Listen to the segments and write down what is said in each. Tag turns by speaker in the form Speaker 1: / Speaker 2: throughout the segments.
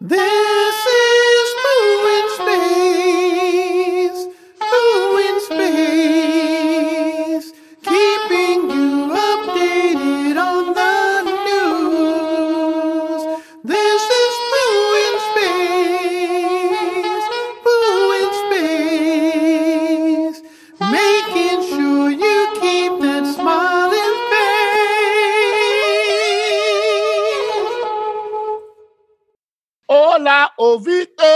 Speaker 1: This is Boo in Space. Boo in Space. Keeping you updated on the news. This is Boo in Space. Boo in Space. Making sure you keep that smiling face.
Speaker 2: Hola, Ovito.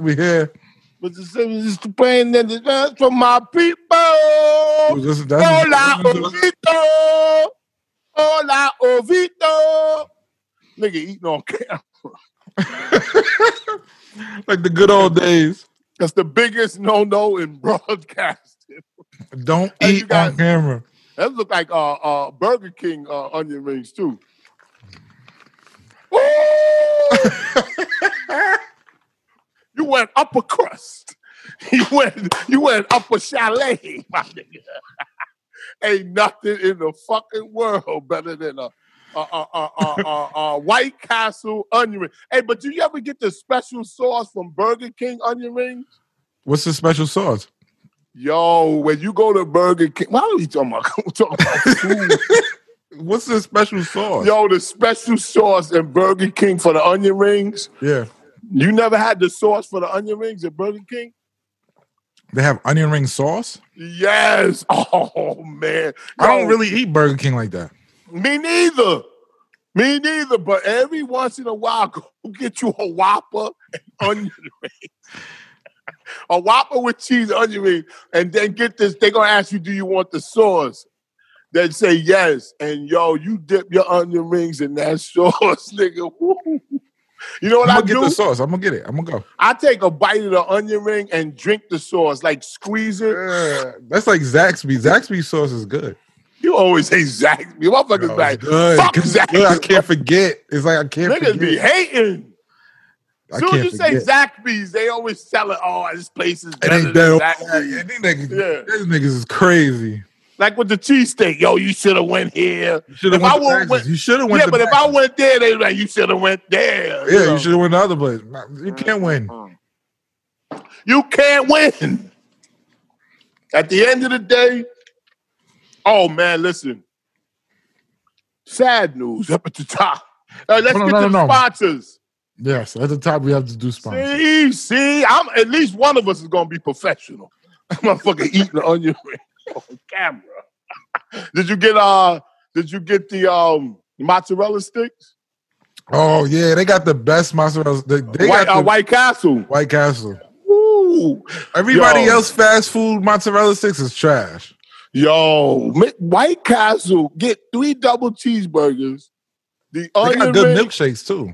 Speaker 3: we here.
Speaker 2: But the same is to playing that is just for my people.
Speaker 3: We
Speaker 2: Hola,
Speaker 3: just- that's-
Speaker 2: Ovito. Hola, Ovito. Nigga eating on camera.
Speaker 3: like the good old days.
Speaker 2: That's the biggest no-no in broadcasting.
Speaker 3: Don't
Speaker 2: Hey, you
Speaker 3: eat
Speaker 2: guys.
Speaker 3: on camera.
Speaker 2: That look like uh, uh, Burger King uh, onion rings too. Ooh! you went upper crust. You went you went upper chalet, my nigga. Ain't nothing in the fucking world better than a a, a, a, a, a, a White Castle onion ring. Hey, but do you ever get the special sauce from Burger King onion rings?
Speaker 3: What's the special sauce?
Speaker 2: Yo, when you go to Burger King, why are we talking about, we talking about food?
Speaker 3: What's the special sauce?
Speaker 2: Yo, the special sauce in Burger King for the onion rings.
Speaker 3: Yeah.
Speaker 2: You never had the sauce for the onion rings at Burger King?
Speaker 3: They have onion ring sauce?
Speaker 2: Yes. Oh man.
Speaker 3: I don't
Speaker 2: Yo,
Speaker 3: really eat Burger King like that.
Speaker 2: Me neither. Me neither. But every once in a while, go get you a Whopper and onion ring. a Whopper with cheese, onion ring, and then get this. They're gonna ask you, "Do you want the sauce?" Then say yes, and yo, you dip your onion rings in that sauce, nigga. Woo. You know what
Speaker 3: I'm
Speaker 2: I
Speaker 3: gonna get
Speaker 2: do?
Speaker 3: the sauce. I'm gonna get it. I'm gonna go.
Speaker 2: I take a bite of the onion ring and drink the sauce, like squeeze it.
Speaker 3: That's like Zaxby. Zaxby sauce is good.
Speaker 2: You always say Zach. You motherfuckers
Speaker 3: Yo, it's
Speaker 2: like
Speaker 3: good.
Speaker 2: fuck
Speaker 3: 'Cause it's
Speaker 2: Zaxby.
Speaker 3: good. I can't forget. It's like I can't
Speaker 2: niggas be
Speaker 3: forget.
Speaker 2: hating.
Speaker 3: I
Speaker 2: soon as you
Speaker 3: can't forget.
Speaker 2: say Zaxby's, they always sell it. Oh, this place is
Speaker 3: It
Speaker 2: better
Speaker 3: ain't
Speaker 2: than
Speaker 3: that.
Speaker 2: Zaxby's.
Speaker 3: These niggas,
Speaker 2: Yeah.
Speaker 3: these niggas is crazy.
Speaker 2: Like with the cheesesteak, yo, you should have went here.
Speaker 3: You should
Speaker 2: If
Speaker 3: have went,
Speaker 2: I
Speaker 3: to
Speaker 2: would've
Speaker 3: Max's.
Speaker 2: went-
Speaker 3: You should have went.
Speaker 2: Yeah,
Speaker 3: to
Speaker 2: but if I
Speaker 3: Max's.
Speaker 2: went there, they like you should have went there.
Speaker 3: yeah,
Speaker 2: know?
Speaker 3: you should have went to other place. Nah, You can't win.
Speaker 2: uh-huh. You can't win. At the end of the day, oh man, listen. Sad news up at the top. Uh, let's
Speaker 3: No, no,
Speaker 2: get
Speaker 3: no,
Speaker 2: to the
Speaker 3: no, no.
Speaker 2: sponsors.
Speaker 3: Yes, at the top we have to do sponsors.
Speaker 2: See, see, I'm at least one of us is gonna be professional. Motherfucker eating the onion ring on camera. did you get uh did you get the um mozzarella sticks?
Speaker 3: Oh yeah, they got the best mozzarella. They, they
Speaker 2: White,
Speaker 3: got
Speaker 2: uh,
Speaker 3: the
Speaker 2: White Castle.
Speaker 3: White Castle.
Speaker 2: Ooh.
Speaker 3: Everybody
Speaker 2: Yo.
Speaker 3: else fast food mozzarella sticks is trash.
Speaker 2: Yo, Mi- White Castle, get three double cheeseburgers. The
Speaker 3: They
Speaker 2: onion
Speaker 3: got good
Speaker 2: ring.
Speaker 3: milkshakes too.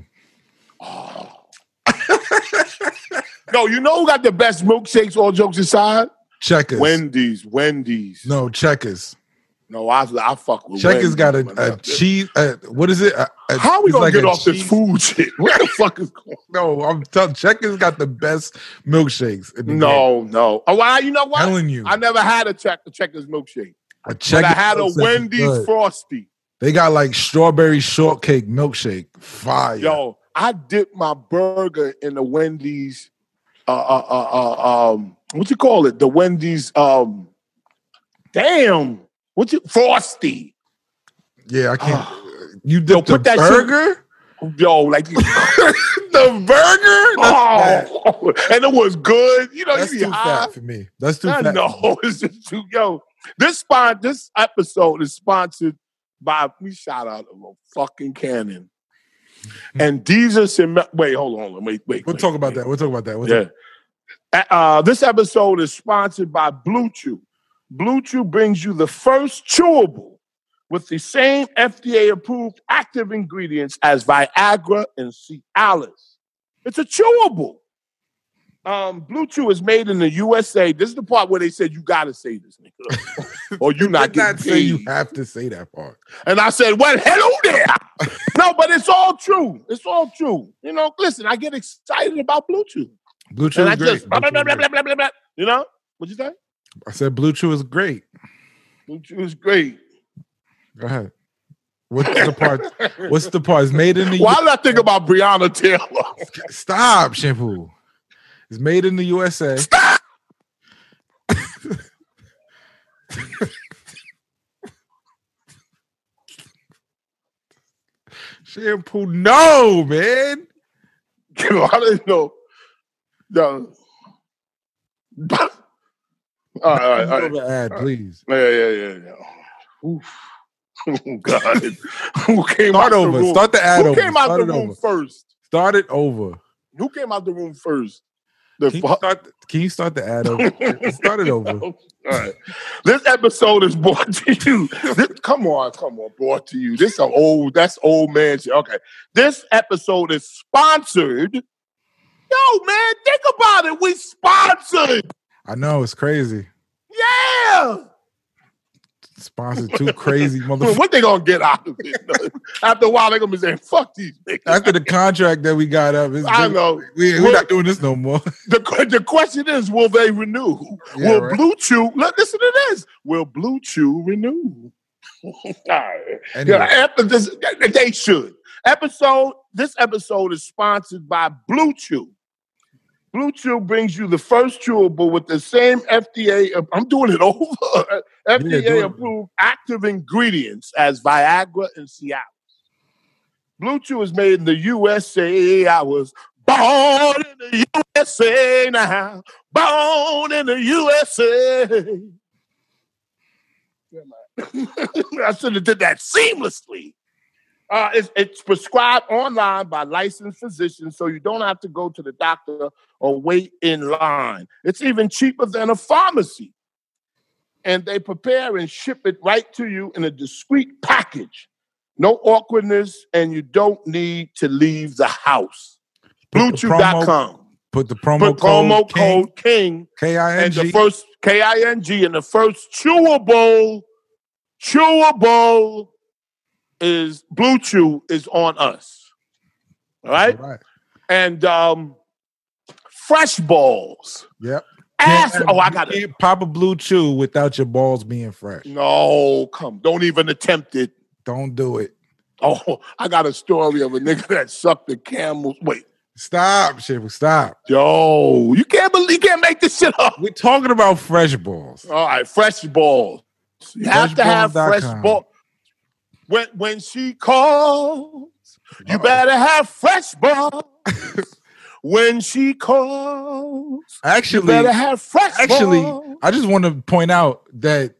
Speaker 2: No, you know who got the best milkshakes, all jokes aside?
Speaker 3: Checkers.
Speaker 2: Wendy's, Wendy's.
Speaker 3: no checkers.
Speaker 2: No, I, I fuck with Wendy's.
Speaker 3: Checkers got a,
Speaker 2: man.
Speaker 3: a cheese. A, what is it? A- a-
Speaker 2: How we
Speaker 3: it's
Speaker 2: gonna
Speaker 3: like
Speaker 2: get
Speaker 3: a
Speaker 2: off this
Speaker 3: cheese-
Speaker 2: food shit? Where the fuck is going?
Speaker 3: No, I'm telling. Checkers got the best milkshakes. in the game.
Speaker 2: No, no. Oh, well, you know what?
Speaker 3: telling you,
Speaker 2: I never had a check, a Checkers milkshake,
Speaker 3: a
Speaker 2: but
Speaker 3: Checkers
Speaker 2: I had a
Speaker 3: milkshake is
Speaker 2: Wendy's
Speaker 3: good.
Speaker 2: frosty.
Speaker 3: They got like strawberry shortcake milkshake. Fire.
Speaker 2: Yo, I dipped my burger in the Wendy's. Uh, uh, uh, uh, um, what you call it? The Wendy's. Um, damn, what you frosty?
Speaker 3: yeah, I can't.
Speaker 2: Ah.
Speaker 3: you dipped
Speaker 2: put
Speaker 3: a
Speaker 2: that shit-
Speaker 3: burger.
Speaker 2: Yo, like
Speaker 3: the burger. That's, bad.
Speaker 2: oh, and it was good. You know,
Speaker 3: That's
Speaker 2: you be
Speaker 3: too
Speaker 2: high.
Speaker 3: fat for me. That's too
Speaker 2: I
Speaker 3: fat.
Speaker 2: know it's just too yo. This spot, this episode is sponsored by we shout out of a fucking cannon. And Jesus and wait, hold on, hold on, wait, wait.
Speaker 3: Hmm. We'll
Speaker 2: wait,
Speaker 3: talk about
Speaker 2: wait.
Speaker 3: that. We'll talk about that. We'll talk-
Speaker 2: Yeah. Uh, uh, this episode is sponsored by Blue Chew. Blue Chew brings you the first chewable with the same FDA approved active ingredients as Viagra and Cialis. It's a chewable. Um, Blue Chew is made in the USA. This is the part where they said you gotta say this, nigga, or you
Speaker 3: I
Speaker 2: not
Speaker 3: did
Speaker 2: getting
Speaker 3: not say
Speaker 2: paid.
Speaker 3: you have to say that part.
Speaker 2: And I said, Well, hello there. no, but it's all true. It's all true. You know, listen, I get excited about Blue Chew
Speaker 3: Blue Chew
Speaker 2: and I
Speaker 3: is great.
Speaker 2: just blah,
Speaker 3: Blue
Speaker 2: blah,
Speaker 3: Chew
Speaker 2: blah,
Speaker 3: is
Speaker 2: blah,
Speaker 3: great.
Speaker 2: blah, blah, blah, blah. You know what you say?
Speaker 3: I said Blue Chew is great.
Speaker 2: It was great.
Speaker 3: Go ahead. What's the part? what's the part? It's made in the
Speaker 2: Why did I think about Breonna Taylor?
Speaker 3: U- stop shampoo. It's made in the USA. shampoo, no man.
Speaker 2: I didn't know. No. all right, all right, all
Speaker 3: Go
Speaker 2: right.
Speaker 3: to ad, please.
Speaker 2: Yeah, yeah, yeah, yeah. Oof. Oh God! Who came out
Speaker 3: Start
Speaker 2: the
Speaker 3: over.
Speaker 2: room?
Speaker 3: Start the ad
Speaker 2: Who
Speaker 3: over.
Speaker 2: came out
Speaker 3: Start
Speaker 2: the
Speaker 3: it
Speaker 2: room
Speaker 3: over.
Speaker 2: first?
Speaker 3: Start it over.
Speaker 2: Who came out the room first? The
Speaker 3: Can
Speaker 2: fu-
Speaker 3: you start, can you start the ad over? start it over.
Speaker 2: All right. This episode is brought to you. This- come on, come on, brought to you. This is old. That's old man shit. Okay. This episode is sponsored. Yo, man, think about it. We sponsored.
Speaker 3: I know it's crazy.
Speaker 2: Yeah.
Speaker 3: Sponsored two crazy motherfuckers.
Speaker 2: What they gonna get out of it? After a while, they're gonna be saying, "Fuck these niggas."
Speaker 3: After the contract that we got up, it's
Speaker 2: I
Speaker 3: big-
Speaker 2: know.
Speaker 3: We, we're not doing this no more.
Speaker 2: The, que- the question is, will they renew?
Speaker 3: Yeah,
Speaker 2: will
Speaker 3: right.
Speaker 2: Blue Chew, look, listen to this, will Blue Chew renew? All right.
Speaker 3: Anyway,
Speaker 2: Yeah, after this, they should. Episode. This episode is sponsored by Blue Chew. Blue Chew brings you the first chewable with the same FDA. ap- I'm doing it over.
Speaker 3: do
Speaker 2: FDA
Speaker 3: it.
Speaker 2: approved active ingredients as Viagra and Cialis. Blue Chew is made in the USA. I was born in the USA now. Born in the USA. I should have did that seamlessly. Uh, it's, it's prescribed online by licensed physicians, so you don't have to go to the doctor or wait in line. It's even cheaper than a pharmacy. And they prepare and ship it right to you in a discreet package. No awkwardness, and you don't need to leave the house.
Speaker 3: Put the
Speaker 2: Bluetooth.com.
Speaker 3: put the promo
Speaker 2: Put promo
Speaker 3: code King,
Speaker 2: code KING and the
Speaker 3: K-I-N-G.
Speaker 2: first K I N G and the first chewable, chewable is Blue Chew is on us. All right.
Speaker 3: All right.
Speaker 2: And um fresh balls.
Speaker 3: Yep.
Speaker 2: Ass.
Speaker 3: Can't-
Speaker 2: Oh, I got
Speaker 3: you
Speaker 2: it.
Speaker 3: can't Pop a blue chew without your balls being fresh.
Speaker 2: No, come. Don't even attempt it.
Speaker 3: Don't do it.
Speaker 2: Oh, I got a story of a nigga that sucked a camel's. Wait.
Speaker 3: Stop, Shiv. Stop.
Speaker 2: Yo, you can't believe you can't make this shit up.
Speaker 3: We're talking about fresh balls.
Speaker 2: All right, fresh balls. You have to have fresh
Speaker 3: Freshballs.com.
Speaker 2: ball. When when she calls, you
Speaker 3: Uh-oh.
Speaker 2: better have fresh balls. when she calls, you
Speaker 3: Actually,
Speaker 2: better have fresh
Speaker 3: actually,
Speaker 2: balls.
Speaker 3: I just want to point out that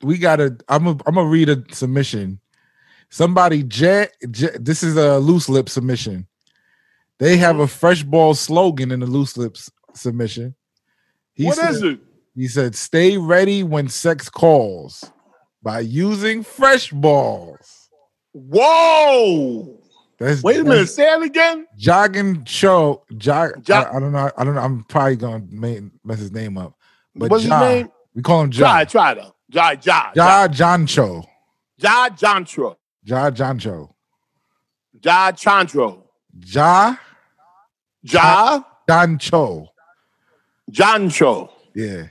Speaker 3: we gotta. I'm a, I'm gonna read a submission. Somebody, Jet. J this is a loose lip submission. They have a fresh ball slogan in the loose lips submission. He
Speaker 2: What
Speaker 3: said,
Speaker 2: is it?
Speaker 3: He said, "Stay ready when sex calls by using fresh balls."
Speaker 2: Whoa!
Speaker 3: That's
Speaker 2: Wait a
Speaker 3: that's
Speaker 2: minute. Say it again.
Speaker 3: Jogging show. Jog.
Speaker 2: Jo-
Speaker 3: I, I don't know. I don't know. I'm probably gonna ma- mess his name up. But
Speaker 2: What's
Speaker 3: Ja.
Speaker 2: his name?
Speaker 3: We call him
Speaker 2: Try,
Speaker 3: John.
Speaker 2: try though. Ja, ja, ja,
Speaker 3: Ja Joncho.
Speaker 2: ja, Jantra,
Speaker 3: Ja Joncho.
Speaker 2: ja, Chandro,
Speaker 3: Ja
Speaker 2: ja,
Speaker 3: Joncho.
Speaker 2: Jancho.
Speaker 3: Yeah.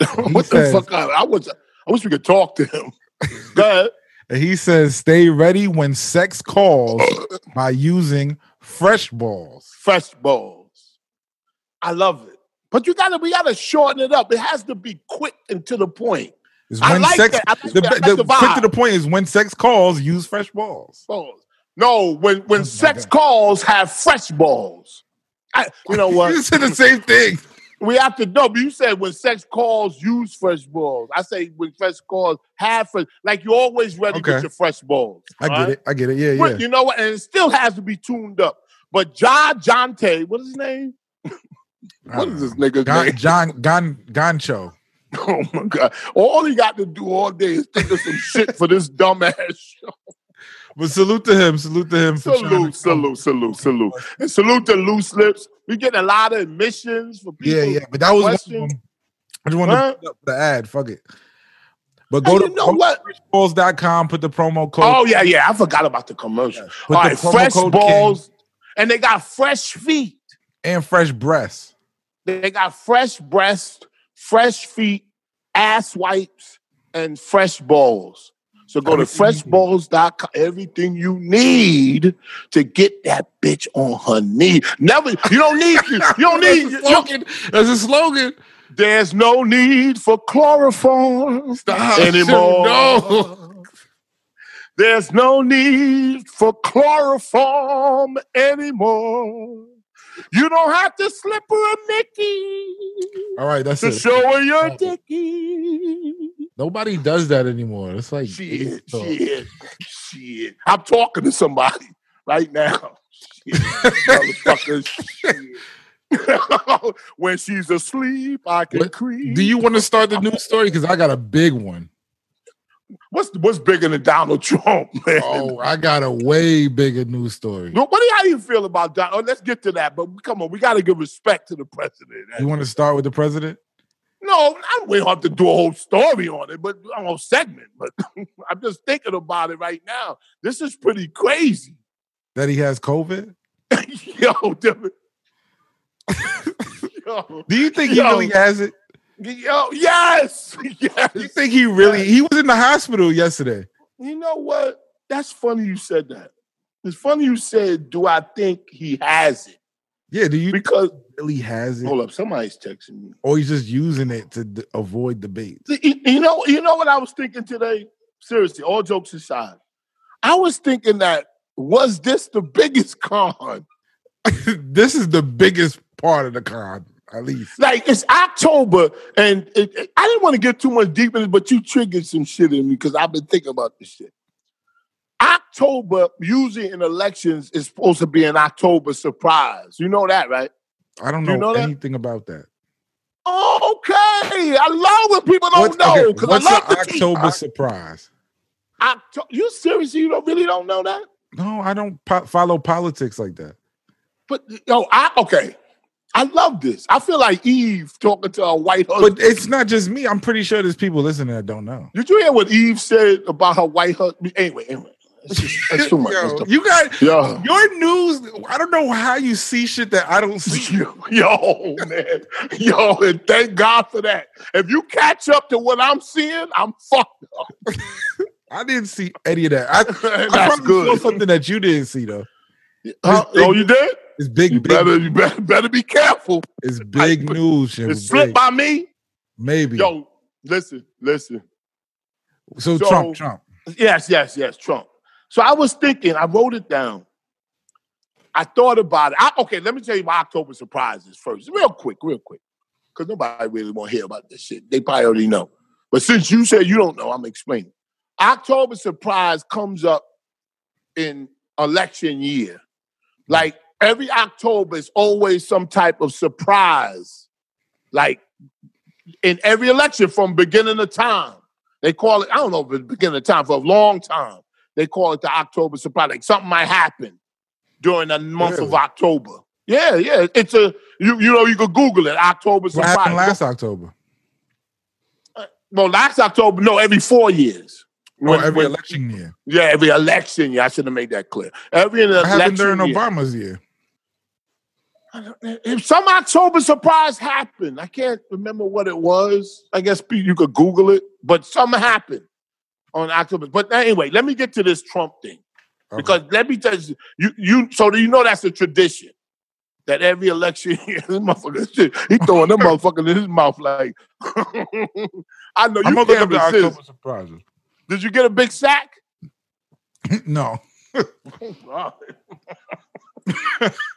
Speaker 3: He
Speaker 2: what the
Speaker 3: says-
Speaker 2: fuck? I, I was. I wish we could talk to him. Go ahead.
Speaker 3: And he says, stay ready when sex calls by using fresh balls.
Speaker 2: fresh balls. I love it. But you gotta we gotta shorten it up. It has to be quick and to the point.
Speaker 3: It's
Speaker 2: I
Speaker 3: when
Speaker 2: like
Speaker 3: sex
Speaker 2: that. I like
Speaker 3: the,
Speaker 2: that. I like
Speaker 3: the-
Speaker 2: the
Speaker 3: quick to
Speaker 2: vibe.
Speaker 3: the point is when sex calls, use fresh balls.
Speaker 2: Balls. No, when when
Speaker 3: Oh my
Speaker 2: sex
Speaker 3: God.
Speaker 2: calls have fresh balls. I, you know
Speaker 3: you
Speaker 2: what?
Speaker 3: said the same thing.
Speaker 2: we have to know. But you said when sex calls, use fresh balls. I say when fresh calls, have fresh. Like you always ready
Speaker 3: Okay.
Speaker 2: with your fresh balls.
Speaker 3: I get it. I get it. Yeah, yeah.
Speaker 2: You know what? And it still has to be tuned up. But Ja Jonte, what is his name?
Speaker 3: I
Speaker 2: What
Speaker 3: don't
Speaker 2: is this
Speaker 3: know.
Speaker 2: nigga's name?
Speaker 3: Gon, John Gon Goncho.
Speaker 2: Oh my god! All he got to do all day is think of some shit for this dumbass show.
Speaker 3: But salute to him. Salute to him. for trying to come.
Speaker 2: Salute, salute, salute, salute, and salute to loose lips. We get a lot of admissions for people.
Speaker 3: Yeah, yeah. But that was one of
Speaker 2: Question?
Speaker 3: them. I just wanted
Speaker 2: Huh?
Speaker 3: to put up the ad. Fuck it. But
Speaker 2: Go
Speaker 3: go to
Speaker 2: you know what?
Speaker 3: freshballs.com, put the promo code.
Speaker 2: Oh yeah, yeah. I forgot about the commercial.
Speaker 3: Put
Speaker 2: all
Speaker 3: the
Speaker 2: right,
Speaker 3: promo
Speaker 2: fresh
Speaker 3: code
Speaker 2: balls, and they got fresh feet.
Speaker 3: and fresh breasts.
Speaker 2: They got fresh breasts, fresh feet, ass wipes, and fresh balls. So go to
Speaker 3: Everything
Speaker 2: freshballs.com. Everything you need to get that bitch on her knee. Never, you don't need you. don't need
Speaker 3: That's a slogan. That's a slogan.
Speaker 2: There's no need for chloroform
Speaker 3: Stop.
Speaker 2: anymore.
Speaker 3: No.
Speaker 2: There's no need for chloroform anymore. You don't have to slip her a Mickey
Speaker 3: All right, that's
Speaker 2: to
Speaker 3: it.
Speaker 2: show her your dicky.
Speaker 3: Nobody does that anymore. It's like
Speaker 2: Shit, shit, shit. I'm talking to somebody right now. Shit, motherfucker, shit. when she's asleep, I can
Speaker 3: What-
Speaker 2: creep.
Speaker 3: Do you want to start the news story? Because I got a big one.
Speaker 2: What's what's bigger than Donald Trump, man?
Speaker 3: Oh, I got a way bigger news story.
Speaker 2: What, what do you, how do you feel about Donald? Oh, let's get to that. But come on, we got to give respect to the president.
Speaker 3: You want to start with the president?
Speaker 2: No, I don't have to do a whole story on it, but a whole segment. But I'm just thinking about it right now. This is pretty crazy,
Speaker 3: That he has COVID?
Speaker 2: yo. dude. yo,
Speaker 3: Do you think he
Speaker 2: Yo.
Speaker 3: really has it?
Speaker 2: yo, yes, yes.
Speaker 3: You think he really? He was in the hospital yesterday.
Speaker 2: You know what? That's funny you said that. It's funny you said, "Do I think he has it?"
Speaker 3: Yeah. Do you think
Speaker 2: Because
Speaker 3: he really has it,
Speaker 2: hold up, somebody's texting me.
Speaker 3: or he's just using it to d- avoid debate?
Speaker 2: See, You you know, you know what I was thinking today. Seriously, all jokes aside, I was thinking that was this the biggest con?
Speaker 3: this is the biggest part of the con, at least.
Speaker 2: Like it's October, and it, it- I didn't want to get too much deep in it, but you triggered some shit in me because I've been thinking about this shit. October, usually in elections, is supposed to be an October surprise. You know that, right?
Speaker 3: I don't
Speaker 2: Do
Speaker 3: know,
Speaker 2: you know that?
Speaker 3: anything about that.
Speaker 2: Okay, I love when people don't
Speaker 3: What's-
Speaker 2: know
Speaker 3: okay,
Speaker 2: because
Speaker 3: what's
Speaker 2: I love
Speaker 3: an
Speaker 2: the tea.
Speaker 3: October surprise?
Speaker 2: Octo- you seriously? You don't really don't know that?
Speaker 3: No, I don't po- follow politics like that.
Speaker 2: But yo, I okay. I love this. I feel like Eve talking to a white husband.
Speaker 3: But it's not just me. I'm pretty sure there's people listening that don't know.
Speaker 2: Did you hear what Eve said about her white husband? Anyway, anyway, it's, just, it's too much.
Speaker 3: Yo,
Speaker 2: It's the-
Speaker 3: you got
Speaker 2: yo,
Speaker 3: your news. I don't know how you see shit that I don't see.
Speaker 2: yo, man, yo, and thank God for that. If you catch up to what I'm seeing, I'm fucked.
Speaker 3: I didn't see any of that. I, I
Speaker 2: That's
Speaker 3: probably saw
Speaker 2: good.
Speaker 3: something that you didn't see though.
Speaker 2: Uh, oh, you did?
Speaker 3: It's big,
Speaker 2: You
Speaker 3: big
Speaker 2: better, you better, better be careful.
Speaker 3: it's big
Speaker 2: I-
Speaker 3: news. Shit,
Speaker 2: It
Speaker 3: was
Speaker 2: slipped
Speaker 3: big.
Speaker 2: by me.
Speaker 3: Maybe.
Speaker 2: Yo, listen, listen.
Speaker 3: so,
Speaker 2: so-
Speaker 3: Trump, Trump.
Speaker 2: Yes, yes, yes, Trump. So I was thinking, I wrote it down. I thought about it. I, okay, let me tell you my October surprises first, real quick, real quick, because nobody really want to hear about this shit. They probably already know. But since you said you don't know, I'm explaining. October surprise comes up in election year. Like every October is always some type of surprise. Like in every election from beginning to time. They call it, I don't know if it's beginning of time, for a long time. They call it the October surprise. Like something might happen during the month of
Speaker 3: Really?
Speaker 2: October. Yeah, yeah. It's a you you know, you could Google it, October
Speaker 3: What
Speaker 2: surprise.
Speaker 3: happened last October?
Speaker 2: well, last October, no, every four years.
Speaker 3: Or
Speaker 2: When-
Speaker 3: Oh, every
Speaker 2: when-
Speaker 3: election year.
Speaker 2: Yeah, every election year. I should have made that clear. Every
Speaker 3: What
Speaker 2: election
Speaker 3: happened during
Speaker 2: year.
Speaker 3: Obama's year?
Speaker 2: If some October surprise happened, I can't remember what it was. I guess pe- you could Google it, but something happened on October. But anyway, let me get to this Trump thing
Speaker 3: Okay.
Speaker 2: because let me tell you, you, you so you know that's a tradition that every election year, this motherfucker, shit, he throwing them motherfucker in his mouth like, I know
Speaker 3: I'm
Speaker 2: you
Speaker 3: gonna look
Speaker 2: can't
Speaker 3: up the
Speaker 2: resist.
Speaker 3: October surprises. Mm,
Speaker 2: Did you get a big sack?
Speaker 3: no.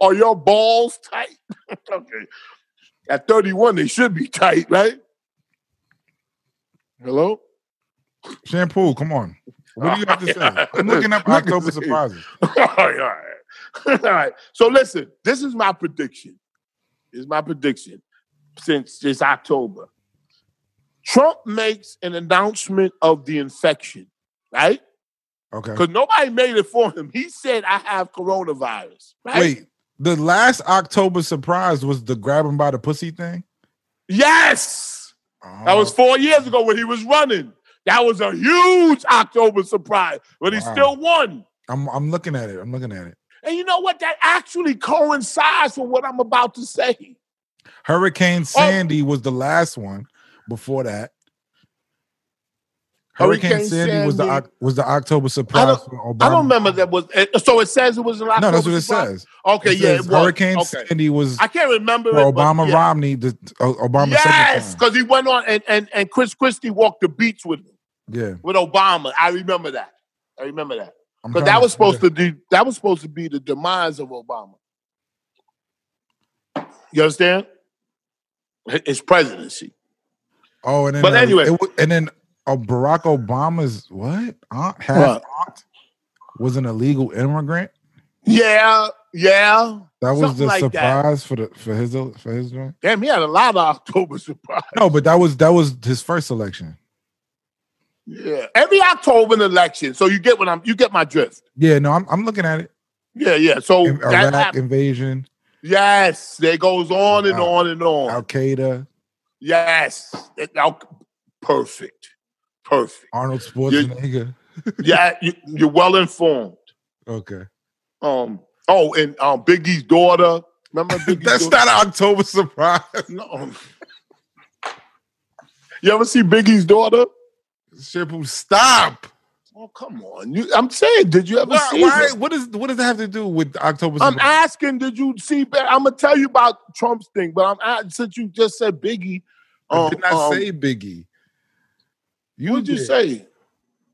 Speaker 2: Are your balls tight? okay. At 31, they should be tight, right? Hello?
Speaker 3: Shampoo, come on. What do you have to say? I'm looking up
Speaker 2: Look at
Speaker 3: October
Speaker 2: this.
Speaker 3: surprises.
Speaker 2: all right. All right. All right. So listen, this is my prediction. This is my prediction since this October. Trump makes an announcement of the infection, right?
Speaker 3: Okay.
Speaker 2: Because nobody made it for him. He said, I have coronavirus, right?
Speaker 3: Wait, the last October surprise was the grab him by the pussy thing?
Speaker 2: Yes. That was
Speaker 3: Uh-huh.
Speaker 2: four years ago when he was running. That was a huge October surprise, but he
Speaker 3: Wow.
Speaker 2: still won.
Speaker 3: Oh, I'm I'm looking at it. I'm looking at it.
Speaker 2: And you know what? That actually coincides with what I'm about to say. Oh.
Speaker 3: Hurricane Sandy was the last one before that. Hurricane,
Speaker 2: Hurricane
Speaker 3: Sandy, was the
Speaker 2: Sandy.
Speaker 3: Oc- was the October surprise
Speaker 2: I don't-
Speaker 3: for Obama.
Speaker 2: I don't remember that was. eh, So it says it was in October.
Speaker 3: No, that's what it
Speaker 2: surprise?
Speaker 3: says.
Speaker 2: Okay,
Speaker 3: It
Speaker 2: yeah,
Speaker 3: says
Speaker 2: it was.
Speaker 3: Hurricane
Speaker 2: Okay.
Speaker 3: Sandy was
Speaker 2: I can't remember
Speaker 3: for
Speaker 2: it, but
Speaker 3: Obama
Speaker 2: yeah.
Speaker 3: Romney. The uh, Obama
Speaker 2: Yes,
Speaker 3: second
Speaker 2: because he went on and, and and Chris Christie walked the beach with him,
Speaker 3: time. Yeah,
Speaker 2: with Obama. I remember that. I remember that.
Speaker 3: I'm
Speaker 2: Because
Speaker 3: trying
Speaker 2: that was supposed
Speaker 3: yeah.
Speaker 2: to be that was supposed to be the demise of Obama. You understand? H- His presidency.
Speaker 3: Oh, and then
Speaker 2: But
Speaker 3: uh,
Speaker 2: anyway.
Speaker 3: it w- and then uh, Barack Obama's what aunt half aunt was an illegal immigrant.
Speaker 2: Yeah, yeah.
Speaker 3: That was
Speaker 2: Something
Speaker 3: the
Speaker 2: like that.
Speaker 3: surprise for the for his for his joint.
Speaker 2: Damn, he had a lot of October surprise.
Speaker 3: No, but that was that was his first election.
Speaker 2: Yeah. Every October an election. So you get what I'm you get my drift.
Speaker 3: Yeah, no, I'm I'm looking at it.
Speaker 2: Yeah, yeah. So
Speaker 3: In-
Speaker 2: Oh, that
Speaker 3: Iraq
Speaker 2: happened.
Speaker 3: invasion,
Speaker 2: Yes. That goes on and
Speaker 3: Wow.
Speaker 2: on and on.
Speaker 3: Al Qaeda,
Speaker 2: Yes. It- now, perfect. Perfect.
Speaker 3: Arnold Schwarzenegger.
Speaker 2: Yeah, you, you're well informed.
Speaker 3: Okay,
Speaker 2: Um. Oh, and um, Biggie's daughter. Remember Biggie's
Speaker 3: that's
Speaker 2: daughter?
Speaker 3: not an October surprise.
Speaker 2: No. You ever see Biggie's daughter?
Speaker 3: Shampoo, stop.
Speaker 2: Oh, come on. You, I'm saying, did you ever
Speaker 3: Why,
Speaker 2: see
Speaker 3: why?
Speaker 2: her?
Speaker 3: What does what does that have to do with October?
Speaker 2: I'm
Speaker 3: surprise?
Speaker 2: asking, did you see? I'm gonna tell you about Trump's thing, but I'm at, since you just said Biggie.
Speaker 3: I
Speaker 2: Um,
Speaker 3: did not
Speaker 2: um,
Speaker 3: say Biggie. You
Speaker 2: What'd you
Speaker 3: did.
Speaker 2: say?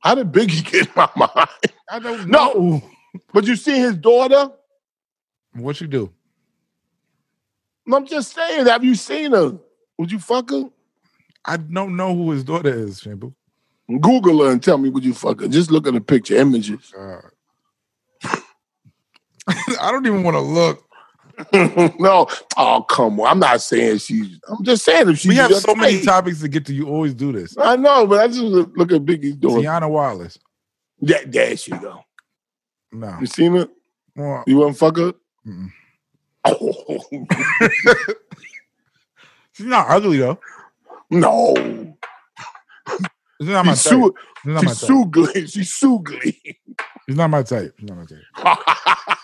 Speaker 2: How did Biggie get in my mind?
Speaker 3: I don't
Speaker 2: No.
Speaker 3: know.
Speaker 2: But you see his daughter.
Speaker 3: What you do?
Speaker 2: I'm just saying, have you seen her? Would you fuck her?
Speaker 3: I don't know who his daughter is, Shampoo.
Speaker 2: Google her and tell me would you fuck her. Just look at the picture, images.
Speaker 3: Uh, I don't even want to look.
Speaker 2: no, oh come on. I'm not saying she's. I'm just saying if she's.
Speaker 3: We have
Speaker 2: your
Speaker 3: so many
Speaker 2: type.
Speaker 3: topics to get to. You always do this.
Speaker 2: I know, but I just look, look at Biggie's doing.
Speaker 3: Tiana Wallace.
Speaker 2: Yeah, there she go.
Speaker 3: No.
Speaker 2: You seen her?
Speaker 3: Well,
Speaker 2: You want to fuck her?
Speaker 3: Mm-mm.
Speaker 2: Oh
Speaker 3: she's not ugly though.
Speaker 2: no,
Speaker 3: She's not my
Speaker 2: she's
Speaker 3: type.
Speaker 2: su-
Speaker 3: She's not my
Speaker 2: she's
Speaker 3: type.
Speaker 2: sugly. She's sugly.
Speaker 3: She's not my type. She's not my type.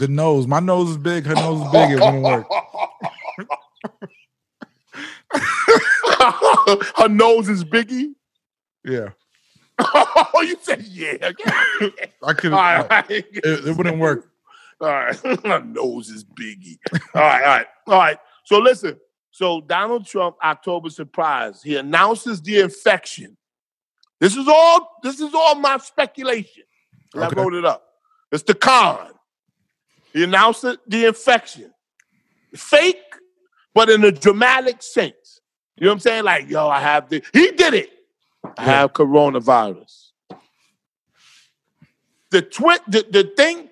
Speaker 3: The nose. My nose is big. Her nose is big. It wouldn't work.
Speaker 2: Her nose is Biggie.
Speaker 3: Yeah.
Speaker 2: Oh, you said yeah.
Speaker 3: I could.
Speaker 2: All right.
Speaker 3: It, it wouldn't work.
Speaker 2: All right. My nose is biggie. All right. All right. All right. So listen. So Donald Trump, October surprise, he announces the infection. This is all. This is all my speculation. And
Speaker 3: Okay.
Speaker 2: I wrote it up. It's the con. He announced it, the infection. Fake, but in a dramatic sense. You know what I'm saying? Like, yo, I have the. He did it. I
Speaker 3: Yeah.
Speaker 2: have coronavirus. The twit. The, the thing.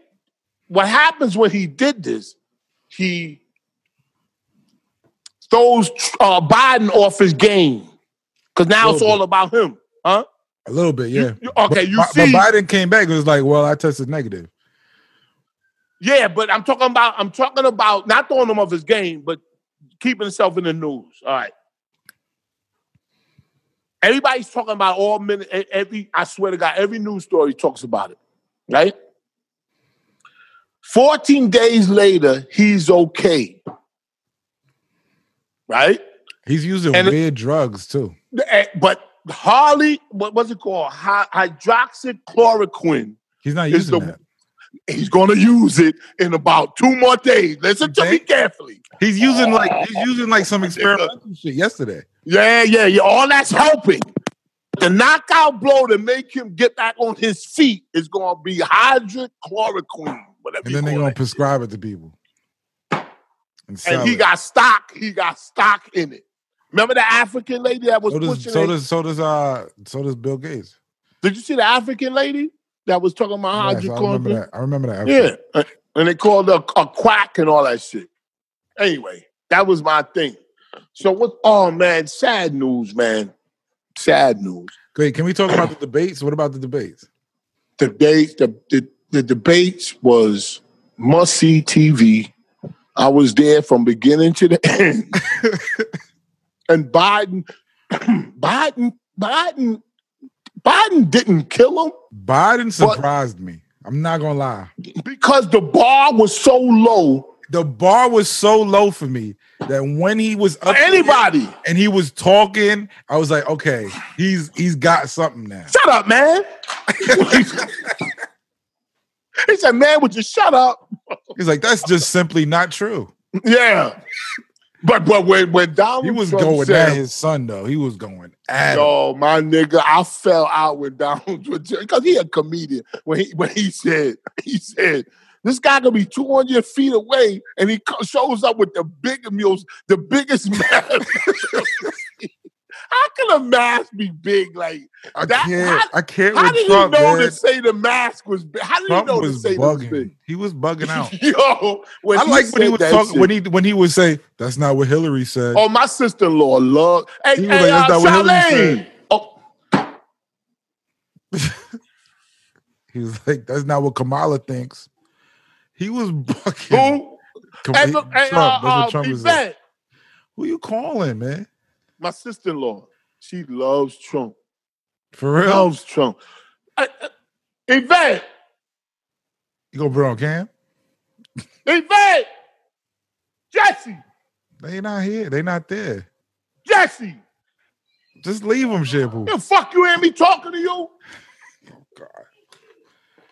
Speaker 2: What happens when he did this? He throws uh, Biden off his game because now it's
Speaker 3: Little
Speaker 2: all about him, huh?
Speaker 3: A little bit. Yeah.
Speaker 2: You- okay,
Speaker 3: But-
Speaker 2: you
Speaker 3: but,
Speaker 2: see,
Speaker 3: But Biden came back and was like, "Well, I tested negative."
Speaker 2: Yeah, but I'm talking about I'm talking about not throwing him off his game, but keeping himself in the news. All right. Everybody's talking about all minute every I swear to God, every news story talks about it. Right? 14 days later, he's okay. Right?
Speaker 3: He's using
Speaker 2: And-
Speaker 3: weird drugs too.
Speaker 2: Eh, But Harley, what was it called? Hy- Hydroxychloroquine.
Speaker 3: He's not
Speaker 2: It's
Speaker 3: using
Speaker 2: the-
Speaker 3: that.
Speaker 2: He's gonna use it in about two more days. Listen to me
Speaker 3: Think?
Speaker 2: carefully.
Speaker 3: He's using like he's using like some experimental shit yesterday.
Speaker 2: Yeah, yeah, yeah. All that's helping. The knockout blow to make him get back on his feet is going to be hydrochloroquine, whatever.
Speaker 3: And
Speaker 2: you
Speaker 3: then they're
Speaker 2: call
Speaker 3: gonna
Speaker 2: it.
Speaker 3: prescribe it to people. And, sell
Speaker 2: and he
Speaker 3: it.
Speaker 2: got stock. He got stock in it. Remember the African lady that was
Speaker 3: so does
Speaker 2: pushing
Speaker 3: so
Speaker 2: it?
Speaker 3: does so does uh so does Bill Gates.
Speaker 2: Did you see the African lady that was talking about
Speaker 3: Yes, I remember
Speaker 2: hydrochloroquine?
Speaker 3: that. I remember that.
Speaker 2: Yeah, uh, and they called her a quack and all that shit. Anyway, that was my thing. So what? Oh man, sad news, man. Sad news.
Speaker 3: Great. Can we talk about the debates? What about the debates?
Speaker 2: debate the, the the debates was must see TV. I was there from beginning to the end. and Biden, Biden, Biden, Biden didn't kill him
Speaker 3: Biden surprised me. I'm not gonna lie.
Speaker 2: because the bar was so low
Speaker 3: the bar was so low for me that when he was
Speaker 2: For
Speaker 3: up
Speaker 2: anybody.
Speaker 3: and he was talking, I was like, okay, he's he's got something now.
Speaker 2: Shut up, man. he said, man, would you shut up?
Speaker 3: He's like, that's just simply not true.
Speaker 2: Yeah. But but when when Donald
Speaker 3: He was
Speaker 2: Trump
Speaker 3: going
Speaker 2: said,
Speaker 3: at his son though. He was going at him.
Speaker 2: Yo, my nigga, I fell out with Donald because he a comedian. When he when he said he said this guy could be two hundred feet away, and he co- shows up with the big mules, the biggest mask. how can a mask be big? Like
Speaker 3: I
Speaker 2: that-
Speaker 3: can't. I can't.
Speaker 2: how
Speaker 3: with
Speaker 2: did
Speaker 3: Trump,
Speaker 2: you know
Speaker 3: man.
Speaker 2: to say the mask was big? How did
Speaker 3: Trump
Speaker 2: you know to
Speaker 3: was
Speaker 2: say this big?
Speaker 3: bugging. He was bugging out.
Speaker 2: Yo, when
Speaker 3: I like when he
Speaker 2: said
Speaker 3: was
Speaker 2: that
Speaker 3: talking
Speaker 2: shit-
Speaker 3: when he when he would say, "That's not what Hillary said."
Speaker 2: Oh, my sister-in-law love. Hey,
Speaker 3: He
Speaker 2: hey,
Speaker 3: was like,
Speaker 2: uh,
Speaker 3: "That's not what Hillary
Speaker 2: Charlene.
Speaker 3: said."
Speaker 2: Oh,
Speaker 3: He was like, "That's not what Kamala thinks." He was bugging.
Speaker 2: who?
Speaker 3: Kam-
Speaker 2: Hey,
Speaker 3: he-
Speaker 2: look, hey,
Speaker 3: Trump. That's what
Speaker 2: uh, uh,
Speaker 3: Trump was like.
Speaker 2: Yvette,
Speaker 3: Who you calling, man?
Speaker 2: my sister-in-law, she loves Trump.
Speaker 3: For real?
Speaker 2: Loves Trump. Uh, uh, Yvette,
Speaker 3: You gonna put on cam?
Speaker 2: Yvette, Jesse,
Speaker 3: They not here. They not there.
Speaker 2: Jesse.
Speaker 3: Just leave them, Shampoo.
Speaker 2: The fuck you hear me talking to you?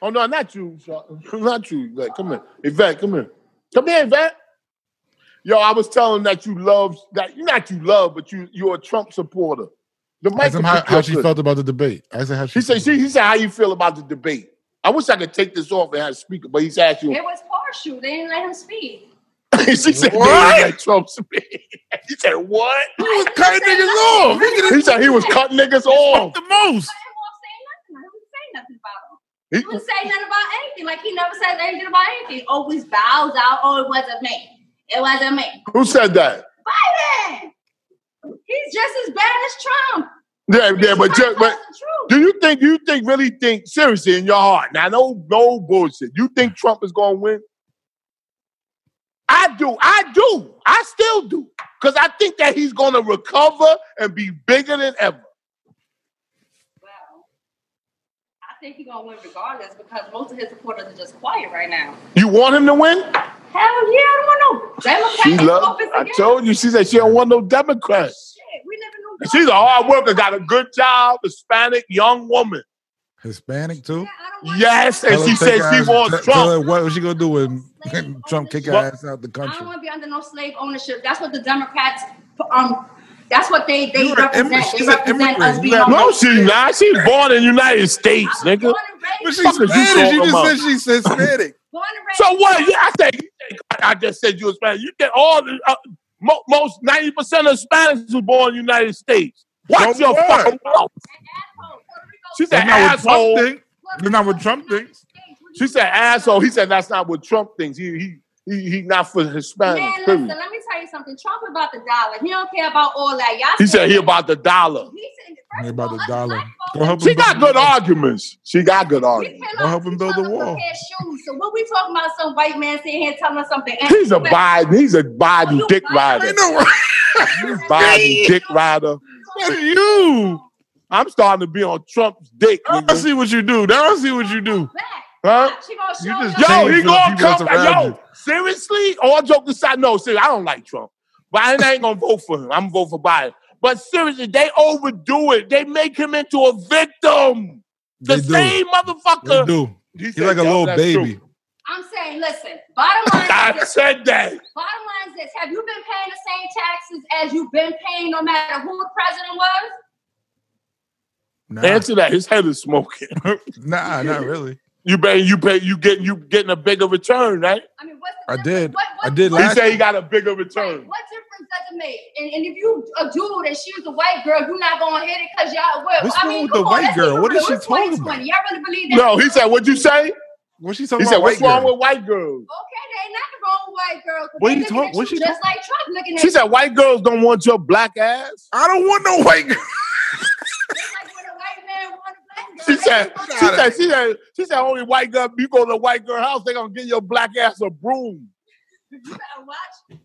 Speaker 2: Oh no, not you, Char- not you. Yvette, come here, Yvette, come here, come here, Yvette. Yo, I was telling that you love that you not you love, but you you're a Trump supporter. The
Speaker 3: Ask
Speaker 2: Michael
Speaker 3: him how, how she
Speaker 2: Pickett-
Speaker 3: felt about the debate. I said how
Speaker 2: He
Speaker 3: she.
Speaker 2: said she, he said how you feel about the debate. I wish I could take this off and have a speaker, but he's asked you.
Speaker 4: It was horseshoe. They didn't let him speak.
Speaker 2: she said
Speaker 3: What?
Speaker 2: "They let Trump speak. he said what?
Speaker 3: he was cutting niggas off. Look at
Speaker 2: He said he was cutting niggas off.
Speaker 3: the most.
Speaker 4: But he won't say nothing. I wouldn't say nothing about him.
Speaker 2: He-
Speaker 4: He wouldn't say nothing about anything. Like he never says anything about anything. Always bows out. Oh, it wasn't me. It wasn't me.
Speaker 2: who said that?
Speaker 4: Biden. He's just as bad as Trump.
Speaker 2: Yeah, yeah, but just,
Speaker 4: Trump
Speaker 2: but
Speaker 4: tells the truth.
Speaker 2: Do you think you think really think seriously in your heart? Now no no bullshit. You think Trump is gonna win? I do, I do, I still do. Cause I think that he's gonna recover and be bigger than ever.
Speaker 4: Well, I think he's gonna win regardless because most of his supporters are just quiet right now.
Speaker 2: You want him to win?
Speaker 4: Hell yeah, I don't want no
Speaker 2: She
Speaker 4: Democrats in
Speaker 2: love.
Speaker 4: office
Speaker 2: I
Speaker 4: again.
Speaker 2: told you, she said she don't want no Democrats.
Speaker 4: Shit, we never knew.
Speaker 2: She's a hard worker, got a good job, Hispanic young woman.
Speaker 3: Hispanic too.
Speaker 4: Yeah, I don't want
Speaker 2: Yes, and
Speaker 3: Tell her
Speaker 2: she
Speaker 3: to
Speaker 4: Democrats.
Speaker 3: take
Speaker 2: said
Speaker 3: her
Speaker 2: she
Speaker 3: ass-
Speaker 2: wants
Speaker 3: tell- tell her
Speaker 2: Trump.
Speaker 3: What was she gonna do when
Speaker 4: Slave
Speaker 3: Trump kick her
Speaker 2: ownership.
Speaker 3: ass out the
Speaker 4: I
Speaker 3: country?
Speaker 4: don't want to be under no slave ownership. That's what the Democrats, um, that's what they they
Speaker 3: You're an
Speaker 4: represent.
Speaker 3: immigrant.
Speaker 4: They
Speaker 3: She's an
Speaker 4: represent
Speaker 3: immigrant.
Speaker 4: us
Speaker 3: You
Speaker 4: being
Speaker 3: got-
Speaker 4: on
Speaker 2: No,
Speaker 4: those-
Speaker 2: she's not. She's born in the United States,
Speaker 4: I was
Speaker 2: nigga.
Speaker 4: Born and
Speaker 3: But
Speaker 4: raised.
Speaker 3: she's
Speaker 2: Fuck is you
Speaker 3: Spanish. You
Speaker 2: talking about?
Speaker 3: just said she's Hispanic.
Speaker 4: Born and raised.
Speaker 2: So what? Yeah, I said. I just said you were Spanish. You think all the, uh, mo- most ninety percent of Hispanics were born in the United States. Watch
Speaker 3: So
Speaker 2: your
Speaker 3: what?
Speaker 2: fucking mouth.
Speaker 4: Asshole. Puerto Rico-
Speaker 2: She said
Speaker 3: That's not what
Speaker 2: asshole.
Speaker 3: Trump think.
Speaker 4: Puerto
Speaker 3: That's not what
Speaker 4: Rico,
Speaker 3: Trump
Speaker 4: United
Speaker 3: thinks.
Speaker 4: States. What do
Speaker 2: She
Speaker 4: you-
Speaker 2: said asshole. He said that's not what Trump thinks. He he he, he not for
Speaker 4: Man,
Speaker 2: Hispanics.
Speaker 4: listen,
Speaker 2: Period.
Speaker 4: let me tell you something. Trump about the dollar. He don't care about all that. Y'all
Speaker 2: He said he about the dollar.
Speaker 4: He said,
Speaker 3: He
Speaker 4: first of
Speaker 3: about
Speaker 4: all,
Speaker 3: the
Speaker 4: us
Speaker 3: dollar.
Speaker 4: black
Speaker 3: Go
Speaker 4: folks-
Speaker 3: help
Speaker 2: She
Speaker 3: him
Speaker 2: got
Speaker 3: build
Speaker 2: good arguments. She got good
Speaker 4: We
Speaker 2: arguments.
Speaker 4: cannot
Speaker 3: Go help him build the
Speaker 4: teach other
Speaker 3: wall.
Speaker 4: Pair of shoes. So what we talking about? Some white man sitting here telling us something.
Speaker 2: He's a Biden. He's a Biden
Speaker 4: You
Speaker 2: dick
Speaker 4: Biden.
Speaker 2: rider.
Speaker 3: Ain't no right.
Speaker 2: Biden dick rider.
Speaker 3: What are you?
Speaker 2: I'm starting to be on Trump's dick.
Speaker 3: Now I
Speaker 2: nigga.
Speaker 3: see what you do. Now I see what you do.
Speaker 4: Back.
Speaker 2: Huh?
Speaker 4: She gonna show
Speaker 3: You just
Speaker 4: y'all-
Speaker 2: Yo,
Speaker 3: Change
Speaker 2: he
Speaker 3: for the
Speaker 2: gonna
Speaker 3: people
Speaker 2: come
Speaker 3: that's
Speaker 2: back.
Speaker 3: around
Speaker 2: Yo,
Speaker 3: you.
Speaker 2: seriously? All joke aside, no, seriously, I don't like Trump. But I ain't gonna vote for him. I'm gonna vote for Biden. But seriously, they overdo it. They make him into a victim. The
Speaker 3: They
Speaker 2: same
Speaker 3: do. They
Speaker 2: motherfucker.
Speaker 3: do.
Speaker 2: He
Speaker 3: He's like a little baby.
Speaker 4: I'm saying, listen. Bottom line.
Speaker 2: I
Speaker 4: is this,
Speaker 2: said that.
Speaker 4: bottom line is this: Have you been paying the same taxes as you've been paying, no matter who the president was?
Speaker 3: Nah,
Speaker 2: Answer that. His head is smoking.
Speaker 3: nah, not really.
Speaker 2: You pay. You pay. You get. You getting a bigger return, right?
Speaker 4: I mean, what's the
Speaker 3: I
Speaker 4: difference?
Speaker 3: did.
Speaker 4: What, what,
Speaker 3: I did
Speaker 2: He
Speaker 3: last-
Speaker 2: said he got a bigger
Speaker 4: Right.
Speaker 2: return.
Speaker 4: What difference does it make? And, and if you a dude and she's a white girl, you're not gonna hit it because y'all will.
Speaker 3: What's
Speaker 4: I
Speaker 3: wrong
Speaker 4: mean,
Speaker 3: with
Speaker 4: come
Speaker 3: the
Speaker 4: on,
Speaker 3: white
Speaker 4: let's be
Speaker 3: girl? What is
Speaker 4: real.
Speaker 3: she
Speaker 4: It's
Speaker 3: talking
Speaker 4: 2020. Y'all really believe that?
Speaker 2: No, he said. What'd you say?
Speaker 3: What she talking
Speaker 2: He said,
Speaker 3: about?
Speaker 2: "What's
Speaker 3: white
Speaker 2: wrong
Speaker 3: girl?
Speaker 2: with white girls?"
Speaker 4: Okay, they not the wrong white girl. 'cause
Speaker 3: What
Speaker 4: they
Speaker 3: you
Speaker 4: looking
Speaker 3: talk-
Speaker 4: at
Speaker 3: what
Speaker 4: you
Speaker 3: she
Speaker 4: Just like Trump looking at
Speaker 2: She
Speaker 4: you.
Speaker 2: said, "White girls don't want your black ass."
Speaker 3: I don't want no white girl.
Speaker 4: Just like when a white man want a black girl.
Speaker 2: She
Speaker 4: they
Speaker 2: said,
Speaker 4: just
Speaker 2: she
Speaker 4: want
Speaker 2: said, she said, she said, only white girl, you go to a white girl house, they gonna get your black ass a broom.
Speaker 4: you better watch. You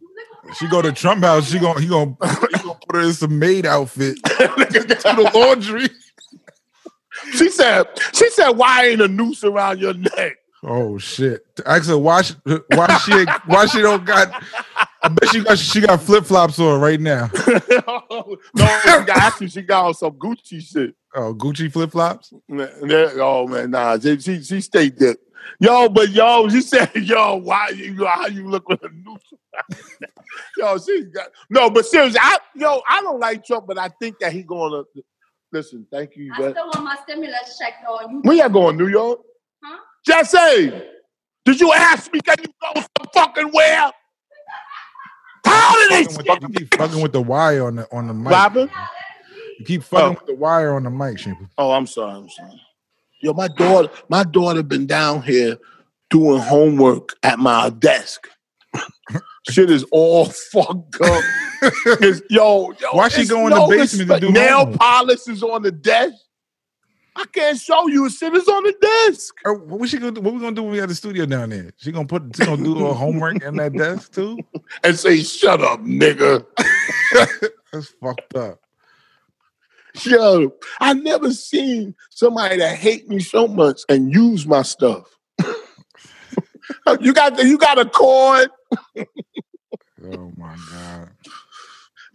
Speaker 4: look
Speaker 3: She go to Trump house. She gonna he gonna, he gonna put her in some maid outfit to the laundry.
Speaker 2: she said, she said, why ain't a noose around your neck?
Speaker 3: Oh shit! Actually, why she, why she why she don't got? I bet she got she got flip flops on right now.
Speaker 2: no, she got actually she got on some Gucci shit.
Speaker 3: Oh, Gucci flip flops.
Speaker 2: Nah, nah, Oh man, nah, she she, she stayed there. Yo, but yo, she said, yo, why you how you look with a new Yo, she got no, but seriously, I yo, I don't like Trump, but I think that he gonna listen, thank you.
Speaker 4: I
Speaker 2: But
Speaker 4: still want my stimulus check though. and You
Speaker 2: when y'all going, New York?
Speaker 4: Huh?
Speaker 2: Jesse, did you ask me can you go some fucking where? How did
Speaker 3: Fucking
Speaker 2: they
Speaker 3: with- You keep fucking with the wire on the on the mic.
Speaker 2: Robin?
Speaker 3: You keep fucking
Speaker 2: Oh.
Speaker 3: with the wire on the mic, Shimpa.
Speaker 2: Oh, I'm sorry. I'm sorry. Yo, my daughter, my daughter been down here doing homework at my desk. Shit is all fucked up. It's- yo, yo,
Speaker 3: Why she
Speaker 2: it's
Speaker 3: go in the basement to
Speaker 2: respect.
Speaker 3: do
Speaker 2: nail
Speaker 3: homework?
Speaker 2: polish is on the desk? I can't show you. Shit is on the desk.
Speaker 3: Uh, What we she gonna do? What we gonna do when we at the studio down there? She gonna put she gonna do her homework in that desk too?
Speaker 2: And say, shut up, nigga.
Speaker 3: That's fucked up.
Speaker 2: Yo, I never seen somebody that hate me so much and use my stuff. you got the, you got a cord.
Speaker 3: Oh my god.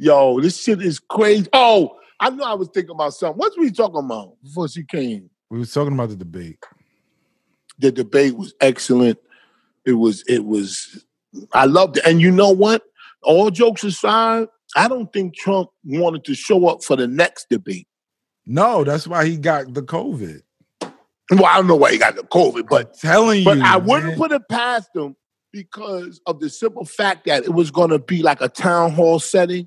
Speaker 2: Yo, this shit is crazy. Oh, I know I was thinking about something. What were we talking about before she came?
Speaker 3: We was talking about the debate.
Speaker 2: The debate was excellent. It was, it was, I loved it. And you know what? All jokes aside, I don't think Trump wanted to show up for the next debate.
Speaker 3: No, that's why he got the COVID.
Speaker 2: Well, I don't know why he got the COVID, but
Speaker 3: I'm telling
Speaker 2: But
Speaker 3: you,
Speaker 2: I wouldn't
Speaker 3: man.
Speaker 2: put it past them because of the simple fact that it was going to be like a town hall setting.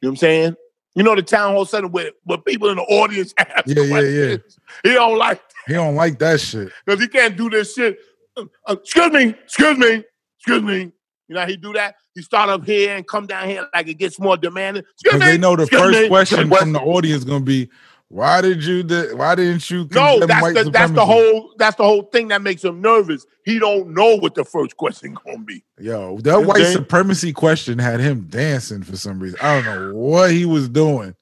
Speaker 2: You know what I'm saying? You know the town hall setting where, where people in the audience ask
Speaker 3: Yeah, yeah, yeah.
Speaker 2: questions. He don't like
Speaker 3: He don't like that shit.
Speaker 2: because he can't do this shit. Uh, uh, excuse me, excuse me, excuse me. You know how he do that? He start up here and come down here like it gets more demanding. Excuse
Speaker 3: Because
Speaker 2: me.
Speaker 3: they know the
Speaker 2: excuse
Speaker 3: first
Speaker 2: me,
Speaker 3: question
Speaker 2: excuse
Speaker 3: from
Speaker 2: me.
Speaker 3: the audience gonna be, "Why did you? Do, why didn't you?"
Speaker 2: No,
Speaker 3: condemn
Speaker 2: that's
Speaker 3: white
Speaker 2: the that's the
Speaker 3: supremacy?"
Speaker 2: whole that's the whole thing that makes him nervous. He don't know what the first question gonna be.
Speaker 3: Yo, that white
Speaker 2: Okay.
Speaker 3: supremacy question had him dancing for some reason. I don't know what he was doing.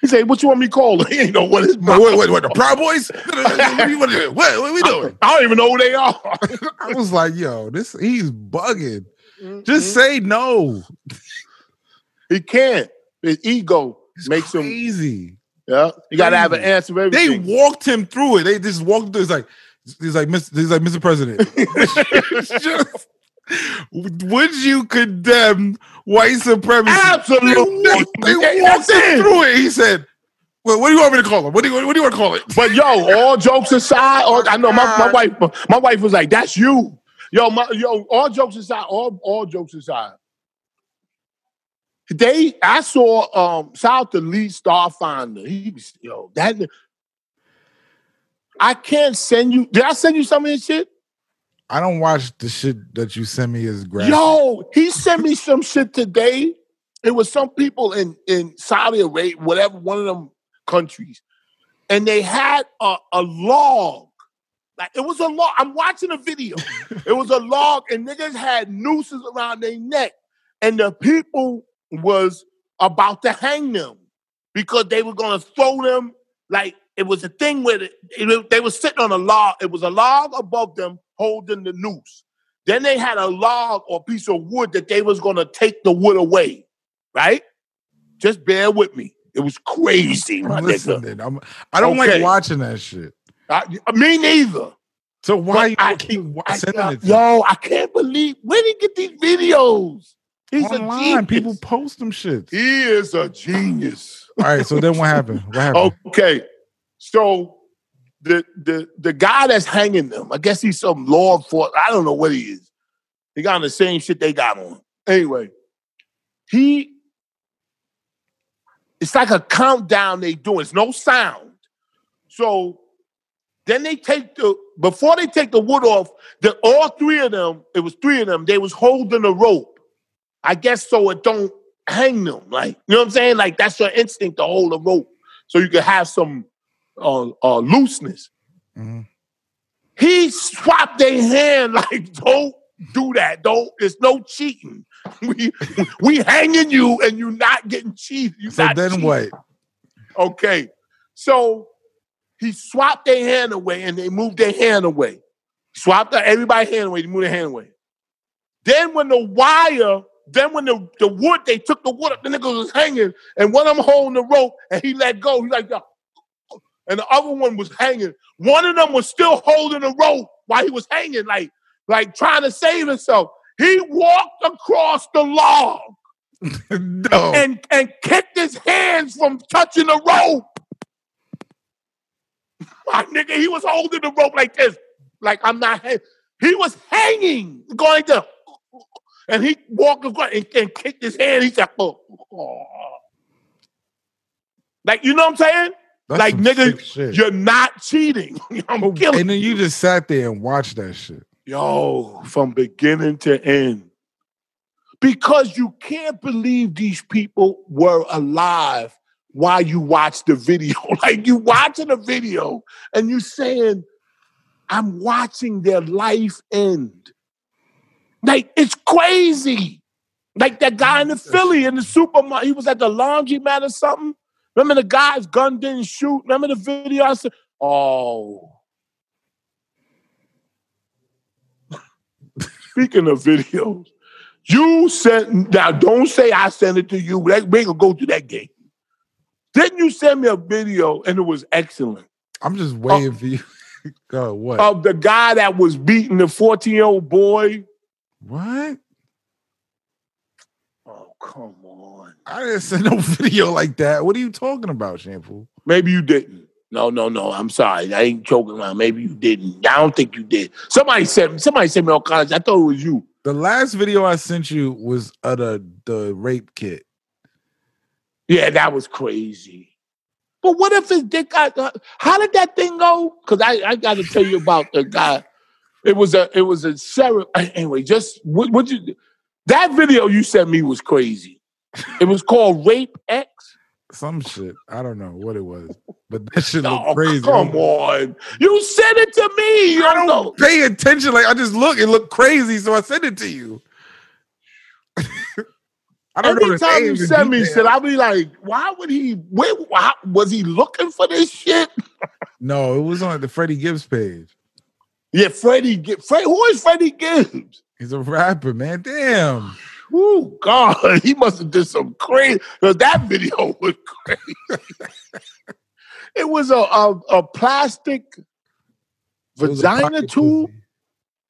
Speaker 2: He say, "What you want me to call?" He ain't know what is.
Speaker 3: What, what, what, the Proud Boys? what, you wanna do? what, what we doing?
Speaker 2: I don't even know who they are.
Speaker 3: I was like, yo, this he's bugging. Just
Speaker 2: Mm-hmm.
Speaker 3: say no.
Speaker 2: he can't. His ego
Speaker 3: It's
Speaker 2: makes him.
Speaker 3: crazy.
Speaker 2: Yeah, you gotta have an
Speaker 3: crazy.
Speaker 2: answer. For
Speaker 3: They
Speaker 2: everything.
Speaker 3: walked him through it. They just walked through. It's like he's like, Mr. He's like, Mr. President. It's just- would you condemn white supremacy? They,
Speaker 2: absolutely.
Speaker 3: they
Speaker 2: Yeah,
Speaker 3: walked
Speaker 2: that's
Speaker 3: him
Speaker 2: it.
Speaker 3: through it. He said, "Well, what do you want me to call him? What do you what do you want to call it?"
Speaker 2: But yo, all jokes aside, all, I know my, my wife. My wife was like, "That's you." Yo, my, yo. All jokes aside, all all jokes aside. They, I saw um South the lead Starfinder. He was yo that. I can't send you. Did I send you some of this shit?
Speaker 3: I don't watch the shit that you send me as graphic.
Speaker 2: Yo, he sent me some shit today. It was some people in in Saudi Arabia, whatever one of them countries, and they had a, a log. Like it was a log. I'm watching a video. it was a log, and niggas had nooses around their neck, and the people was about to hang them because they were gonna throw them. Like it was a thing where the- it, they were sitting on a log. It was a log above them holding the noose. Then they had a log or piece of wood that they was gonna take the wood away, right? Just bear with me. It was crazy, my
Speaker 3: I'm
Speaker 2: nigga.
Speaker 3: listening. I'm, I don't
Speaker 2: Okay.
Speaker 3: like watching that shit.
Speaker 2: I- me neither.
Speaker 3: So why
Speaker 2: But I
Speaker 3: you keep wa-
Speaker 2: I-
Speaker 3: sending it? to me?
Speaker 2: yo, I can't believe where did he get these videos? He's a
Speaker 3: online.
Speaker 2: genius.
Speaker 3: People post them shit.
Speaker 2: he is a genius.
Speaker 3: All right. So then what happened? What happened?
Speaker 2: Okay, so the the the guy that's hanging them, I guess he's some law enforcement. I don't know what he is. He got on the same shit they got on. Anyway, he it's like a countdown they do. It's no sound. So then they take the before they take the wood off. The all three of them. It was three of them. They was holding a rope. I guess so it don't hang them. Like you know what I'm saying? Like that's your instinct to hold a rope so you can have some uh, uh, looseness.
Speaker 3: Mhm.
Speaker 2: He swapped their hand like, don't do that. Don't. It's no cheating. We we hanging you and you not getting cheated. You
Speaker 3: So
Speaker 2: not
Speaker 3: then
Speaker 2: cheating.
Speaker 3: what?
Speaker 2: Okay. So he swapped their hand away and they moved their hand away. Swap that everybody hand away, move their hand away. Then when the wire, then when the, the wood, they took the wood up, the nigga was hanging, and one of them holding the rope and he let go. He like, yo. And the other one was hanging. One of them was still holding the rope while he was hanging, like, like trying to save himself. He walked across the log
Speaker 3: no.
Speaker 2: and, and kicked his hands from touching the rope. My nigga, he was holding the rope like this, like I'm not. hang- He was hanging, going to, and he walked across and, and kicked his hand. He said, oh, oh." like you know what I'm saying?
Speaker 3: That's
Speaker 2: like,
Speaker 3: some
Speaker 2: nigga,
Speaker 3: sick shit.
Speaker 2: You're not cheating. I'm killing.
Speaker 3: Oh, and then you just sat there and watched that shit.
Speaker 2: Yo, from beginning to end. Because you can't believe these people were alive while you watched the video. like you watching the video and you saying, I'm watching their life end. Like it's crazy. Like that guy in the Philly in the supermarket, he was at the laundromat or something. Remember the guy's gun didn't shoot. Remember the video? I said, oh. Speaking of videos, you sent now. Don't say I sent it to you. That we ain't gonna go through that game. Didn't you send me a video and it was excellent
Speaker 3: I'm
Speaker 2: Oh.
Speaker 3: just waiting for you. Go what?
Speaker 2: of the guy that was beating the fourteen year old boy?
Speaker 3: what?
Speaker 2: Oh come on!
Speaker 3: I didn't send no video like that. What are you talking about, Shampoo?
Speaker 2: Maybe you didn't. No, no, no. I'm sorry. I ain't joking around. Maybe you didn't. I don't think you did. Somebody sent. Somebody sent me all kinds. I thought it was you.
Speaker 3: The last video I sent you was of the the rape kit.
Speaker 2: Yeah, that was crazy. But what if his dick got? uh, How did that thing go? Because I, I got to tell you about the guy. It was a it was a sheriff. Anyway, just what, what you that video you sent me was crazy. It was called Rape X.
Speaker 3: Some shit. I don't know what it was, but that shit looked
Speaker 2: Oh,
Speaker 3: crazy.
Speaker 2: come on! You sent it to me. You
Speaker 3: I
Speaker 2: don't
Speaker 3: don't
Speaker 2: know.
Speaker 3: pay attention. Like I just look, it looked crazy, so I sent it to you. I don't know. the
Speaker 2: Anytime
Speaker 3: name
Speaker 2: you
Speaker 3: in
Speaker 2: send me
Speaker 3: detail.
Speaker 2: shit, I'll be like, why would he? Where, why, was he looking for this shit?
Speaker 3: no, it was on the Freddie Gibbs page.
Speaker 2: Yeah, Freddie. Gi- Fred, who is Freddie Gibbs?
Speaker 3: He's a rapper, man. Damn.
Speaker 2: Oh God, he must have did some crazy. 'cause that video was crazy. it was a a, a plastic
Speaker 3: It was a
Speaker 2: vagina
Speaker 3: pocket
Speaker 2: tube
Speaker 3: pussy.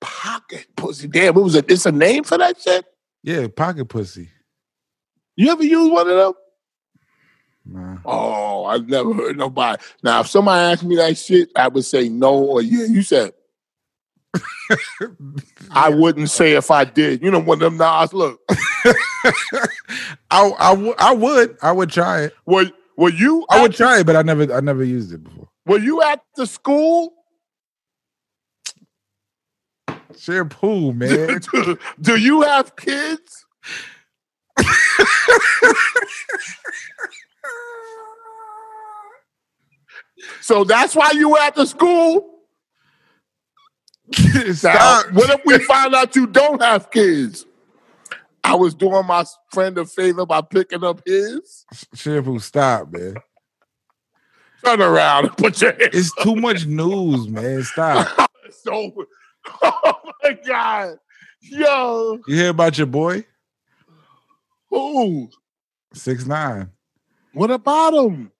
Speaker 2: pocket pussy. Damn, it was a. It's a name for that shit.
Speaker 3: Yeah, pocket pussy.
Speaker 2: You ever use one of them?
Speaker 3: Nah.
Speaker 2: Oh, I've never heard nobody. Now, if somebody asked me that shit, I would say no or yeah. You said I wouldn't say if I did. You know, one of them Nas. Look,
Speaker 3: I, I, w- I would I would try it.
Speaker 2: were were you?
Speaker 3: I would
Speaker 2: at-
Speaker 3: try it, but I never I never used it before.
Speaker 2: Were you at the school?
Speaker 3: Shampoo, man.
Speaker 2: do, do you have kids? so that's why you were at the school? Now,
Speaker 3: Stop.
Speaker 2: what if we find out you don't have kids? I was doing my friend a favor by picking up his.
Speaker 3: Shampoo, stop, man.
Speaker 2: Turn around and put your hands.
Speaker 3: It's too much news, man. Stop.
Speaker 2: So, oh my God. Yo,
Speaker 3: You hear about your boy?
Speaker 2: who?
Speaker 3: Six nine.
Speaker 2: What about him?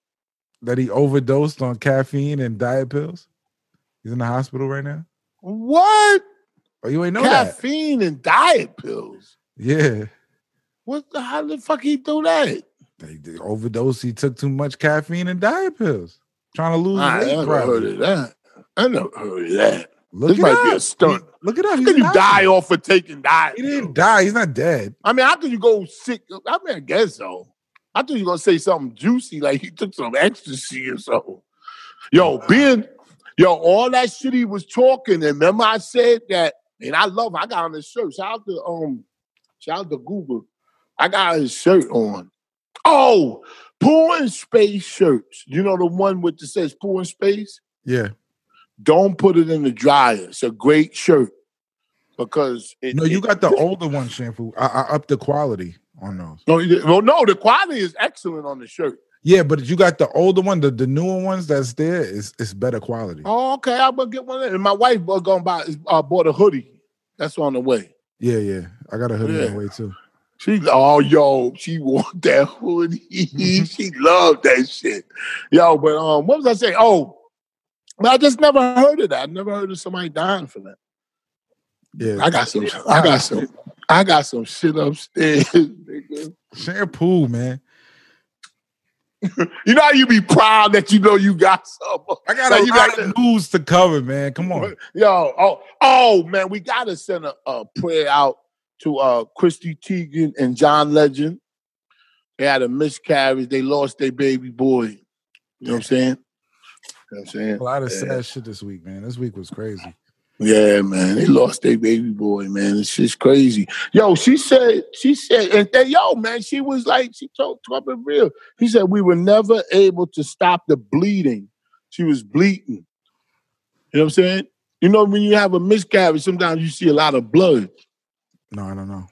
Speaker 3: That he overdosed on caffeine and diet pills. He's in the hospital right now.
Speaker 2: What?
Speaker 3: Oh, you ain't know that.
Speaker 2: Caffeine and diet pills.
Speaker 3: Yeah.
Speaker 2: What the how the fuck he do that?
Speaker 3: They they overdosed. He took too much caffeine and diet pills. Trying to lose
Speaker 2: I
Speaker 3: weight.
Speaker 2: never heard
Speaker 3: Probably.
Speaker 2: of that. I never heard of that.
Speaker 3: Look
Speaker 2: This
Speaker 3: it
Speaker 2: might be
Speaker 3: up.
Speaker 2: a stunt.
Speaker 3: Look it up.
Speaker 2: How
Speaker 3: He's
Speaker 2: can
Speaker 3: in
Speaker 2: you
Speaker 3: the
Speaker 2: die
Speaker 3: hospital.
Speaker 2: off of taking diet?
Speaker 3: He didn't
Speaker 2: pills?
Speaker 3: die. He's not dead.
Speaker 2: I mean, how could you go sick? I mean, I guess so. I thought you were gonna say something juicy, like he took some ecstasy or something. Yo, being yo, all that shit he was talking, and remember I said that, and I love I got on his shirt. Shout out to um shout out to Google. I got his shirt on. Oh, pool and space shirts. You know the one with that says pool and space?
Speaker 3: Yeah.
Speaker 2: don't put it in the dryer. It's a great shirt because it,
Speaker 3: No, you
Speaker 2: it-
Speaker 3: got the older one, shampoo. I, I upped the quality on those.
Speaker 2: Oh, no, you- well, no. The quality is excellent on the shirt.
Speaker 3: Yeah, but you got the older one, the, the newer ones that's there is it's better quality.
Speaker 2: Oh, okay. I'm gonna get one. of them. And my wife was gonna buy uh, bought a hoodie. That's on the way.
Speaker 3: Yeah, yeah. I got a hoodie
Speaker 2: Yeah.
Speaker 3: that way too.
Speaker 2: She oh yo, she want that hoodie. she loved that shit. Yo, but um, what was I saying? Oh, but I just never heard of that. I never heard of somebody dying for that.
Speaker 3: Yeah.
Speaker 2: I got some. I got some. I got some shit upstairs. Nigga.
Speaker 3: Shampoo, man.
Speaker 2: You know how you be proud that you know you got something.
Speaker 3: I got
Speaker 2: So
Speaker 3: a
Speaker 2: you
Speaker 3: lot
Speaker 2: got
Speaker 3: of news to cover, man. Come on.
Speaker 2: Yo, oh, oh man, we gotta send a, a prayer out to uh Christy Teigen and John Legend. They had a miscarriage. They lost their baby boy. You know what I'm saying? You know what I'm saying?
Speaker 3: A lot of
Speaker 2: Yeah.
Speaker 3: sad shit this week, man. This week was crazy.
Speaker 2: Yeah, man. They lost their baby boy, man. It's just crazy. Yo, she said, she said, and they, yo, man, she was like, she told Trump it real. He said, we were never able to stop the bleeding. She was bleeding. You know what I'm saying? You know, when you have a miscarriage, sometimes you see a lot of blood.
Speaker 3: No, I don't know.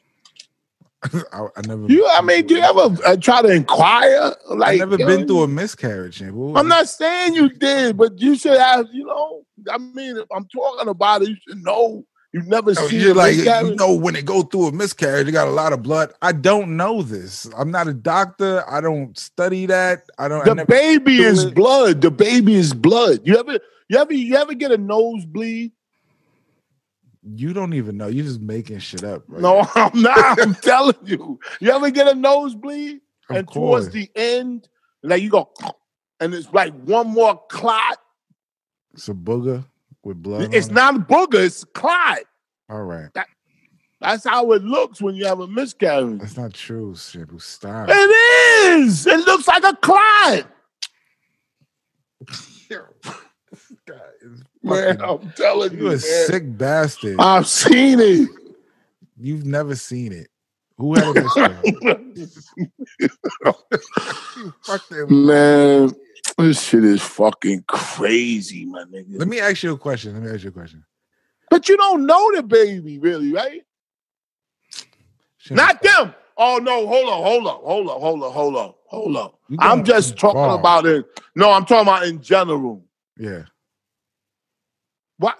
Speaker 3: I, I never.
Speaker 2: You, I mean, do you ever uh, try to inquire? Like,
Speaker 3: I've never
Speaker 2: yo,
Speaker 3: been through a miscarriage. Shampoo.
Speaker 2: I'm not saying you did, but you should have, you know, I mean, if I'm talking about it, you should know. You've never
Speaker 3: Oh,
Speaker 2: seen
Speaker 3: you're
Speaker 2: a
Speaker 3: like
Speaker 2: miscarriage.
Speaker 3: you know when it go through a miscarriage, you got a lot of blood. I don't know this. I'm not a doctor. I don't study that. I don't. I
Speaker 2: The
Speaker 3: never-
Speaker 2: baby
Speaker 3: do
Speaker 2: is
Speaker 3: it.
Speaker 2: blood. The baby is blood. You ever, you ever, you ever get a nosebleed?
Speaker 3: you don't even know. You're just making shit up. right?
Speaker 2: No, I'm not. I'm telling you. You ever get a nosebleed?
Speaker 3: of
Speaker 2: and
Speaker 3: course.
Speaker 2: towards the end, like you go, and it's like one more clot.
Speaker 3: it's a booger with blood.
Speaker 2: It's
Speaker 3: on it.
Speaker 2: not a booger. It's a clot.
Speaker 3: All right,
Speaker 2: That's how it looks when you have a miscarriage.
Speaker 3: that's not true. Shampoo. Stop.
Speaker 2: It is. It looks like a clot.
Speaker 3: God, it's
Speaker 2: Man,
Speaker 3: fucking-
Speaker 2: I'm telling you,
Speaker 3: you a
Speaker 2: man.
Speaker 3: sick bastard.
Speaker 2: I've seen it.
Speaker 3: You've never seen it. Who had a miscarriage?
Speaker 2: Mm.
Speaker 3: Fucking-
Speaker 2: Man, this shit is fucking crazy, my nigga.
Speaker 3: Let me ask you a question. Let me ask you a question.
Speaker 2: But you don't know the baby, really, right?
Speaker 3: Shampoo,
Speaker 2: Not them. Oh no, hold on, hold on, hold on, hold on, hold on, hold on.
Speaker 3: you
Speaker 2: I'm
Speaker 3: going
Speaker 2: just
Speaker 3: too
Speaker 2: talking
Speaker 3: far.
Speaker 2: about it. No, I'm talking about in general.
Speaker 3: Yeah.
Speaker 2: What?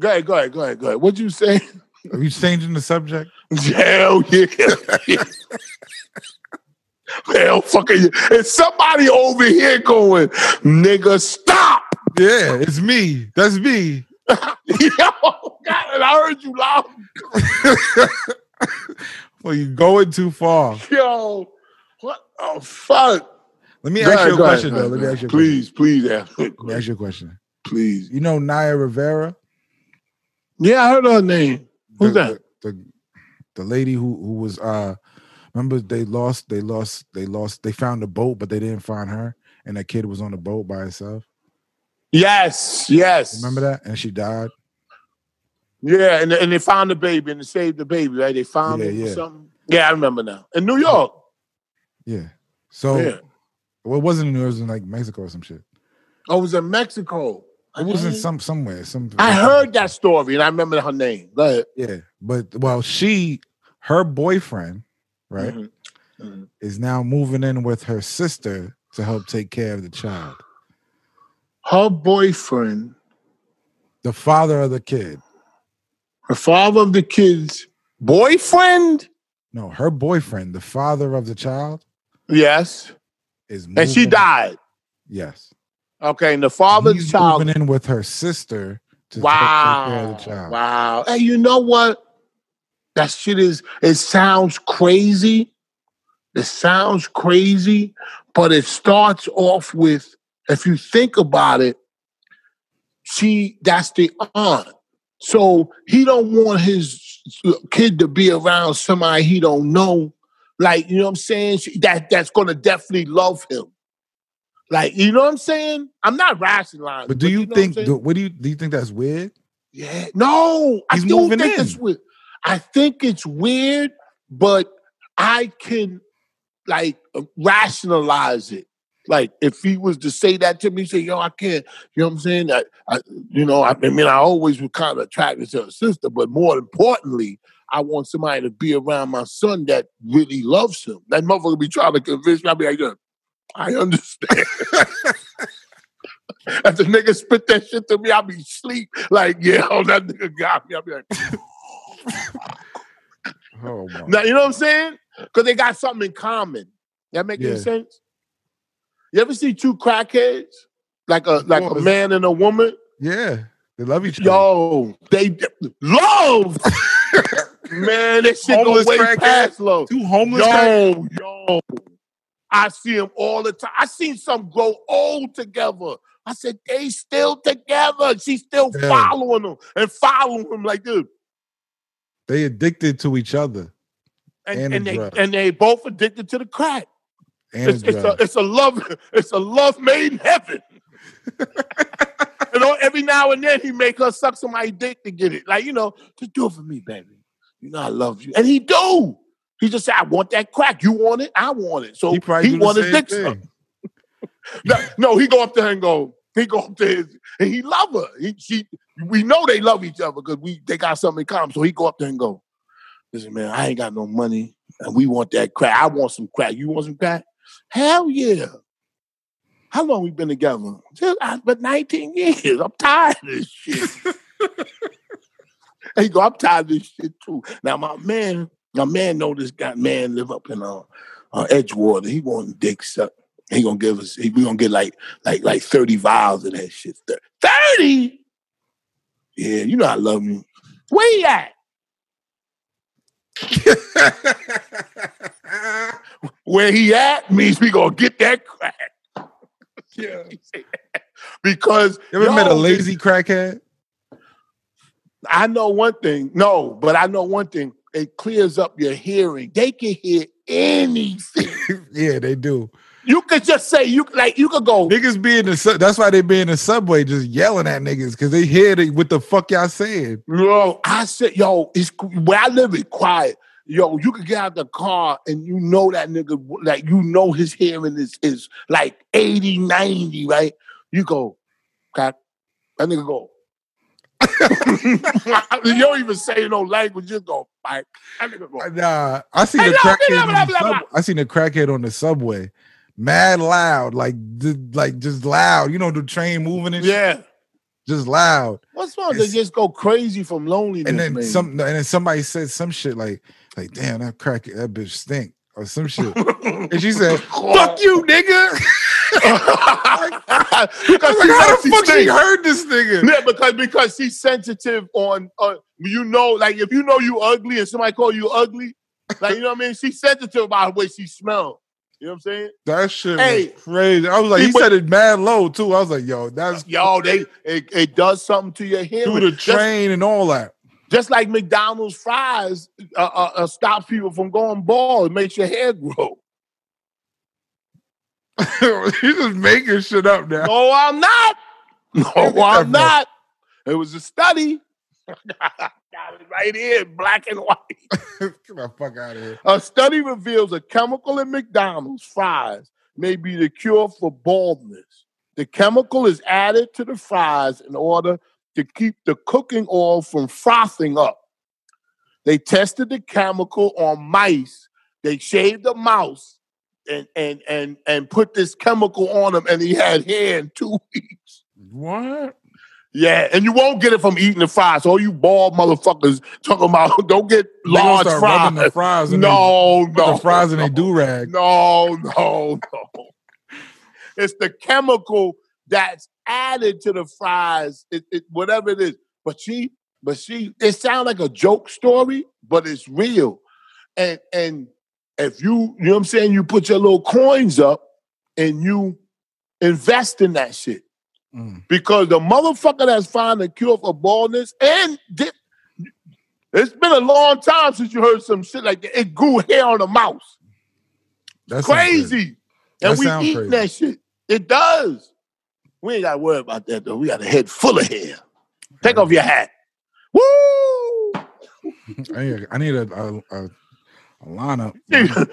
Speaker 2: Go ahead, go ahead, go ahead, go ahead. What'd you say?
Speaker 3: Are you changing the subject?
Speaker 2: Hell yeah. Hell fucking yeah. And somebody over here going, nigga, stop.
Speaker 3: Yeah, it's me. That's me.
Speaker 2: Yo, God, and I heard you loud.
Speaker 3: Well, you're going too far.
Speaker 2: Yo, what the fuck?
Speaker 3: Let me
Speaker 2: Go
Speaker 3: ask
Speaker 2: ahead,
Speaker 3: you a
Speaker 2: go ahead,
Speaker 3: question,
Speaker 2: go
Speaker 3: though.
Speaker 2: ahead,
Speaker 3: Let
Speaker 2: go
Speaker 3: me
Speaker 2: ahead.
Speaker 3: ask you a
Speaker 2: Please, please ask me.
Speaker 3: question. Let me ask you a question.
Speaker 2: Please.
Speaker 3: You know Naya Rivera?
Speaker 2: Yeah, I heard her name. Who's
Speaker 3: the,
Speaker 2: that?
Speaker 3: The, the, the lady who who was uh remember they lost they lost they lost they found the boat but they didn't find her and that kid was on the boat by herself.
Speaker 2: Yes, yes.
Speaker 3: Remember that? And she died.
Speaker 2: Yeah, and, and they found the baby and they saved the baby, right? They found
Speaker 3: Yeah,
Speaker 2: him or
Speaker 3: yeah.
Speaker 2: something. Yeah, I remember now. In New York.
Speaker 3: Yeah. So
Speaker 2: Yeah.
Speaker 3: well, it wasn't in New York, it was in like Mexico or some shit.
Speaker 2: I
Speaker 3: Oh,
Speaker 2: was in Mexico.
Speaker 3: It was in some somewhere. Some
Speaker 2: I heard that story and I remember her name. Go ahead.
Speaker 3: Yeah, but well, she her boyfriend, right,
Speaker 2: Mhm. Mhm.
Speaker 3: is now moving in with her sister to help take care of the child.
Speaker 2: Her boyfriend,
Speaker 3: The father of the kid.
Speaker 2: her father of the kids, boyfriend?
Speaker 3: No, her boyfriend, the father of the child,
Speaker 2: Yes.
Speaker 3: is moving,
Speaker 2: And she died.
Speaker 3: Yes.
Speaker 2: Okay, and the father of the
Speaker 3: He's
Speaker 2: child
Speaker 3: moving in with her sister to take care
Speaker 2: Wow.
Speaker 3: of the child.
Speaker 2: Wow. Hey, you know what? That shit is, it sounds crazy. It sounds crazy, but it starts off with, if you think about it, she, that's the aunt. So he don't want his kid to be around somebody he don't know. Like, you know what I'm saying? She- That that's gonna definitely love him. Like, you know what I'm saying? I'm not rationalizing.
Speaker 3: But do
Speaker 2: know
Speaker 3: you,
Speaker 2: what I'm
Speaker 3: think
Speaker 2: saying?
Speaker 3: do, what do you do you think that's weird?
Speaker 2: Yeah. No,
Speaker 3: He's
Speaker 2: I don't
Speaker 3: moving
Speaker 2: think
Speaker 3: in.
Speaker 2: it's weird. I think it's weird, but I can like rationalize it. Like if he was to say that to me, say, "Yo, I can't," you know what I'm saying? I, I you know, I, I mean, I always was kind of attracted to her sister, but more importantly, I want somebody to be around my son that really loves him. That motherfucker be trying to convince me. I be like, "Yo, I understand. if the nigga spit that shit to me, I'll be sleep. Like, yeah, oh, that nigga got me. I'll be like,
Speaker 3: Oh my.
Speaker 2: now, you know what I'm saying? Because they got something in common. That make
Speaker 3: Yeah.
Speaker 2: any sense? You ever see two crackheads? Like a like a
Speaker 3: course.
Speaker 2: man and a woman?
Speaker 3: Yeah, they love each other.
Speaker 2: Yo, they d- love. Man, that shit go
Speaker 3: Homeless
Speaker 2: way
Speaker 3: crackhead.
Speaker 2: past love.
Speaker 3: Two homeless. crack-
Speaker 2: Yo, yo. I see them all the time. I seen some grow old together. I said, they still together. She's still
Speaker 3: Yeah.
Speaker 2: following them and following them like dude.
Speaker 3: They addicted to each other
Speaker 2: And,
Speaker 3: And
Speaker 2: and,
Speaker 3: the
Speaker 2: they
Speaker 3: drugs.
Speaker 2: and they both addicted to the crack.
Speaker 3: and
Speaker 2: It's, it's, a,
Speaker 3: drugs.
Speaker 2: it's a love, it's a love made in heaven. you know, every now and then he make her suck somebody's dick to get it. Like, you know, just do it for me, baby. You know I love you. And he do. He just said, I want that crack. You want it? I want it. So
Speaker 3: he
Speaker 2: he,
Speaker 3: probably do the
Speaker 2: want his
Speaker 3: same
Speaker 2: dick
Speaker 3: thing.
Speaker 2: sucked. No, no, he go up there and go. He go up there and- and he love her. He, she, we know they love each other because we they got something in common. So he go up there and go, listen, man, I ain't got no money, and we want that crack. I want some crack. You want some crack? Hell yeah. How long we been together? Just uh, but 19 years. I'm tired of this shit. And he go, I'm tired of this shit too. Now my man, my man know this guy, man live up in uh, uh Edgewater. He want dick suck. He gonna give us. He, we gonna get like like like thirty vials of that shit. Thirty. Yeah, you know I love you. Where he at? Where he at means we gonna get that crack.
Speaker 3: yeah.
Speaker 2: Because
Speaker 3: You ever
Speaker 2: yo,
Speaker 3: met a lazy crackhead?
Speaker 2: I know one thing. No, but I know one thing. It clears up your hearing. They can hear anything.
Speaker 3: yeah, they do.
Speaker 2: You could just say you like you could go.
Speaker 3: Niggas be in the sub. That's why they be in the subway just yelling at niggas because they hear the, what the fuck y'all saying.
Speaker 2: Yo, I said, yo, it's where I live is quiet. Yo, you could get out the car and you know that nigga, like you know his hearing is is like 80, 90, right? You go, God, that nigga go. you don't even say no language, you go, like, that nigga go.
Speaker 3: Nah, I seen
Speaker 2: Hey,
Speaker 3: the
Speaker 2: yo,
Speaker 3: crackhead.
Speaker 2: blah,
Speaker 3: on
Speaker 2: blah,
Speaker 3: the
Speaker 2: blah,
Speaker 3: sub- I seen the crackhead on the subway, mad loud, like d- like just loud. You know the train moving and shit,
Speaker 2: Yeah.
Speaker 3: just loud.
Speaker 2: What's wrong? They
Speaker 3: It's-
Speaker 2: just go crazy from loneliness.
Speaker 3: And then
Speaker 2: man.
Speaker 3: some. And then somebody said some shit like like damn that crack that bitch stink or some shit. and she said fuck you nigga. I
Speaker 2: because
Speaker 3: was
Speaker 2: she
Speaker 3: like, how
Speaker 2: knows
Speaker 3: the
Speaker 2: she
Speaker 3: fuck she
Speaker 2: stinks.
Speaker 3: heard this nigga?
Speaker 2: Yeah, because because she's sensitive on uh, you know, like if you know you ugly and somebody call you ugly, like you know what I mean. She's sensitive about the way she smells. You know what I'm saying?
Speaker 3: That shit
Speaker 2: Hey.
Speaker 3: was crazy. I was like,
Speaker 2: See,
Speaker 3: he
Speaker 2: but-
Speaker 3: said it mad low too. I was like, yo, that's
Speaker 2: Yo, they it, it does something to your hearing.
Speaker 3: through the
Speaker 2: just,
Speaker 3: train and all that.
Speaker 2: just like McDonald's fries uh, uh, uh, stops people from going bald. It makes your hair grow.
Speaker 3: He's just making shit up now.
Speaker 2: No, I'm not. No, I'm not. It was a study. Got it right here, in black and white.
Speaker 3: Get the fuck out of here.
Speaker 2: A study reveals a chemical in McDonald's fries may be the cure for baldness. The chemical is added to the fries in order to keep the cooking oil from frothing up. They tested the chemical on mice. They shaved a mouse and and and and put this chemical on him, and he had hair in two weeks.
Speaker 3: What?
Speaker 2: Yeah, and you won't get it from eating the fries. All you bald motherfuckers talking about don't get
Speaker 3: They gonna
Speaker 2: large
Speaker 3: start
Speaker 2: fries.
Speaker 3: rubbing The fries and
Speaker 2: No,
Speaker 3: they, put
Speaker 2: no.
Speaker 3: the fries and
Speaker 2: no,
Speaker 3: they do rag.
Speaker 2: No, no, no. it's the chemical that's added to the fries, it, it, whatever it is. But she, but she, it sounds like a joke story, but it's real. And and if you, you know what I'm saying, you put your little coins up and you invest in that shit.
Speaker 3: Mm,
Speaker 2: Because the motherfucker that's found the cure for baldness and did, it's been a long time since you heard some shit like that. It grew hair on a mouse.
Speaker 3: That's
Speaker 2: crazy.
Speaker 3: That
Speaker 2: And we
Speaker 3: sound
Speaker 2: eating
Speaker 3: crazy.
Speaker 2: that shit. It does. We ain't gotta worry about that though. We got a head full of hair. Take off your hat. Woo!
Speaker 3: I need, I need a, a, a, a lineup. Mm.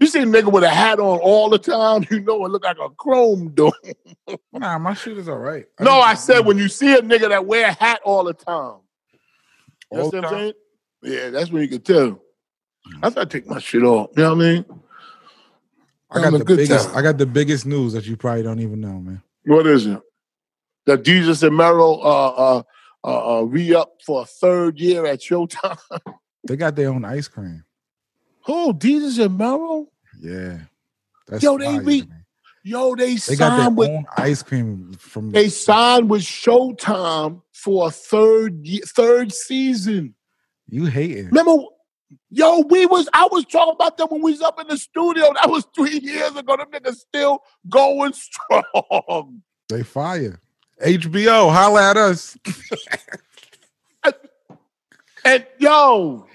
Speaker 2: you see a nigga with a hat on all the time, you know it look like a chrome door.
Speaker 3: Nah, my shit is all right.
Speaker 2: No,
Speaker 3: just-
Speaker 2: I said when you see a nigga that wear a hat all the time. You
Speaker 3: All
Speaker 2: know what
Speaker 3: the
Speaker 2: I'm
Speaker 3: time? Mm.
Speaker 2: saying? Yeah, that's when you can tell. I thought I take my shit off. You know what I mean?
Speaker 3: I
Speaker 5: I'm
Speaker 3: got
Speaker 5: a
Speaker 3: the
Speaker 5: good
Speaker 3: biggest.
Speaker 5: time.
Speaker 3: I got the biggest news that you probably don't even know, man.
Speaker 2: What is it? That Jesus and Merrill uh, uh, uh, uh, re up for a third year at Showtime.
Speaker 3: They got their own ice cream.
Speaker 2: Who? Jesus and Merrill?
Speaker 3: Yeah, that's
Speaker 2: Yo, they
Speaker 3: fire,
Speaker 2: re-
Speaker 3: man.
Speaker 2: Yo, they,
Speaker 3: They got their
Speaker 2: signed with
Speaker 3: own ice cream from.
Speaker 2: they signed with Showtime for a third ye- third season.
Speaker 3: you hating?
Speaker 2: Remember, yo, we was I was talking about them when we was up in the studio. That was three years ago. Them niggas still going strong.
Speaker 3: They fire. HBO, holla at us.
Speaker 2: And yo,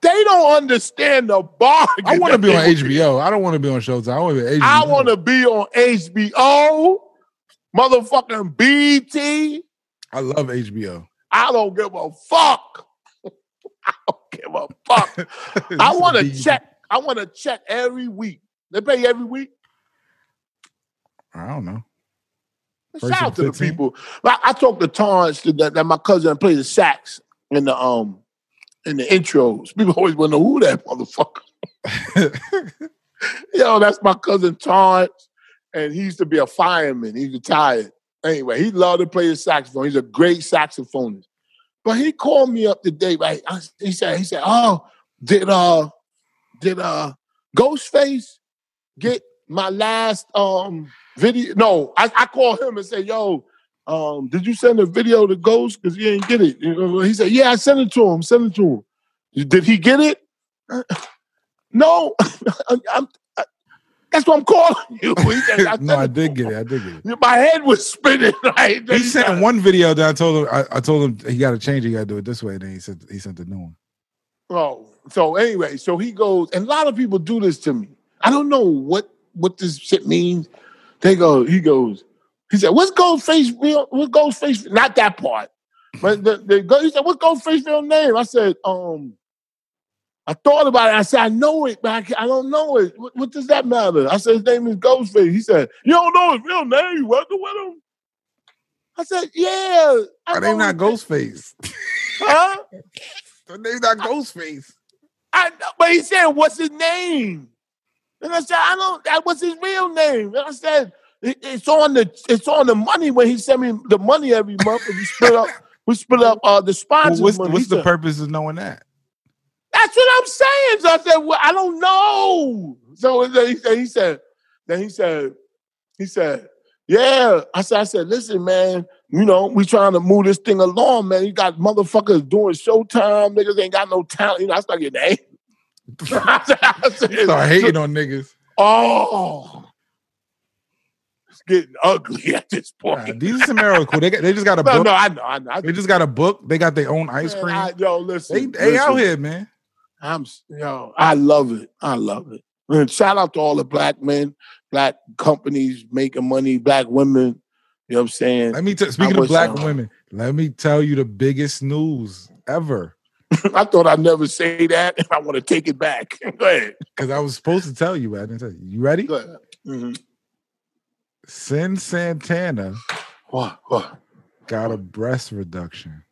Speaker 2: they don't understand the bargain.
Speaker 3: I want to
Speaker 2: that
Speaker 3: be on
Speaker 2: they-
Speaker 3: HBO. I don't want to be on Showtime. I want to be HBO.
Speaker 2: I want to be on HBO, motherfucking BT.
Speaker 3: I love HBO.
Speaker 2: I don't give a fuck. I don't give a fuck. I want to check. I want to check every week. They pay you every week.
Speaker 3: I don't know. First
Speaker 2: Shout
Speaker 3: and
Speaker 2: out to the
Speaker 3: 15?
Speaker 2: people. I, I talked to Torrance to that, that my cousin played the sax in the um in the intros. People always want to know who that motherfucker. Yo, that's my cousin Torrance, and he used to be a fireman. He's retired. Anyway, he loved to play the saxophone. He's a great saxophonist. But he called me up today, right? I, he said, he said, oh, did uh did uh Ghostface get my last um video? No, I, I called him and said, yo, um, did you send a video to Ghost? Because he ain't get it. You know, He said, yeah, I sent it to him, sent it to him. Did he get it? No, I'm, I'm, I- that's what I'm calling you. He said, sent
Speaker 3: no, I
Speaker 2: it to
Speaker 3: did
Speaker 2: him.
Speaker 3: get it. I did get it.
Speaker 2: My head was spinning. Right?
Speaker 3: He sent one video that I told him. I, I told him he got to change. it. He got to do it this way. And then he said he sent the new one.
Speaker 2: Oh, so anyway, so he goes, and a lot of people do this to me. I don't know what what this shit means. They go, he goes, he said, "What's Ghostface real? What Ghostface? Not that part." But the, the go, he said, "What's Ghostface real name?" I said, "Um, I thought about it. I said I know it, but I, ca- I don't know it. What, what does that matter?" I said, "His name is Ghostface." He said, "You don't know his real name? You working with him?" I said, "Yeah." I
Speaker 3: Her name
Speaker 2: know
Speaker 3: not
Speaker 2: his-
Speaker 3: Ghostface.
Speaker 2: Huh?
Speaker 3: Her name not Ghostface.
Speaker 2: I know, but he said, "What's his name?" And I said, "I don't. That was his real name." And I said, "It- "It's on the it's on the money when he sent me the money every month. and we split up, we split up uh, the sponsors
Speaker 3: Well, what's
Speaker 2: money."
Speaker 3: what's
Speaker 2: He
Speaker 3: the
Speaker 2: said,
Speaker 3: purpose of knowing that?
Speaker 2: That's what I'm saying. So I said, "Well, I don't know." So then he said, "He said, then he said, he said, yeah." I said, "I said, listen, man." You know, we trying to move this thing along, man. You got motherfuckers doing showtime. Niggas ain't got no talent. You know, I start getting angry. I said- I said-
Speaker 3: Start hating on niggas.
Speaker 2: Oh, it's getting ugly at this
Speaker 3: Nah,
Speaker 2: point.
Speaker 3: these are some miracle. They got, they just got a
Speaker 2: no,
Speaker 3: book.
Speaker 2: no, I know, I know. I
Speaker 3: They just got a book. They got their own ice
Speaker 2: man,
Speaker 3: cream.
Speaker 2: I, yo,
Speaker 3: they
Speaker 2: listen,
Speaker 3: they
Speaker 2: listen.
Speaker 3: out here, man.
Speaker 2: I'm s- yo, I love it. I love it. Man, shout out to all the black men, black companies making money, black women. You know what I'm saying?
Speaker 3: Let me t- speaking of
Speaker 2: wish uh,
Speaker 3: black
Speaker 2: so.
Speaker 3: women. Let me tell you the biggest news ever.
Speaker 2: I thought I'd never say that, and I want to take it back. Go ahead.
Speaker 3: Because I was supposed to tell you, but I didn't tell you. You ready?
Speaker 2: Go ahead. Mhm.
Speaker 3: Sin Santana
Speaker 2: What? What?
Speaker 3: got a breast reduction.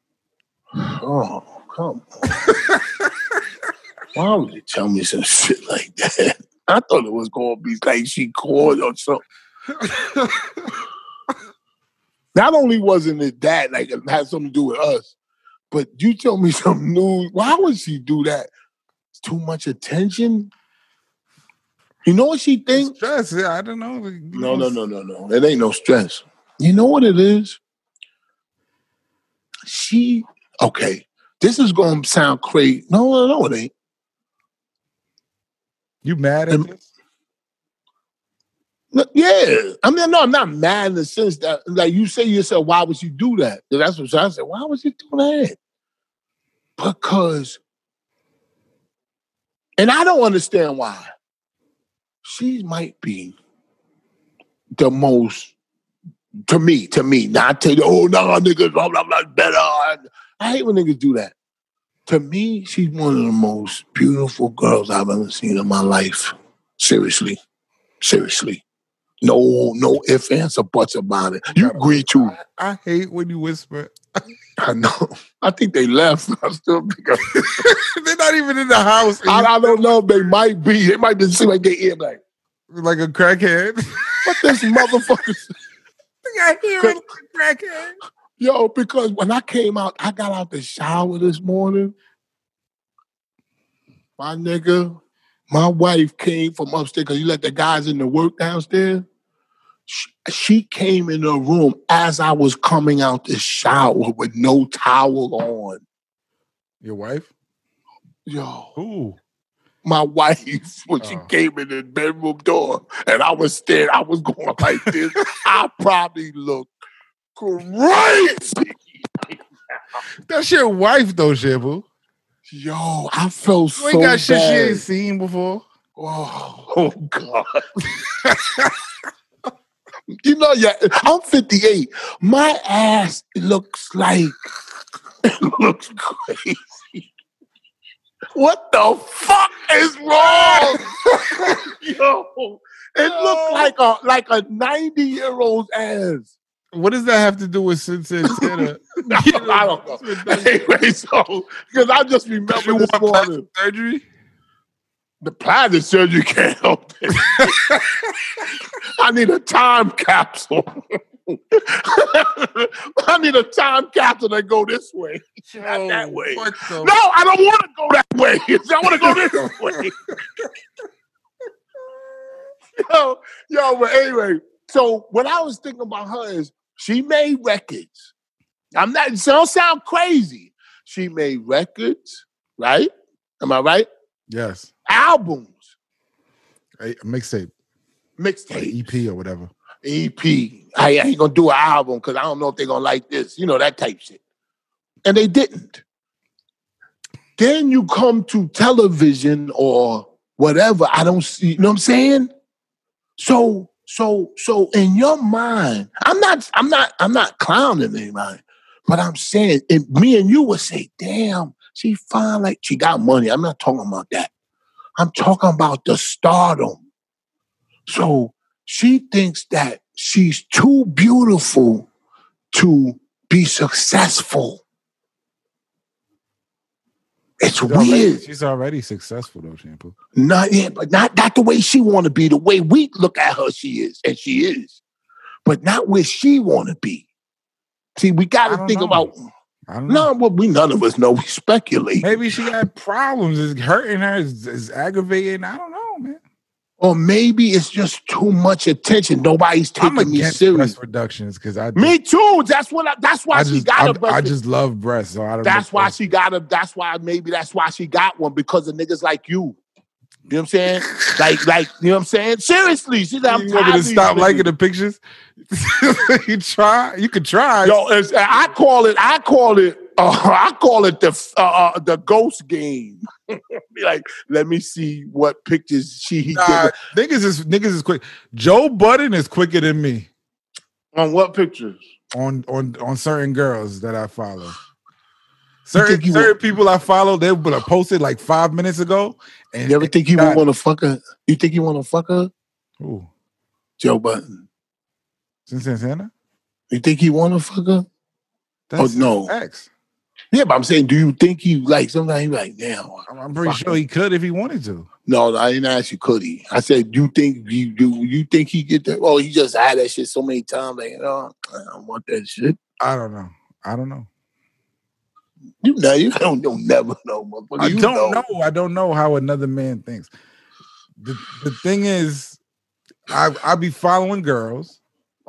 Speaker 2: Oh, come on. Why would you tell me some shit like that? I thought it was going to be like she called or something. Not only wasn't it that, like it had something to do with us, but you tell me some news. Why would she do that? It's too much attention. You know what she thinks?
Speaker 3: Stress. Yeah, I don't know.
Speaker 2: No, no, no, no, no. It ain't no stress. You know what it is? She okay. This is gonna sound crazy. No, no, no, it ain't.
Speaker 3: You mad at
Speaker 2: Am-
Speaker 3: this?
Speaker 2: No, Yeah, I mean, no, I'm not mad in the sense that, like, you say to yourself, why would you do that? And That's what I said. Why would you do that? Because, and I don't understand why. She might be the most, to me, to me, not to the, oh, no, niggas, blah, blah, blah, better. I hate when niggas do that. To me, she's one of the most beautiful girls I've ever seen in my life. Seriously. Seriously. No, no ifs, ands, or buts about it. You agree to.
Speaker 3: I hate when you whisper.
Speaker 2: I know. I think they left. I still think I,
Speaker 3: They're not even in the house. and
Speaker 2: I, I don't know. They might be. They might just seem like they ear like,
Speaker 3: like a crackhead.
Speaker 2: But this motherfucker,
Speaker 3: I hear it like a crackhead.
Speaker 2: yo, because when I came out, I got out the shower this morning. My nigga, my wife came from upstairs because you let the guys in the work downstairs. She, she came in the room as I was coming out the shower with no towel on.
Speaker 3: Your wife?
Speaker 2: Yo.
Speaker 3: Ooh.
Speaker 2: my wife when she
Speaker 3: Oh.
Speaker 2: came in the bedroom door and I was staring, I was going like this. I probably looked crazy.
Speaker 3: That's your wife though, Shabu.
Speaker 2: Yo, I felt
Speaker 3: You
Speaker 2: so
Speaker 3: ain't got
Speaker 2: bad.
Speaker 3: shit she ain't seen before.
Speaker 2: oh, oh, God. you know, yeah, I'm 58. My ass looks like it looks crazy. What the fuck is wrong? Yo, it looked like a like a 90 year old's ass.
Speaker 3: What does that have to do with Sin Santana?
Speaker 2: I don't know. Anyway, so because I just remember
Speaker 3: You
Speaker 2: this
Speaker 3: want
Speaker 2: morning,
Speaker 3: plastic surgery?
Speaker 2: the plastic surgery can't help it. I need a time capsule. I need a time capsule that go this way. Not that way.
Speaker 3: Oh, What the-
Speaker 2: No, I don't want to go that way. I want to go this way. yo, yo, but anyway, so what I was thinking about her is she made records. I'm not, it don't sound crazy. She made records, right? Am I right?
Speaker 3: Yes.
Speaker 2: Albums,
Speaker 3: A mixtape, like
Speaker 2: mixtape,
Speaker 3: EP or whatever.
Speaker 2: E EP. I ain't gonna do an album because I don't know if they're gonna like this, you know, that type shit. And they didn't. Then you come to television or whatever. I don't see, you know what I'm saying? So, so, so in your mind, I'm not, I'm not, I'm not clowning anybody, but I'm saying, and me and you would say, damn, she fine, like she got money. I'm not talking about that. I'm talking about the stardom. So she thinks that she's too beautiful to be successful. It's
Speaker 3: She's already-
Speaker 2: weird.
Speaker 3: She's already successful though, Shampoo.
Speaker 2: Not yeah, but not not the way she want to be. The way we look at her, she is, and she is, but not where she want to be. See, we
Speaker 3: I
Speaker 2: got to
Speaker 3: don't
Speaker 2: think
Speaker 3: know. Mm.
Speaker 2: about
Speaker 3: I don't know.
Speaker 2: no. Well, we none of us know. We speculate,
Speaker 3: Maybe she had problems. It's hurting her. It's, it's aggravating. I don't know, man.
Speaker 2: or maybe it's just too much attention. Nobody's
Speaker 3: I'm
Speaker 2: taking me
Speaker 3: against
Speaker 2: serious.
Speaker 3: breast reductions because I
Speaker 2: Me too. That's what. I, that's why
Speaker 3: I
Speaker 2: she
Speaker 3: just
Speaker 2: got a
Speaker 3: I,
Speaker 2: breast.
Speaker 3: I just love breasts. So I don't.
Speaker 2: that's
Speaker 3: know.
Speaker 2: why she got a. That's why maybe that's why she got one because of niggas like you. You know what I'm saying? Like, like, you know what I'm saying? Seriously, she's like, I'm
Speaker 3: you
Speaker 2: tired
Speaker 3: want me
Speaker 2: of
Speaker 3: to
Speaker 2: these
Speaker 3: stop
Speaker 2: niggas.
Speaker 3: liking the pictures? you try. You could try.
Speaker 2: Yo, it's, I call it. I call it. Uh, I call it the f- uh, uh, the ghost game. Be like, let me see what pictures she he
Speaker 3: Nah,
Speaker 2: did
Speaker 3: niggas is niggas is quick. Joe Budden is quicker than me
Speaker 2: on what pictures.
Speaker 3: on on on certain girls that I follow. Certain,
Speaker 2: think you
Speaker 3: certain
Speaker 2: would-
Speaker 3: people I follow, they would have posted like five minutes ago. And
Speaker 2: You ever think he
Speaker 3: God.
Speaker 2: would want to fuck her? You think he want to fuck her,
Speaker 3: Ooh,
Speaker 2: Joe Button?
Speaker 3: since Santana?
Speaker 2: You think he want to fuck her?
Speaker 3: That's
Speaker 2: Oh, no.
Speaker 3: facts.
Speaker 2: Yeah, but I'm saying, do you think he like? Sometimes he like, damn.
Speaker 3: I'm, I'm pretty
Speaker 2: Fuck.
Speaker 3: sure he could if he wanted to.
Speaker 2: No, I didn't ask you, could he? I said, you think you do? You think he get that? Oh, he just had that shit so many times. Like, oh, I don't want that shit.
Speaker 3: I don't know. I don't know.
Speaker 2: You know, you don't, you'll never know, motherfucker.
Speaker 3: I
Speaker 2: You
Speaker 3: don't know. I don't know how another man thinks. The, the thing is, I I be following girls.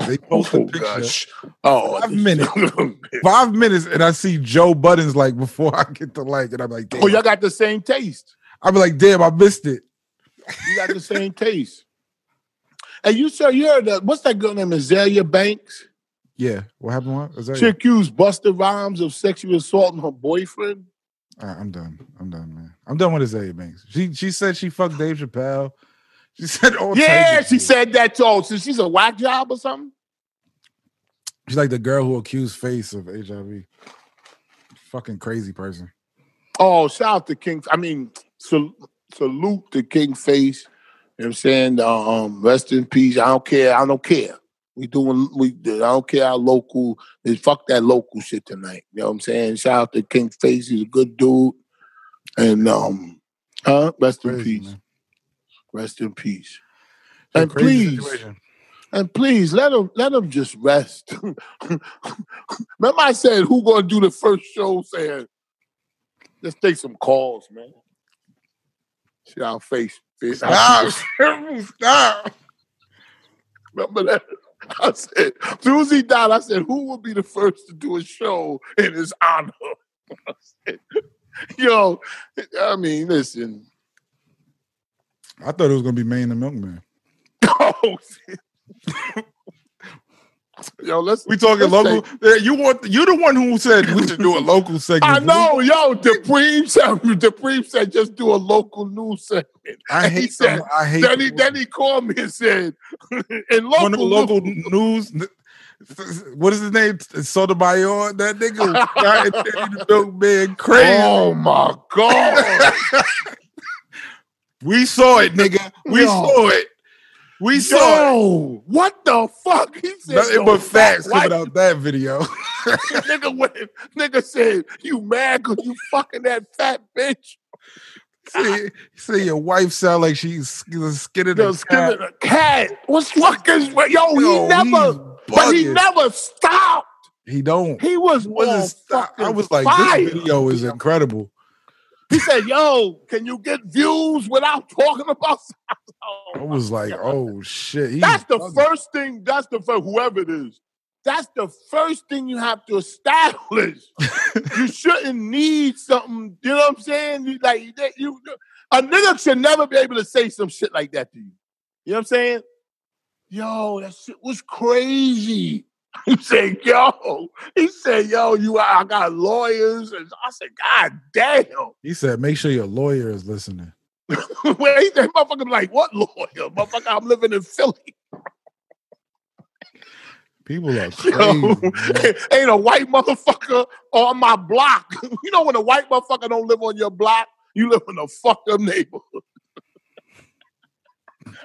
Speaker 3: They post a
Speaker 2: Oh,
Speaker 3: picture
Speaker 2: gosh. Oh,
Speaker 3: Five minutes. five minutes, and I see Joe Buttons like before I get to like it. I'm like, damn.
Speaker 2: oh, y'all got the same taste.
Speaker 3: I be like, damn, I missed it.
Speaker 2: You got the same taste. And you sir, you heard that? What's that girl named Azalea Banks?
Speaker 3: Yeah, what happened? What was that?
Speaker 2: She accused Buster Rhymes of sexual assault on her boyfriend.
Speaker 3: All right, I'm done. I'm done, man. I'm done with Azalea Banks. She she said she fucked Dave Chappelle. She said, oh
Speaker 2: yeah, she said that too. So she's a whack job or something.
Speaker 3: she's like the girl who accused Face of HIV. Fucking crazy person.
Speaker 2: Oh, shout out to King. I mean, sal- salute to King Face. You know what I'm saying? Um, rest in peace. I don't care. I don't care. We doing we I don't care how local fuck that local shit tonight. You know what I'm saying? Shout out to King Face. He's a good dude. And um huh? Rest in
Speaker 3: Crazy,
Speaker 2: peace.
Speaker 3: man.
Speaker 2: Rest in peace. And
Speaker 3: Crazy
Speaker 2: please,
Speaker 3: situation.
Speaker 2: and please let them let them just rest. Remember, I said who gonna do the first show? Saying, let's take some calls, man. See our face. face-
Speaker 3: Stop. Stop.
Speaker 2: Remember that? I said, Susie died. I said, who will be the first to do a show in his honor? I said, Yo, I mean, listen.
Speaker 3: I thought it was gonna be Maine the Milkman.
Speaker 2: Oh, shit. Yo, let's.
Speaker 3: We talking
Speaker 2: Let's
Speaker 3: local. Yeah, you want you the one who said we should do a local segment.
Speaker 2: I know, yo, Dupree said, Dupree said, just do a local news segment.
Speaker 3: I
Speaker 2: And he
Speaker 3: hate.
Speaker 2: said,
Speaker 3: Said, I hate.
Speaker 2: Then he, then he called me and said, in
Speaker 3: one of
Speaker 2: local,
Speaker 3: the local news. What is his name? Sotomayor. That nigga was trying to tell you the milkman crazy.
Speaker 2: Oh my God.
Speaker 3: We saw it, nigga. We
Speaker 2: Yo.
Speaker 3: saw it. We saw it.
Speaker 2: Yo, what the fuck? He said
Speaker 3: Nothing
Speaker 2: yo,
Speaker 3: but facts
Speaker 2: white
Speaker 3: coming out that video.
Speaker 2: nigga, went, nigga said, you mad because you fucking that fat bitch?
Speaker 3: see, see, your wife sound like she's sk- skinning
Speaker 2: The
Speaker 3: the
Speaker 2: skin of the cat. What's fucking, yo,
Speaker 3: Yo,
Speaker 2: he never, but he
Speaker 3: bugging.
Speaker 2: never stopped.
Speaker 3: He don't.
Speaker 2: He was on
Speaker 3: Wasn't stop. I
Speaker 2: fucking
Speaker 3: was like,
Speaker 2: fire.
Speaker 3: this video is incredible.
Speaker 2: He said, yo, can you get views without talking about sex?
Speaker 3: I
Speaker 2: Oh,
Speaker 3: was like, oh shit. he's
Speaker 2: That's the
Speaker 3: bugging.
Speaker 2: first thing. That's the first, whoever it is. That's the first thing you have to establish. you shouldn't need something. You know what I'm saying? You, like that, you, a nigga should never be able to say some shit like that to you. You know what I'm saying? Yo, that shit was crazy. He said, yo. He said, yo, you. I got lawyers. And I said, God damn.
Speaker 3: He said, make sure your lawyer is listening.
Speaker 2: Where he said, motherfucker, like, what lawyer? Motherfucker, I'm living in Philly.
Speaker 3: People are crazy.
Speaker 2: Yo,
Speaker 3: man.
Speaker 2: ain't a white motherfucker on my block. You know when a white motherfucker don't live on your block, you live in a fucked up neighborhood.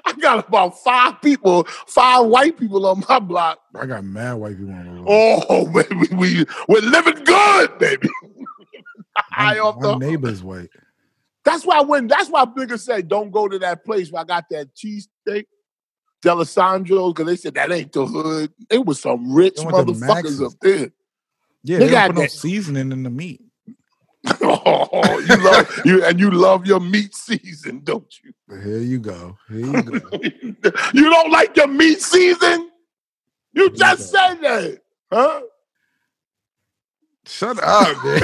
Speaker 2: I got about five people, five white people on my block.
Speaker 3: I got mad white people on the road.
Speaker 2: Oh, baby, we we're living good, baby.
Speaker 3: My-
Speaker 2: high off
Speaker 3: my
Speaker 2: the-
Speaker 3: neighbor's white.
Speaker 2: That's why when that's why Bigger said, don't go to that place where I got that cheesesteak. D'Alessandro's, because they said that ain't the hood. It was some rich
Speaker 3: They went to Max's.
Speaker 2: motherfuckers up there.
Speaker 3: Yeah,
Speaker 2: They
Speaker 3: they, don't
Speaker 2: got
Speaker 3: put no
Speaker 2: that-
Speaker 3: seasoning in the meat.
Speaker 2: Oh, you love you and you love your meat season, don't you?
Speaker 3: Here you go. Here you go.
Speaker 2: you don't like your meat season? You just said that, huh?
Speaker 3: Shut up, man.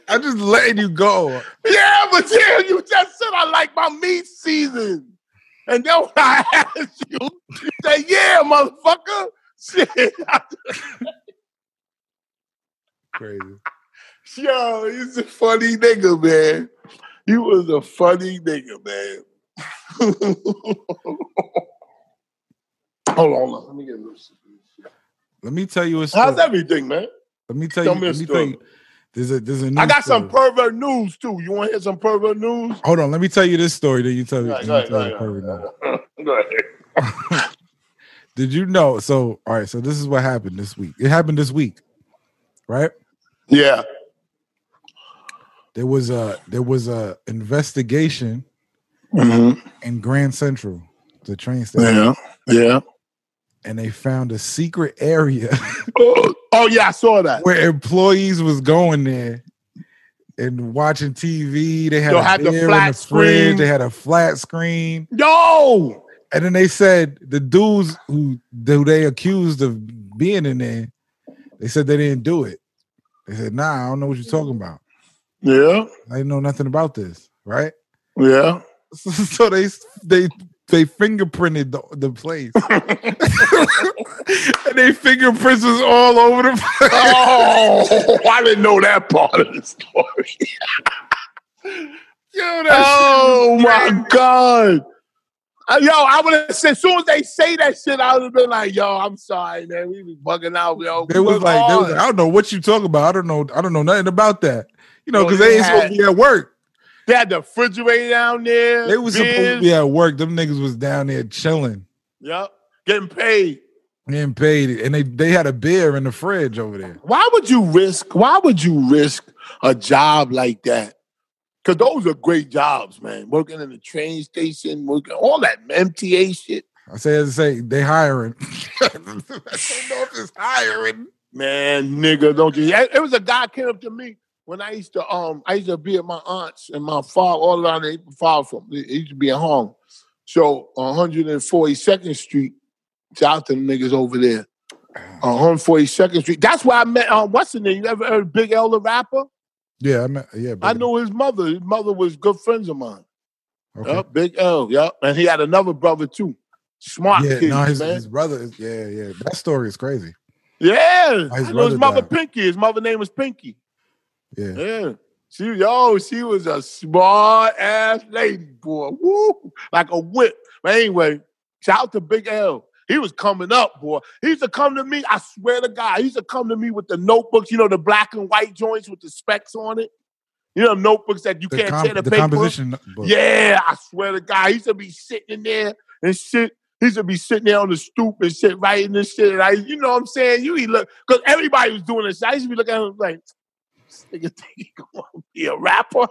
Speaker 3: I'm just letting you go.
Speaker 2: yeah, but yeah, you just said I like my meat season. And then when I asked you, you say, yeah, motherfucker. Shit.
Speaker 3: Crazy.
Speaker 2: Yo, he's a funny nigga, man. You was a funny nigga, man. Hold on, let me get a little
Speaker 3: Let me tell you a story.
Speaker 2: How's everything, man?
Speaker 3: Let me tell you.
Speaker 2: Tell me a
Speaker 3: Let me tell
Speaker 2: story.
Speaker 3: you. There's a there's a new
Speaker 2: I got some
Speaker 3: story.
Speaker 2: pervert news too. You want to hear some pervert news?
Speaker 3: Hold on. Let me tell you this story. Then you tell me.
Speaker 2: Go ahead,
Speaker 3: then
Speaker 2: go
Speaker 3: you tell
Speaker 2: ahead, go
Speaker 3: the pervert now.
Speaker 2: Go ahead.
Speaker 3: Did you know? So all right. So this is what happened this week. It happened this week, right?
Speaker 2: Yeah.
Speaker 3: There was a there was a investigation in Grand Central, the train station,
Speaker 2: Mm-hmm. Yeah. Yeah.
Speaker 3: and they found a secret area
Speaker 2: Oh, oh, yeah, I saw that.
Speaker 3: where employees was going there and watching TV. They had,
Speaker 2: Yo,
Speaker 3: a
Speaker 2: had the
Speaker 3: beer in
Speaker 2: flat
Speaker 3: fridge,
Speaker 2: screen.
Speaker 3: They had a flat screen,
Speaker 2: Yo,
Speaker 3: and then they said the dudes who who they accused of being in there, they said they didn't do it. They said, "Nah, I don't know what you're talking about.
Speaker 2: yeah,
Speaker 3: I didn't know nothing about this." Right?
Speaker 2: yeah.
Speaker 3: So they they they fingerprinted the, the place. and they fingerprints was all over the place.
Speaker 2: Oh, I didn't know that part of the story.
Speaker 3: Yo, that
Speaker 2: Oh my god. Uh, Yo, I would have said as soon as they say that shit, I would have been like, "Yo, I'm sorry, man. We be bugging out, yo."
Speaker 3: They was
Speaker 2: Work
Speaker 3: like, they was
Speaker 2: hard.
Speaker 3: like, I don't know what you talking about. I don't know. I don't know nothing about that. You know,
Speaker 2: Yo,
Speaker 3: because
Speaker 2: they
Speaker 3: they ain't
Speaker 2: had-
Speaker 3: supposed to be at work.
Speaker 2: They had the refrigerator down there.
Speaker 3: They was supposed to be at work. Them niggas was down there chilling,
Speaker 2: Yep. Getting paid.
Speaker 3: getting paid, and they they had a beer in the fridge over there.
Speaker 2: Why would you risk? Why would you risk a job like that Cause those are great jobs, man. Working in the train station, working all that MTA shit.
Speaker 3: I say, I say, they hiring. I don't know if it's hiring.
Speaker 2: Man, nigga, don't you? It was a guy came up to me when I used to um I used to be at my aunt's and my father all around the far from he used to be at home. So on 142nd Street, shout out to them niggas over there.
Speaker 3: Ah.
Speaker 2: On 142nd Street. That's where I met um what's the name? You ever heard of Big L the rapper?
Speaker 3: Yeah, I mean, yeah.
Speaker 2: I
Speaker 3: baby.
Speaker 2: knew his mother. His mother was good friends of mine.
Speaker 3: Okay.
Speaker 2: Yup, Big L, yep. And he had another brother too. Smart
Speaker 3: Yeah,
Speaker 2: kid,
Speaker 3: no, his,
Speaker 2: man.
Speaker 3: his brother. Is, yeah, yeah. That story is crazy.
Speaker 2: yeah. I know
Speaker 3: brother
Speaker 2: his mother
Speaker 3: died.
Speaker 2: Pinky. His mother name was Pinky.
Speaker 3: Yeah.
Speaker 2: Yeah. She yo, she was a smart ass lady, boy. Woo! Like a whip. But anyway, shout out to Big L. He was coming up, boy. He used to come to me, I swear to God, he used to come to me with the notebooks, you know, the black and white joints with the specs on it. You know, notebooks that you
Speaker 3: The,
Speaker 2: can't
Speaker 3: com-
Speaker 2: tear
Speaker 3: the,
Speaker 2: the, paper.
Speaker 3: composition. Book.
Speaker 2: Yeah, I swear to God, he should be sitting in there and shit. He should be sitting there on the stoop and shit, writing this shit. And I, you know what I'm saying? You he look because everybody was doing this. I used to be looking at him like, this nigga think he gonna be a rapper?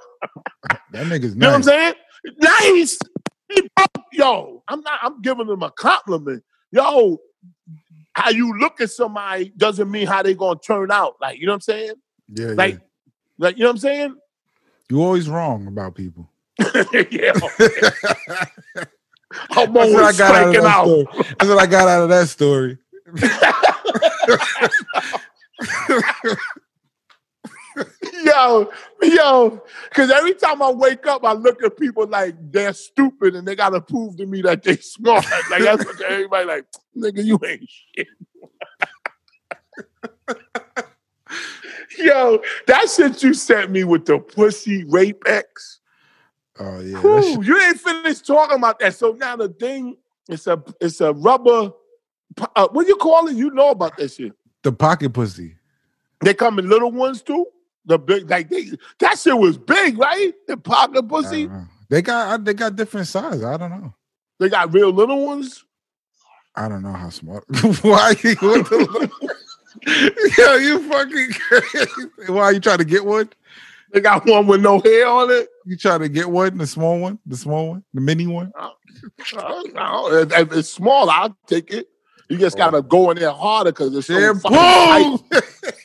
Speaker 3: That nigga's
Speaker 2: You know what I'm
Speaker 3: nice.
Speaker 2: saying? Nice. He broke, yo. I'm not. I'm giving him a compliment, yo. How you look at somebody doesn't mean how they gonna turn out. Like you know what I'm saying?
Speaker 3: Yeah, yeah.
Speaker 2: Like, like you know what I'm saying?
Speaker 3: you always wrong about people.
Speaker 2: yeah.
Speaker 3: That's
Speaker 2: I'm
Speaker 3: what I
Speaker 2: always
Speaker 3: got out
Speaker 2: striking
Speaker 3: of that
Speaker 2: out.
Speaker 3: story. That's what I got out of that story.
Speaker 2: Yo, yo, because every time I wake up, I look at people like they're stupid and they gotta prove to me that they smart. Like I look at everybody like, nigga, you ain't shit. yo, that shit you sent me with the pussy rape ex.
Speaker 3: Oh yeah, that
Speaker 2: Whew,
Speaker 3: shit-
Speaker 2: you ain't finished talking about that. So now the thing, it's a it's a rubber. po- Uh, what you call it? You know about that shit.
Speaker 3: the pocket pussy.
Speaker 2: They come in little ones too. The big like they that shit was big, right? The pocket
Speaker 3: I
Speaker 2: pussy.
Speaker 3: don't know. Mm-hmm. They got I- they got different sizes. I don't know.
Speaker 2: They got real little ones.
Speaker 3: I don't know how smart. Why? you- What the, yo, you fucking. crazy. Why you trying to get one?
Speaker 2: They got one with no hair on it.
Speaker 3: You trying to get one? The small one? The small one? The mini one?
Speaker 2: I don't know. If, if it's small, I'll take it. You just gotta go in there harder because it's so fucking tight.
Speaker 3: Shampoo!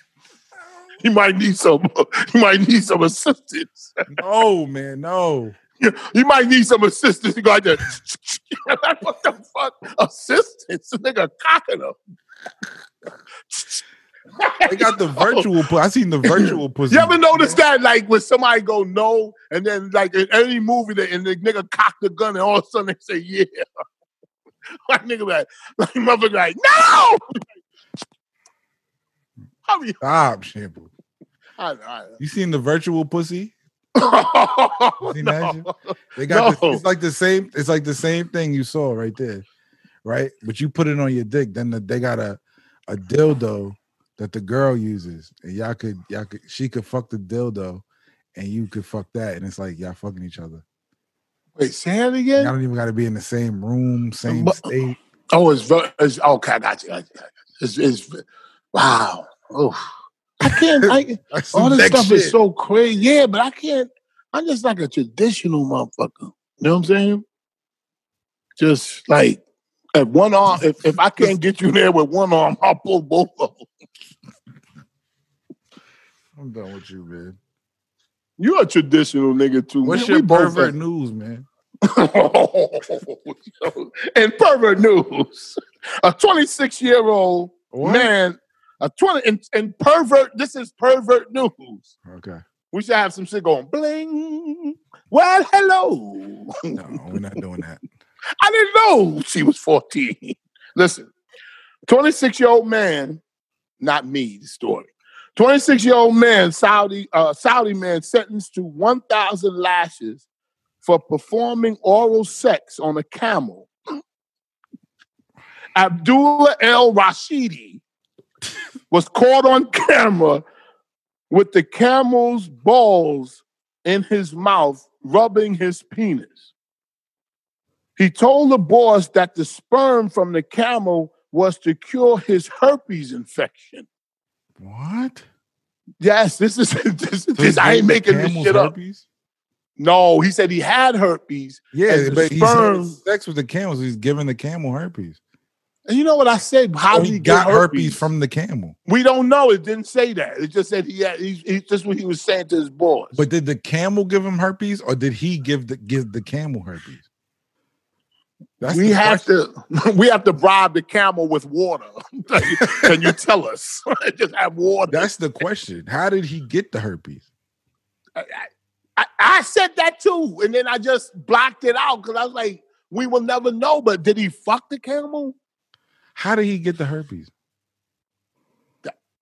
Speaker 2: You might need some. You might need some assistance.
Speaker 3: no, man, no.
Speaker 2: You, you might need some assistance. You go out there. Like, what the fuck? Assistance? This nigga cocking up.
Speaker 3: They got the virtual. pu- I seen the virtual pussy.
Speaker 2: You ever notice that, like, when somebody go no, and then like in any movie, that and the nigga cock the gun, and all of a sudden they say yeah. My nigga like, like mother like no. I mean,
Speaker 3: Stop, shampoo.
Speaker 2: I, I,
Speaker 3: You seen the virtual pussy?
Speaker 2: no.
Speaker 3: you imagine? They got.
Speaker 2: No.
Speaker 3: This, it's like the same. It's like the same thing you saw right there, right? But you put it on your dick. Then the, they got a a dildo that the girl uses, and y'all could y'all could she could fuck the dildo, and you could fuck that, and it's like y'all fucking each other.
Speaker 2: Wait, say it
Speaker 3: Y'all
Speaker 2: again.
Speaker 3: don't even got to be in the same room, same
Speaker 2: But-
Speaker 3: state.
Speaker 2: Oh, it's, ver- it's okay. I got you. I got you. It's, it's wow. Oh, I can't. I,
Speaker 3: That's some
Speaker 2: All this
Speaker 3: next
Speaker 2: stuff
Speaker 3: shit.
Speaker 2: is so crazy. Yeah, but I can't. I'm just like a traditional motherfucker. You know what I'm saying? Just like if one arm, if, if I can't get you there with one arm, I'll pull both of them.
Speaker 3: I'm done with you, man.
Speaker 2: You're a traditional nigga too.
Speaker 3: What's
Speaker 2: man.
Speaker 3: your
Speaker 2: We both
Speaker 3: pervert
Speaker 2: are-
Speaker 3: news, man?
Speaker 2: and pervert news. A 26 year old
Speaker 3: What?
Speaker 2: man, a 20 and, and pervert. This is pervert news.
Speaker 3: Okay.
Speaker 2: We should have some shit going bling. Well, hello.
Speaker 3: No, we're not doing that.
Speaker 2: I didn't know she was 14. Listen, 26 year old man, not me, the story. 26 year old man, Saudi, uh, Saudi man, sentenced to 1,000 lashes for performing oral sex on a camel. Abdullah El Rashidi was caught on camera with the camel's balls in his mouth, rubbing his penis. He told the boss that the sperm from the camel was to cure his herpes infection.
Speaker 3: What?
Speaker 2: Yes, this is this, this I ain't making this shit up. No, he said he had herpes.
Speaker 3: Yeah,
Speaker 2: And the
Speaker 3: but he's
Speaker 2: sperm-
Speaker 3: having sex with the camel. So he's giving the camel herpes.
Speaker 2: And you know what I said? How
Speaker 3: So
Speaker 2: did
Speaker 3: he,
Speaker 2: he,
Speaker 3: got
Speaker 2: get
Speaker 3: herpes? from the camel.
Speaker 2: We don't know. It didn't say that. It just said he had. He, he, that's what he was saying to his boys.
Speaker 3: But did the camel give him herpes, or did he give the give the camel herpes?
Speaker 2: we
Speaker 3: the
Speaker 2: have to we have to bribe the camel with water. Can you tell us? Just have water.
Speaker 3: That's the question. How did he get the herpes?
Speaker 2: I, I said that too, and then I just blocked it out because I was like, we will never know. But did he fuck the camel?
Speaker 3: How did he get the herpes?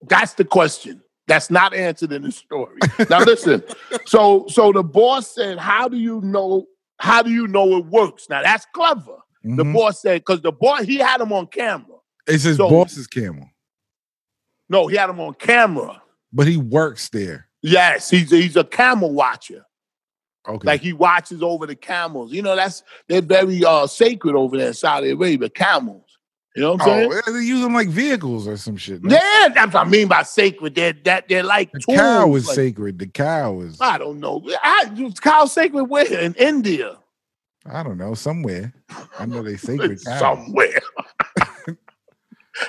Speaker 2: That's the question. That's not answered in the story. Now listen. so so the boss said, "How do you know? How do you know it works?" Now that's clever. The
Speaker 3: Mhm.
Speaker 2: boss said because the boy he had him on camera.
Speaker 3: it's his
Speaker 2: so-
Speaker 3: boss's camel,
Speaker 2: No, he had him on camera.
Speaker 3: but he works there.
Speaker 2: Yes, he's he's a camel watcher.
Speaker 3: Okay,
Speaker 2: Like he watches over the camels. You know, that's they're very uh sacred over there in Saudi Arabia, camels. You know what I'm saying?
Speaker 3: oh, they use them like vehicles or some shit. no?
Speaker 2: Yeah, that's what I mean by sacred. They're that they're like
Speaker 3: the
Speaker 2: tools.
Speaker 3: cow is
Speaker 2: like-
Speaker 3: sacred. The cow is
Speaker 2: I don't know. I, cow sacred where in India
Speaker 3: I don't know somewhere. I know they sacred cows.
Speaker 2: somewhere.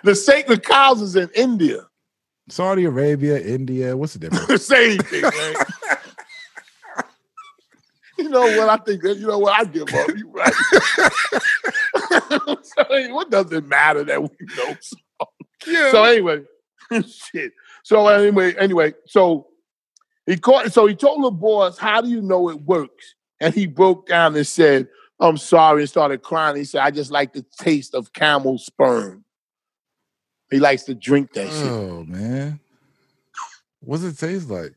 Speaker 2: the sacred cows is in India.
Speaker 3: Saudi Arabia, India. What's the difference?
Speaker 2: Same thing, man. you know what I think? You know what I give up. You right? so, hey, what does it matter that we know? So, so anyway, shit. So anyway, anyway, so he caught. So he told the boss, "How do you know it works?" And he broke down and said, "I'm sorry," and started crying. He said, "I just like the taste of camel sperm." He likes to drink that shit.
Speaker 3: Oh man, what's it taste like?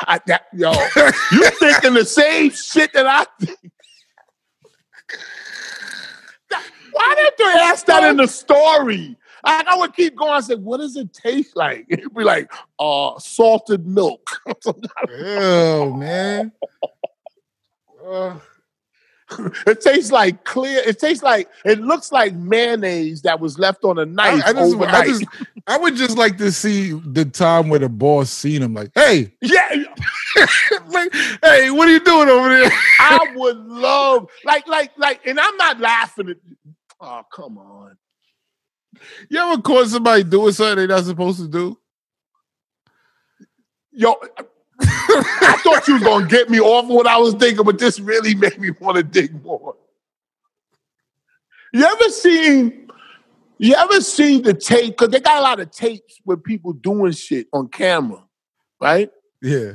Speaker 2: I, that, yo, you thinking the same shit that I think. That- Why did they ask that in the story? I, I would keep going. I said, "What does it taste like?" It'd be like uh, salted milk.
Speaker 3: Oh man, Uh,
Speaker 2: it tastes like clear. It tastes like it looks like mayonnaise that was left on a knife
Speaker 3: I, I just,
Speaker 2: overnight.
Speaker 3: I just, I would just like to see the time where the boss seen him. Like, hey,
Speaker 2: yeah,
Speaker 3: like, hey, what are you doing over there?
Speaker 2: I would love like like like, and I'm not laughing at. Oh come on.
Speaker 3: You ever caught somebody doing something they're not supposed to do?
Speaker 2: Yo, I thought you was gonna get me off of what I was thinking, but this really made me want to dig more. You ever seen? You ever seen the tape? Cause they got a lot of tapes with people doing shit on camera, right?
Speaker 3: Yeah.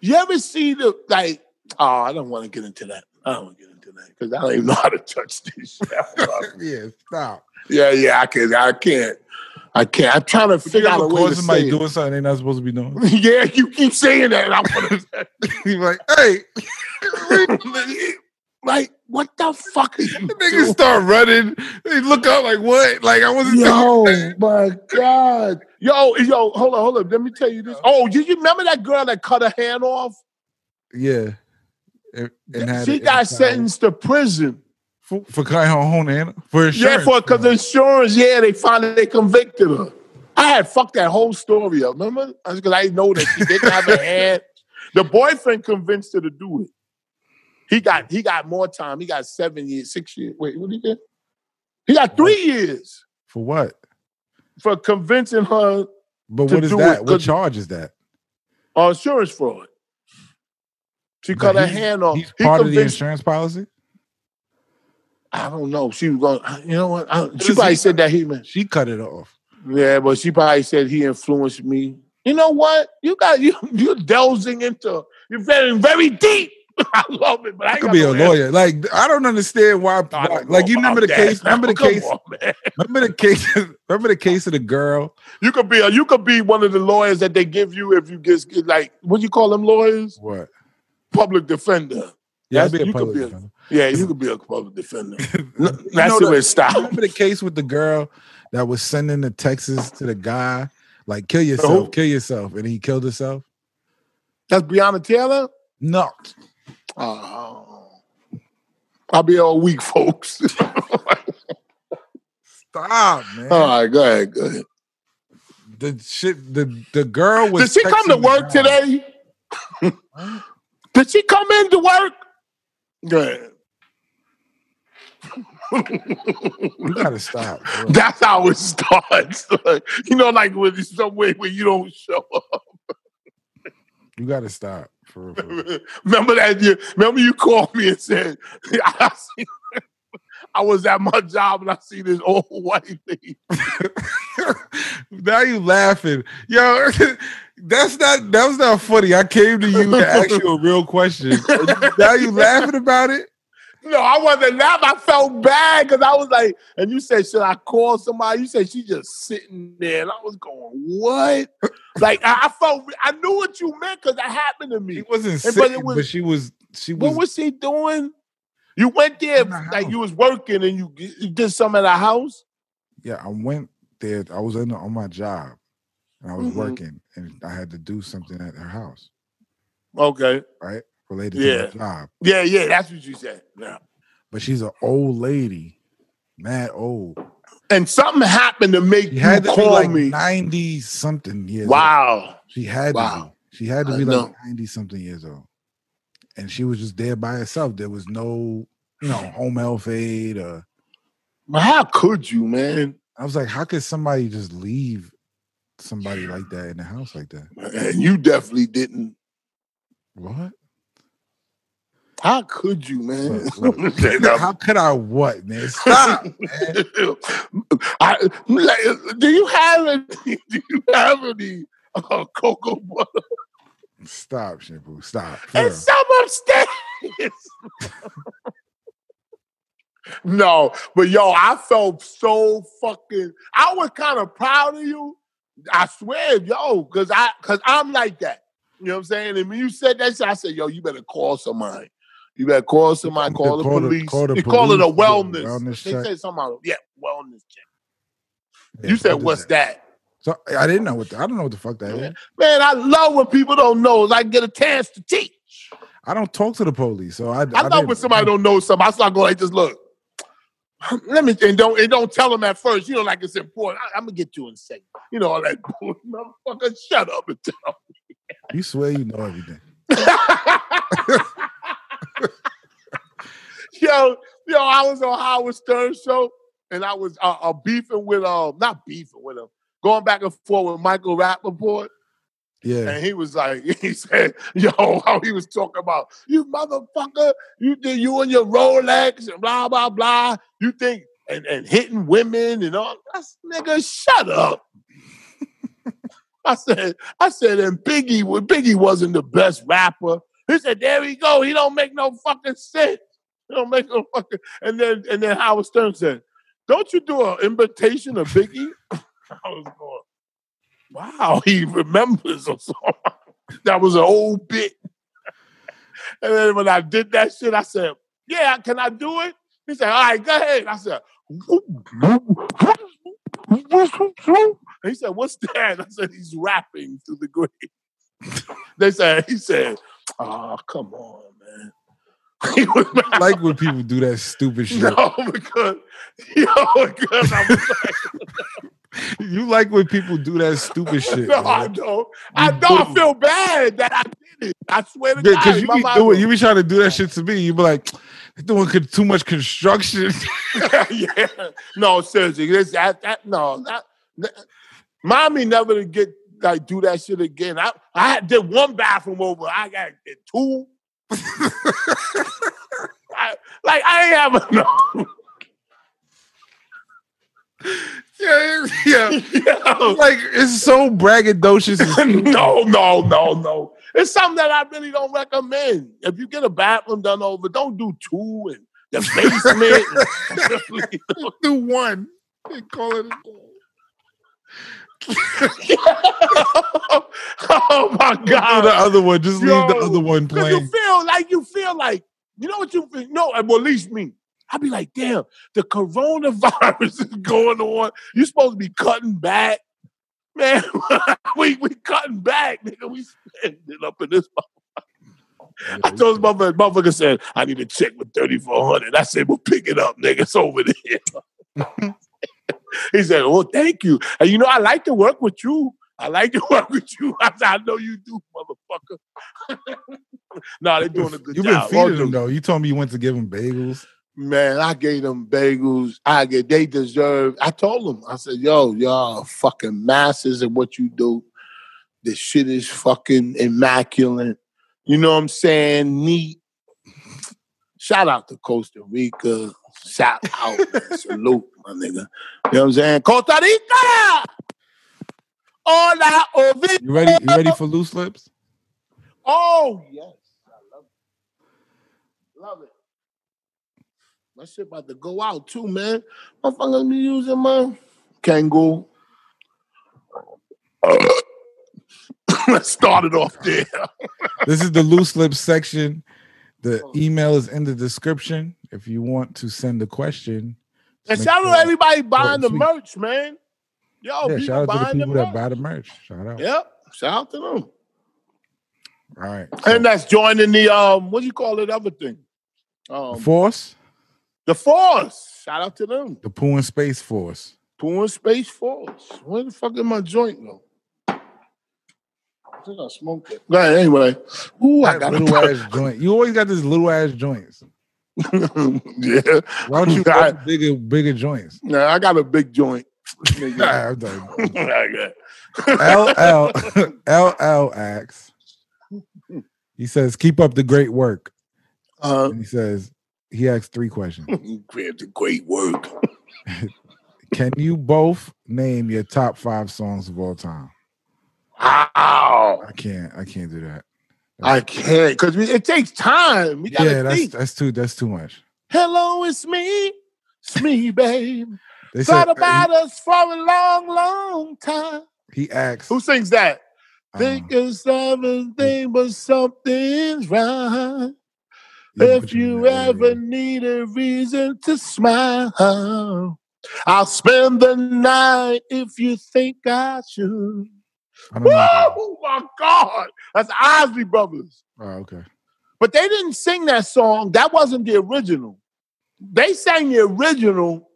Speaker 2: You ever see the like? Oh, I don't want to get into that. I don't want to get into that because I don't even know how to touch this. shit.
Speaker 3: Yeah, stop.
Speaker 2: yeah, yeah, I can't. I can't. I can't. I'm trying to
Speaker 3: You
Speaker 2: figure out
Speaker 3: ever
Speaker 2: a way
Speaker 3: caught
Speaker 2: to
Speaker 3: somebody
Speaker 2: say it.
Speaker 3: doing something they're not supposed to be doing?
Speaker 2: Yeah, you keep saying that, and I'm gonna.
Speaker 3: He's like, hey,
Speaker 2: like, what the fuck are you
Speaker 3: niggas start running. They look up like, what? Like, I wasn't
Speaker 2: Yo, my God. Yo, yo, hold on, hold on. Let me tell you this. Oh, did you remember that girl that cut her hand off?
Speaker 3: Yeah. And, and had
Speaker 2: she
Speaker 3: it
Speaker 2: got
Speaker 3: inside.
Speaker 2: sentenced to prison.
Speaker 3: for, for cutting her own hand for
Speaker 2: Yeah,
Speaker 3: insurance.
Speaker 2: for because insurance, yeah, they finally they convicted her. I had fucked that whole story up, remember? That's because I didn't know that she didn't have a hand. The boyfriend convinced her to do it. He got he got more time. He got seven years, six years. Wait, what did he get? He got three years
Speaker 3: for what?
Speaker 2: for convincing her
Speaker 3: But
Speaker 2: To
Speaker 3: what is
Speaker 2: do
Speaker 3: that?
Speaker 2: it,
Speaker 3: What
Speaker 2: 'cause-
Speaker 3: charge is that?
Speaker 2: uh, insurance fraud. She
Speaker 3: But
Speaker 2: cut her
Speaker 3: he's-
Speaker 2: hand off.
Speaker 3: He's
Speaker 2: He
Speaker 3: part of the
Speaker 2: convinced-
Speaker 3: insurance policy.
Speaker 2: I don't know. She was going. to You know what? I, she
Speaker 3: is
Speaker 2: probably
Speaker 3: he-
Speaker 2: said that he. Man.
Speaker 3: She cut it off.
Speaker 2: Yeah, but she probably said he influenced me. You know what? You got you. You're delving into. You're very very deep. I love it, but I
Speaker 3: I
Speaker 2: ain't
Speaker 3: could
Speaker 2: got
Speaker 3: be
Speaker 2: no
Speaker 3: a
Speaker 2: answer.
Speaker 3: lawyer. Like I don't understand why.
Speaker 2: I
Speaker 3: why-
Speaker 2: don't
Speaker 3: like
Speaker 2: know
Speaker 3: you remember the
Speaker 2: about
Speaker 3: case?
Speaker 2: that.
Speaker 3: Remember the
Speaker 2: Come
Speaker 3: case?
Speaker 2: on, man.
Speaker 3: Remember the case? Remember the case of the girl?
Speaker 2: You could be a. You could be one of the lawyers that they give you if you just get like what do you call them lawyers?
Speaker 3: What?
Speaker 2: Public defender.
Speaker 3: Yeah,
Speaker 2: That's-
Speaker 3: I'd be a
Speaker 2: you could
Speaker 3: public
Speaker 2: be a-
Speaker 3: defender.
Speaker 2: Yeah, you could be a public defender. That's
Speaker 3: You know
Speaker 2: the way
Speaker 3: the-
Speaker 2: it stops.
Speaker 3: Remember the case with the girl that was sending the texts to the guy, like kill yourself,
Speaker 2: who?
Speaker 3: kill yourself, and he killed himself.
Speaker 2: That's Breonna Taylor.
Speaker 3: No,
Speaker 2: Oh. I'll be all week, folks. all
Speaker 3: stop, man.
Speaker 2: right, go ahead, go ahead.
Speaker 3: The shit. The the girl was.
Speaker 2: Did she come to
Speaker 3: texting the
Speaker 2: work
Speaker 3: guy.
Speaker 2: today? Did she come into work? Yeah.
Speaker 3: You gotta stop. bro.
Speaker 2: That's how it starts. you know, like with some way where you don't show up.
Speaker 3: You gotta stop. For real, for real.
Speaker 2: remember that year? Remember you called me and said, I, see- I was at my job and I see this old white lady.
Speaker 3: now you laughing. Yo, that's not that was not funny. I came to you to ask you a real question. now you laughing about it?
Speaker 2: No, I wasn't laughing. I felt bad because I was like, and you said, should I call somebody? You said she just sitting there, and I was going, what? like I, I felt, I knew what you meant because that happened to me.
Speaker 3: He wasn't
Speaker 2: Hey,
Speaker 3: sick,
Speaker 2: but
Speaker 3: but,
Speaker 2: it was-
Speaker 3: she was she was,
Speaker 2: What was she doing? You went there,
Speaker 3: In the house.
Speaker 2: like you was working, and you, you did something at the house.
Speaker 3: yeah, I went there. I was in on my job and I was
Speaker 2: Mhm.
Speaker 3: working and I had to do something at her house
Speaker 2: Okay.
Speaker 3: related
Speaker 2: Yeah.
Speaker 3: to my job.
Speaker 2: Yeah, yeah, that's what you said. Yeah.
Speaker 3: But she's an old lady, mad old.
Speaker 2: And something happened to make
Speaker 3: She
Speaker 2: you
Speaker 3: had to be
Speaker 2: call
Speaker 3: like
Speaker 2: me.
Speaker 3: 90 something years old.
Speaker 2: Wow.
Speaker 3: She had to
Speaker 2: Wow.
Speaker 3: be. She had to
Speaker 2: I
Speaker 3: be like
Speaker 2: know.
Speaker 3: 90 something years old. And she was just there by herself. There was no, you know, home health aid or
Speaker 2: Well, How could you, man?
Speaker 3: I was like, how could somebody just leave somebody like that in the house like that?
Speaker 2: And you definitely didn't.
Speaker 3: What?
Speaker 2: How could you, man?
Speaker 3: Look, look. how could I what, man? Stop. man.
Speaker 2: I, like, do you have any? Do you have any uh, cocoa butter?
Speaker 3: Stop, Shampoo. Stop. For
Speaker 2: And
Speaker 3: real.
Speaker 2: some upstairs. no, but yo, I felt so fucking. I was kind of proud of you. I swear, yo, cause I, cause I'm like that. You know what I'm saying? And when you said that, shit, I said, yo, you better call somebody. You better call somebody. Call the,
Speaker 3: Call the-
Speaker 2: police.
Speaker 3: call the
Speaker 2: you call it a
Speaker 3: police, call the
Speaker 2: wellness.
Speaker 3: wellness
Speaker 2: they
Speaker 3: check.
Speaker 2: say something. about- Yeah, wellness check.
Speaker 3: Yeah,
Speaker 2: you said,
Speaker 3: what is
Speaker 2: what's that?
Speaker 3: So I didn't know what the, I don't know what the fuck that is.
Speaker 2: Man, I love when people don't know. is I get a chance to teach.
Speaker 3: I don't talk to the police. So I
Speaker 2: I, love
Speaker 3: didn't-
Speaker 2: when somebody don't know something. I start going like, just look. Let me and don't and don't tell them at first. You know, like it's important. I, am gonna get you in a second. You know, all that bull- motherfucker. Shut up and tell.
Speaker 3: you swear you know everything.
Speaker 2: yo, yo, I was on Howard Stern show, and I was uh, uh, beefing with uh, not beefing with him, going back and forth with Michael Rappaport.
Speaker 3: Yeah.
Speaker 2: And he was like, he said, yo, how he was talking about, you motherfucker, you think you and your Rolex and blah, blah, blah. You think, and, and hitting women and all. I s- nigga, shut up. I said, I said, and Biggie, well, Biggie wasn't the best rapper. He said, there we go. He don't make no fucking sense. He don't make no fucking. And then, and then Howard Stern said, don't you do an invitation of Biggie? I was going, wow, he remembers or something. That was an old bit. and then when I did that shit, I said, Yeah, can I do it? He said, All right, go ahead. I said, and he said, What's that? I said, He's rapping to the grave. they said, He said, Oh, come on, man. He was mad.
Speaker 3: like when people do that stupid shit.
Speaker 2: No, because, yo, because I was like,
Speaker 3: You like when people do that stupid shit.
Speaker 2: No, I
Speaker 3: man.
Speaker 2: don't. I don't feel bad that I did it. I swear to
Speaker 3: Yeah,
Speaker 2: God.
Speaker 3: because you
Speaker 2: my
Speaker 3: be
Speaker 2: mind
Speaker 3: doing,
Speaker 2: was-
Speaker 3: you be trying to do that shit to me. You be like, "They doing con- too much construction.
Speaker 2: yeah. No, seriously. This, that, that, no, that, that- mommy never to get like do that shit again. I I had- did one bathroom over. I got did two. I, like I ain't have enough.
Speaker 3: yeah, yeah.
Speaker 2: Yo.
Speaker 3: Like it's so braggadocious. and stupid.
Speaker 2: no, no, no, no. It's something that I really don't recommend. If you get a bathroom done over, don't do two and the basement.
Speaker 3: do one. They call it.
Speaker 2: oh my
Speaker 3: do the
Speaker 2: god!
Speaker 3: other one. Just leave the
Speaker 2: Yo,
Speaker 3: other one
Speaker 2: 'Cause you
Speaker 3: playing.
Speaker 2: feel like you feel like you know what you feel- no, well, at least me. I'd be like, damn, the coronavirus is going on. You're supposed to be cutting back, man. we we cutting back, nigga. We spending up in this. I told this motherfucker, motherfucker said, I need a check with thirty four hundred. I said, well, pick it up, nigga. It's over there. he said, well, thank you. And you know, I like to work with you. I like to work with you. I said, I know you do, motherfucker. nah, they're doing a good
Speaker 3: you been
Speaker 2: job.
Speaker 3: feeding
Speaker 2: Oh,
Speaker 3: them
Speaker 2: dude.
Speaker 3: though. You told me you went to give them bagels.
Speaker 2: Man, I gave them bagels. I get they deserve. I told them, I said, yo, y'all are fucking masters at what you do. This shit is fucking immaculate. You know what I'm saying? Neat. Shout out to Costa Rica. Shout out. Salute, my nigga. You know what I'm saying? Costa Rica! Hola, Ovid.
Speaker 3: You ready? You ready for loose lips?
Speaker 2: Oh yes, I love it. Love it. My shit about to go out too, man. My fucking be using my Kangol. Let's start it off there.
Speaker 3: This is the loose lips section. The
Speaker 2: Oh.
Speaker 3: email is in the description. If you want to send a question,
Speaker 2: And
Speaker 3: Make
Speaker 2: shout out
Speaker 3: sure-
Speaker 2: to everybody buying the
Speaker 3: sweet.
Speaker 2: merch, man. Yo,
Speaker 3: yeah,
Speaker 2: people
Speaker 3: shout out to
Speaker 2: buying
Speaker 3: the people that
Speaker 2: merch.
Speaker 3: buy the merch. Shout out.
Speaker 2: Yep, shout out to them.
Speaker 3: All right.
Speaker 2: And that's joining the um, what do you call it? Other thing, um,
Speaker 3: Force,
Speaker 2: the force. Shout out to them.
Speaker 3: the Poo and Space Force.
Speaker 2: Poo and Space Force. Where the fuck did my joint go? I think I smoked it. Right, anyway. Ooh, I
Speaker 3: That
Speaker 2: got
Speaker 3: little ass joint. You always got these little ass joints.
Speaker 2: a Yeah.
Speaker 3: Why don't you
Speaker 2: I-
Speaker 3: have bigger, bigger joints?
Speaker 2: Nah, I got a big joint. Nigga.
Speaker 3: Nah, I'm done.
Speaker 2: I got-
Speaker 3: LL LL acts. He says, "Keep up the great work."
Speaker 2: uh,
Speaker 3: And he says, he asks three questions.
Speaker 2: Grab the great work.
Speaker 3: Can you both name your top five songs of all time?
Speaker 2: Wow.
Speaker 3: I can't. I can't do that.
Speaker 2: I can't because it takes time. We gotta
Speaker 3: Yeah, that's
Speaker 2: think.
Speaker 3: that's too. That's too much.
Speaker 2: Hello, it's me. It's me, babe.
Speaker 3: They said uh,
Speaker 2: Thought about us for a long, long time.
Speaker 3: he, he asks.
Speaker 2: Who sings that?
Speaker 3: uh,
Speaker 2: Thinking something, but something's right.
Speaker 3: yeah,
Speaker 2: If
Speaker 3: but you
Speaker 2: you
Speaker 3: know,
Speaker 2: ever need a reason to smile, I'll spend the night if you think I
Speaker 3: Mm.
Speaker 2: should.
Speaker 3: I don't
Speaker 2: Woo!
Speaker 3: know.
Speaker 2: Oh my God, that's Osley Brothers.
Speaker 3: Oh, okay.
Speaker 2: But they didn't sing that song. That wasn't the original. They sang the original.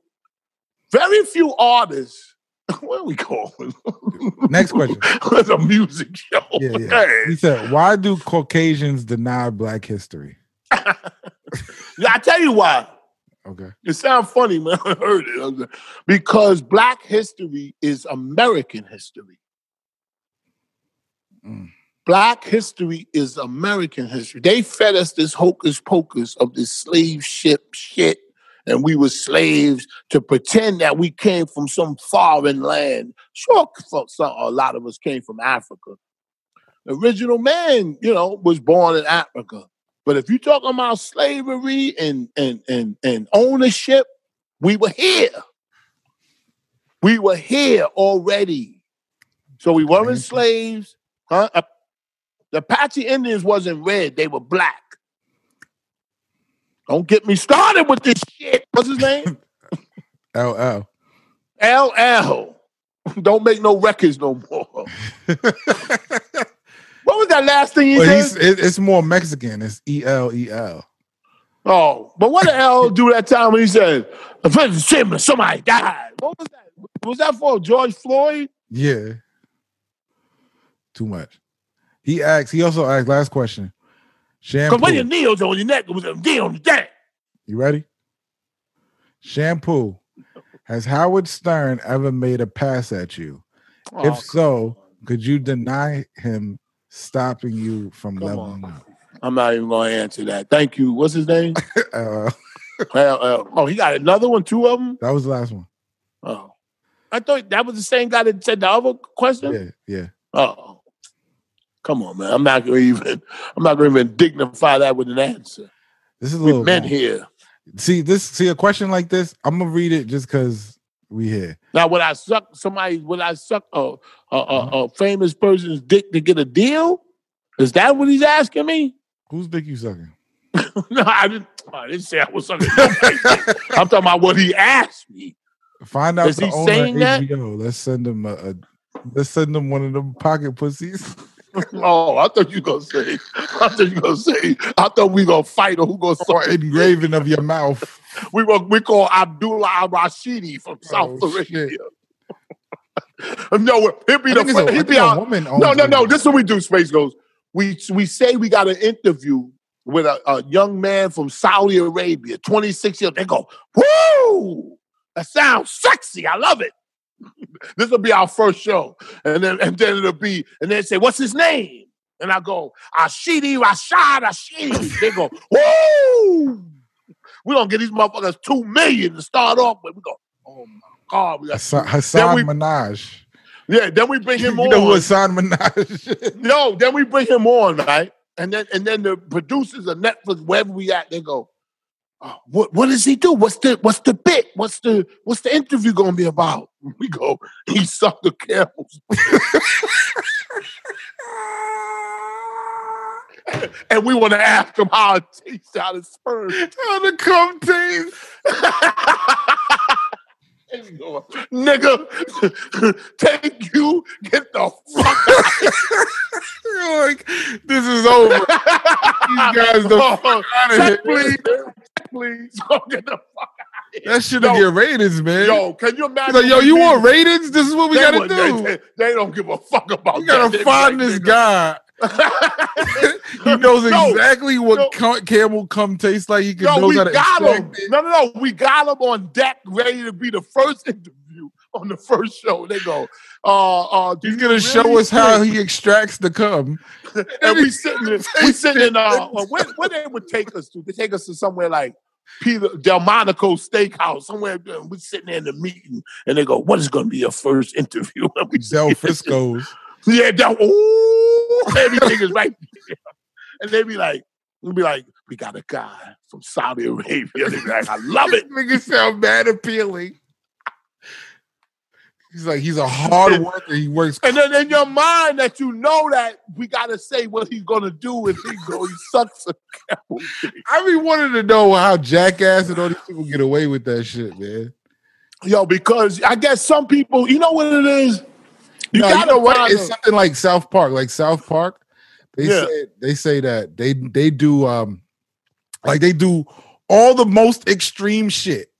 Speaker 2: Very few artists. What are we calling?
Speaker 3: Next question.
Speaker 2: it's a music show.
Speaker 3: Yeah, yeah. He said, "Why do Caucasians deny Black history?"
Speaker 2: Yeah, I tell you why.
Speaker 3: Okay.
Speaker 2: It sounds funny, man. I heard it. I was like, Because black history is American history.
Speaker 3: Mm.
Speaker 2: Black history is American history. They fed us this hocus pocus of this slave ship shit, and we were slaves to pretend that we came from some foreign land. Sure, so- so- a lot of us came from Africa. The original man, you know, was born in Africa. But if you're talking about slavery and and and and ownership, we were here. We were here already. So we weren't
Speaker 3: Amazing.
Speaker 2: slaves, huh? Uh, The Apache Indians wasn't red; they were black. Don't get me started with this shit. What's his name?
Speaker 3: LL.
Speaker 2: LL. Don't make no records no more. What was that last thing he
Speaker 3: But
Speaker 2: did?
Speaker 3: he's it, it's more Mexican. It's E L E L.
Speaker 2: Oh, but what did L do that time when he said, "The president's shame that somebody died? What was that? Was that for George Floyd?
Speaker 3: Yeah. Too much. He asked. He also asked. Last question. Shampoo.
Speaker 2: Because when your knees on your neck, it was a knee on your neck.
Speaker 3: You ready? Shampoo. Has Howard Stern ever made a pass at you?
Speaker 2: Oh,
Speaker 3: if so, could you deny him stopping you from
Speaker 2: Come
Speaker 3: leveling
Speaker 2: on.
Speaker 3: up?
Speaker 2: I'm not even going to answer that. Thank you. What's his name?
Speaker 3: Uh,
Speaker 2: LL. Oh, he got another one, two of them?
Speaker 3: that was the last one.
Speaker 2: Oh. I thought that was the same guy that said the other question?
Speaker 3: Yeah, yeah.
Speaker 2: Oh. Come on, man. I'm not going to even, I'm not going to even dignify that with an answer.
Speaker 3: This is a
Speaker 2: We've
Speaker 3: little.
Speaker 2: been
Speaker 3: long.
Speaker 2: here.
Speaker 3: See this. See a question like this. I'm gonna read it just because we here.
Speaker 2: Now, would I suck somebody? Would I suck a a, a,
Speaker 3: Mm-hmm.
Speaker 2: a famous person's dick to get a deal? Is that what he's asking me?
Speaker 3: Whose dick you sucking?
Speaker 2: no, I didn't. oh, I didn't say I was sucking. nobody's dick. I'm talking about what he asked me.
Speaker 3: Find out
Speaker 2: Is
Speaker 3: the
Speaker 2: he
Speaker 3: owner
Speaker 2: saying
Speaker 3: of
Speaker 2: that?
Speaker 3: HBO. Let's send him a, a let's send him one of them pocket pussies.
Speaker 2: Oh, I thought you were gonna say. I thought you were gonna say. I thought we gonna fight or who gonna
Speaker 3: or
Speaker 2: suck it.
Speaker 3: engraving of your mouth.
Speaker 2: We were, we call Abdullah Al Rashidi from South
Speaker 3: Oh,
Speaker 2: Arabia. no, he'd be
Speaker 3: I
Speaker 2: the
Speaker 3: think it's a- I
Speaker 2: he'd
Speaker 3: think
Speaker 2: be
Speaker 3: a
Speaker 2: out.
Speaker 3: woman owns
Speaker 2: No, no, no.
Speaker 3: it.
Speaker 2: This is what we do. Space goes. we we say we got an interview with a, a young man from Saudi Arabia, 26 years. They go, woo! That sounds sexy. I love it. this will be our first show. And then and then it'll be, and then say, what's his name? And I go, Ashidi Rashad Ashidi. They go, woo! We're gonna get these motherfuckers two million to start off with. We go, oh my God, we got
Speaker 3: Hassan, Hassan
Speaker 2: we-
Speaker 3: Minaj.
Speaker 2: yeah, then we bring him
Speaker 3: you
Speaker 2: on.
Speaker 3: know who Hassan Minaj is?
Speaker 2: No, then we bring him on, right? And then and then the producers of Netflix, wherever we at, they go, oh, what what does he do? What's the what's the bit? What's the what's the interview gonna be about? We go, he sucked the camels. and we want to ask him how it tastes out his sperm.
Speaker 3: How Oh, the cum taste?
Speaker 2: Nigga, take you, get the fuck
Speaker 3: You're like, this is over. These guys the fuck
Speaker 2: out.
Speaker 3: out
Speaker 2: Check,
Speaker 3: of here.
Speaker 2: please. Check, please. Go get the fuck
Speaker 3: That should
Speaker 2: Yo.
Speaker 3: get ratings, man. Yo,
Speaker 2: Yo, can you imagine?
Speaker 3: like, yo,
Speaker 2: what
Speaker 3: you
Speaker 2: these
Speaker 3: want ratings? This is what we
Speaker 2: They
Speaker 3: gotta
Speaker 2: would- They,
Speaker 3: do.
Speaker 2: they- they don't give a fuck about.
Speaker 3: we gotta
Speaker 2: that.
Speaker 3: find
Speaker 2: They
Speaker 3: this
Speaker 2: be like,
Speaker 3: guy.
Speaker 2: nigga.
Speaker 3: He knows
Speaker 2: No,
Speaker 3: exactly what
Speaker 2: no.
Speaker 3: cum- camel cum tastes like. He can
Speaker 2: No,
Speaker 3: knows
Speaker 2: we
Speaker 3: how to
Speaker 2: got him.
Speaker 3: extract it.
Speaker 2: No, no, no. We got him on deck, ready to be the first interview on the first show. They go, uh, uh, do
Speaker 3: He's
Speaker 2: you
Speaker 3: gonna
Speaker 2: really
Speaker 3: show us how
Speaker 2: think-
Speaker 3: he extracts the cum.
Speaker 2: and we sitting, in, we sitting in. Uh, uh, where, where they would take us to? They take us to somewhere like Peter Delmonico Steakhouse, somewhere. uh, We're sitting there in the meeting, and they go, "What is going to be your first interview?" And we
Speaker 3: Del Frisco's.
Speaker 2: Yeah, that ooh, everything is right. there. And they be like, we be like, we got a guy from Saudi Arabia. They be like, I love it.
Speaker 3: Nigga sound mad appealing. He's like, he's a hard worker. He works.
Speaker 2: And then in your mind that you know that we gotta say what he's gonna do if he go, he sucks a cow.
Speaker 3: I be wanting to know how jackass and all these people get away with that shit, man.
Speaker 2: Yo, because I guess some people, you know what it is. You
Speaker 3: No,
Speaker 2: gotta
Speaker 3: know what?
Speaker 2: find
Speaker 3: It's
Speaker 2: a-
Speaker 3: something like South Park. Like South Park, they
Speaker 2: Yeah.
Speaker 3: say they say that they they do um like they do all the most extreme shit.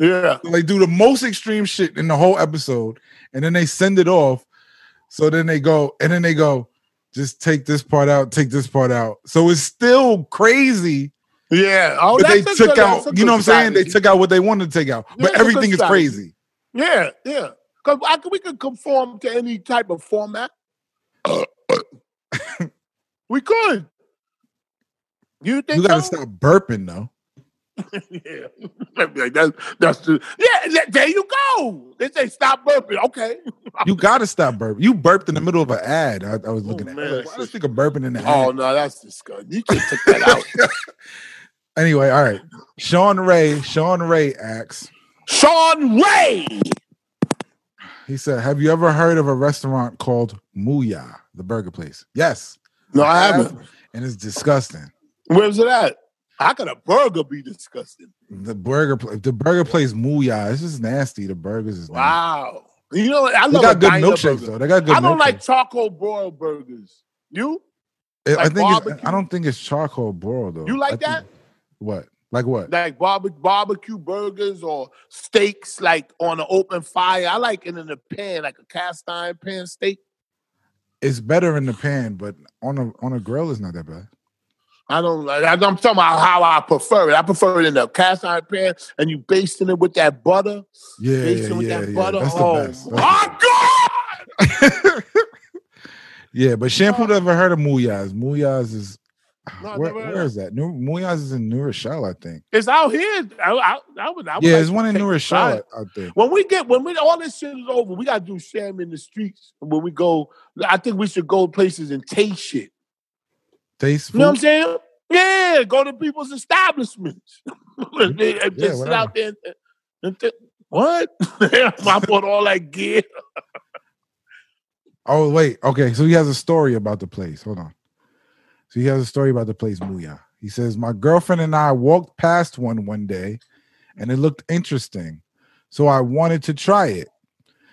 Speaker 2: yeah.
Speaker 3: They do the most extreme shit in the whole episode, and then they send it off. So then they go, and then they go, just take this part out, take this part out. So it's still crazy,
Speaker 2: Yeah. Oh,
Speaker 3: but they
Speaker 2: that's a
Speaker 3: took
Speaker 2: good- that's a
Speaker 3: out. You
Speaker 2: good
Speaker 3: know what I'm saying? They
Speaker 2: strategy.
Speaker 3: took out what they wanted to take out,
Speaker 2: Yeah,
Speaker 3: but
Speaker 2: that's a good
Speaker 3: everything is
Speaker 2: strategy.
Speaker 3: crazy.
Speaker 2: Yeah, yeah. Because I could, we could conform to any type of format. we could. You think
Speaker 3: You got to
Speaker 2: so?
Speaker 3: stop burping though.
Speaker 2: yeah. I'd be like, that's that's the yeah. th- There you go. They say stop burping. Okay.
Speaker 3: You got to stop burping. You burped in the middle of an ad. I, I was looking at.
Speaker 2: Oh, man,
Speaker 3: Man, like,
Speaker 2: that's
Speaker 3: Why
Speaker 2: just-
Speaker 3: does nigga burping in the
Speaker 2: Oh
Speaker 3: ad?
Speaker 2: no, that's disgusting. You just took that out.
Speaker 3: Anyway, all right. Sean Ray. Sean Ray asks.
Speaker 2: Sean Ray.
Speaker 3: He said, "Have you ever heard of a restaurant called Muya, the burger place?" Yes.
Speaker 2: No, I haven't.
Speaker 3: And it's disgusting.
Speaker 2: Where's it at? How could a burger be disgusting?
Speaker 3: The burger, pla- the burger place Muya. It's just nasty. The burgers is nasty.
Speaker 2: Wow. You know, I love
Speaker 3: They Mm. got
Speaker 2: a
Speaker 3: good
Speaker 2: diner
Speaker 3: milkshakes
Speaker 2: burger.
Speaker 3: though. They got good.
Speaker 2: I don't like
Speaker 3: milkshakes.
Speaker 2: charcoal broiled burgers. You?
Speaker 3: I- I
Speaker 2: like
Speaker 3: think it's,
Speaker 2: barbecue.
Speaker 3: I don't think it's charcoal broil though.
Speaker 2: You like
Speaker 3: I think-
Speaker 2: that?
Speaker 3: What? Like what?
Speaker 2: like barbe- barbecue burgers or steaks like on an open fire. I like it in a pan, like a cast iron pan steak.
Speaker 3: It's better in the pan, but on a on a grill is not that bad.
Speaker 2: I don't like. I'm talking about how I prefer it. I prefer it in a cast iron pan, and you basting it with that butter,
Speaker 3: Yeah, yeah,
Speaker 2: basting with
Speaker 3: yeah,
Speaker 2: that
Speaker 3: yeah.
Speaker 2: butter.
Speaker 3: That's the
Speaker 2: oh
Speaker 3: best. That's
Speaker 2: my god!
Speaker 3: the best. yeah, but shampoo never heard of Muyas. Muyas is ah,
Speaker 2: No, I've
Speaker 3: where,
Speaker 2: never heard
Speaker 3: where
Speaker 2: of
Speaker 3: is that? New Muyas is in New Rochelle, I think.
Speaker 2: It's out here. I, I, I would. I would
Speaker 3: yeah,
Speaker 2: like
Speaker 3: there's
Speaker 2: to
Speaker 3: one in
Speaker 2: take
Speaker 3: New
Speaker 2: a
Speaker 3: Rochelle,
Speaker 2: ride.
Speaker 3: I I think.
Speaker 2: When we get when we all this shit is over, we gotta do sham in the streets. When we go, I think we should go places and taste shit.
Speaker 3: Taste
Speaker 2: You know what I'm
Speaker 3: food?
Speaker 2: saying? Yeah, go to people's establishments. If they, if they
Speaker 3: Yeah,
Speaker 2: sit
Speaker 3: whatever.
Speaker 2: out there and, and th- what? I bought all that gear.
Speaker 3: Oh wait, okay. So he has a story about the place. Hold on. So he has a story about the place Muya. He says, "My girlfriend and I walked past one one day, and it looked interesting, so I wanted to try it.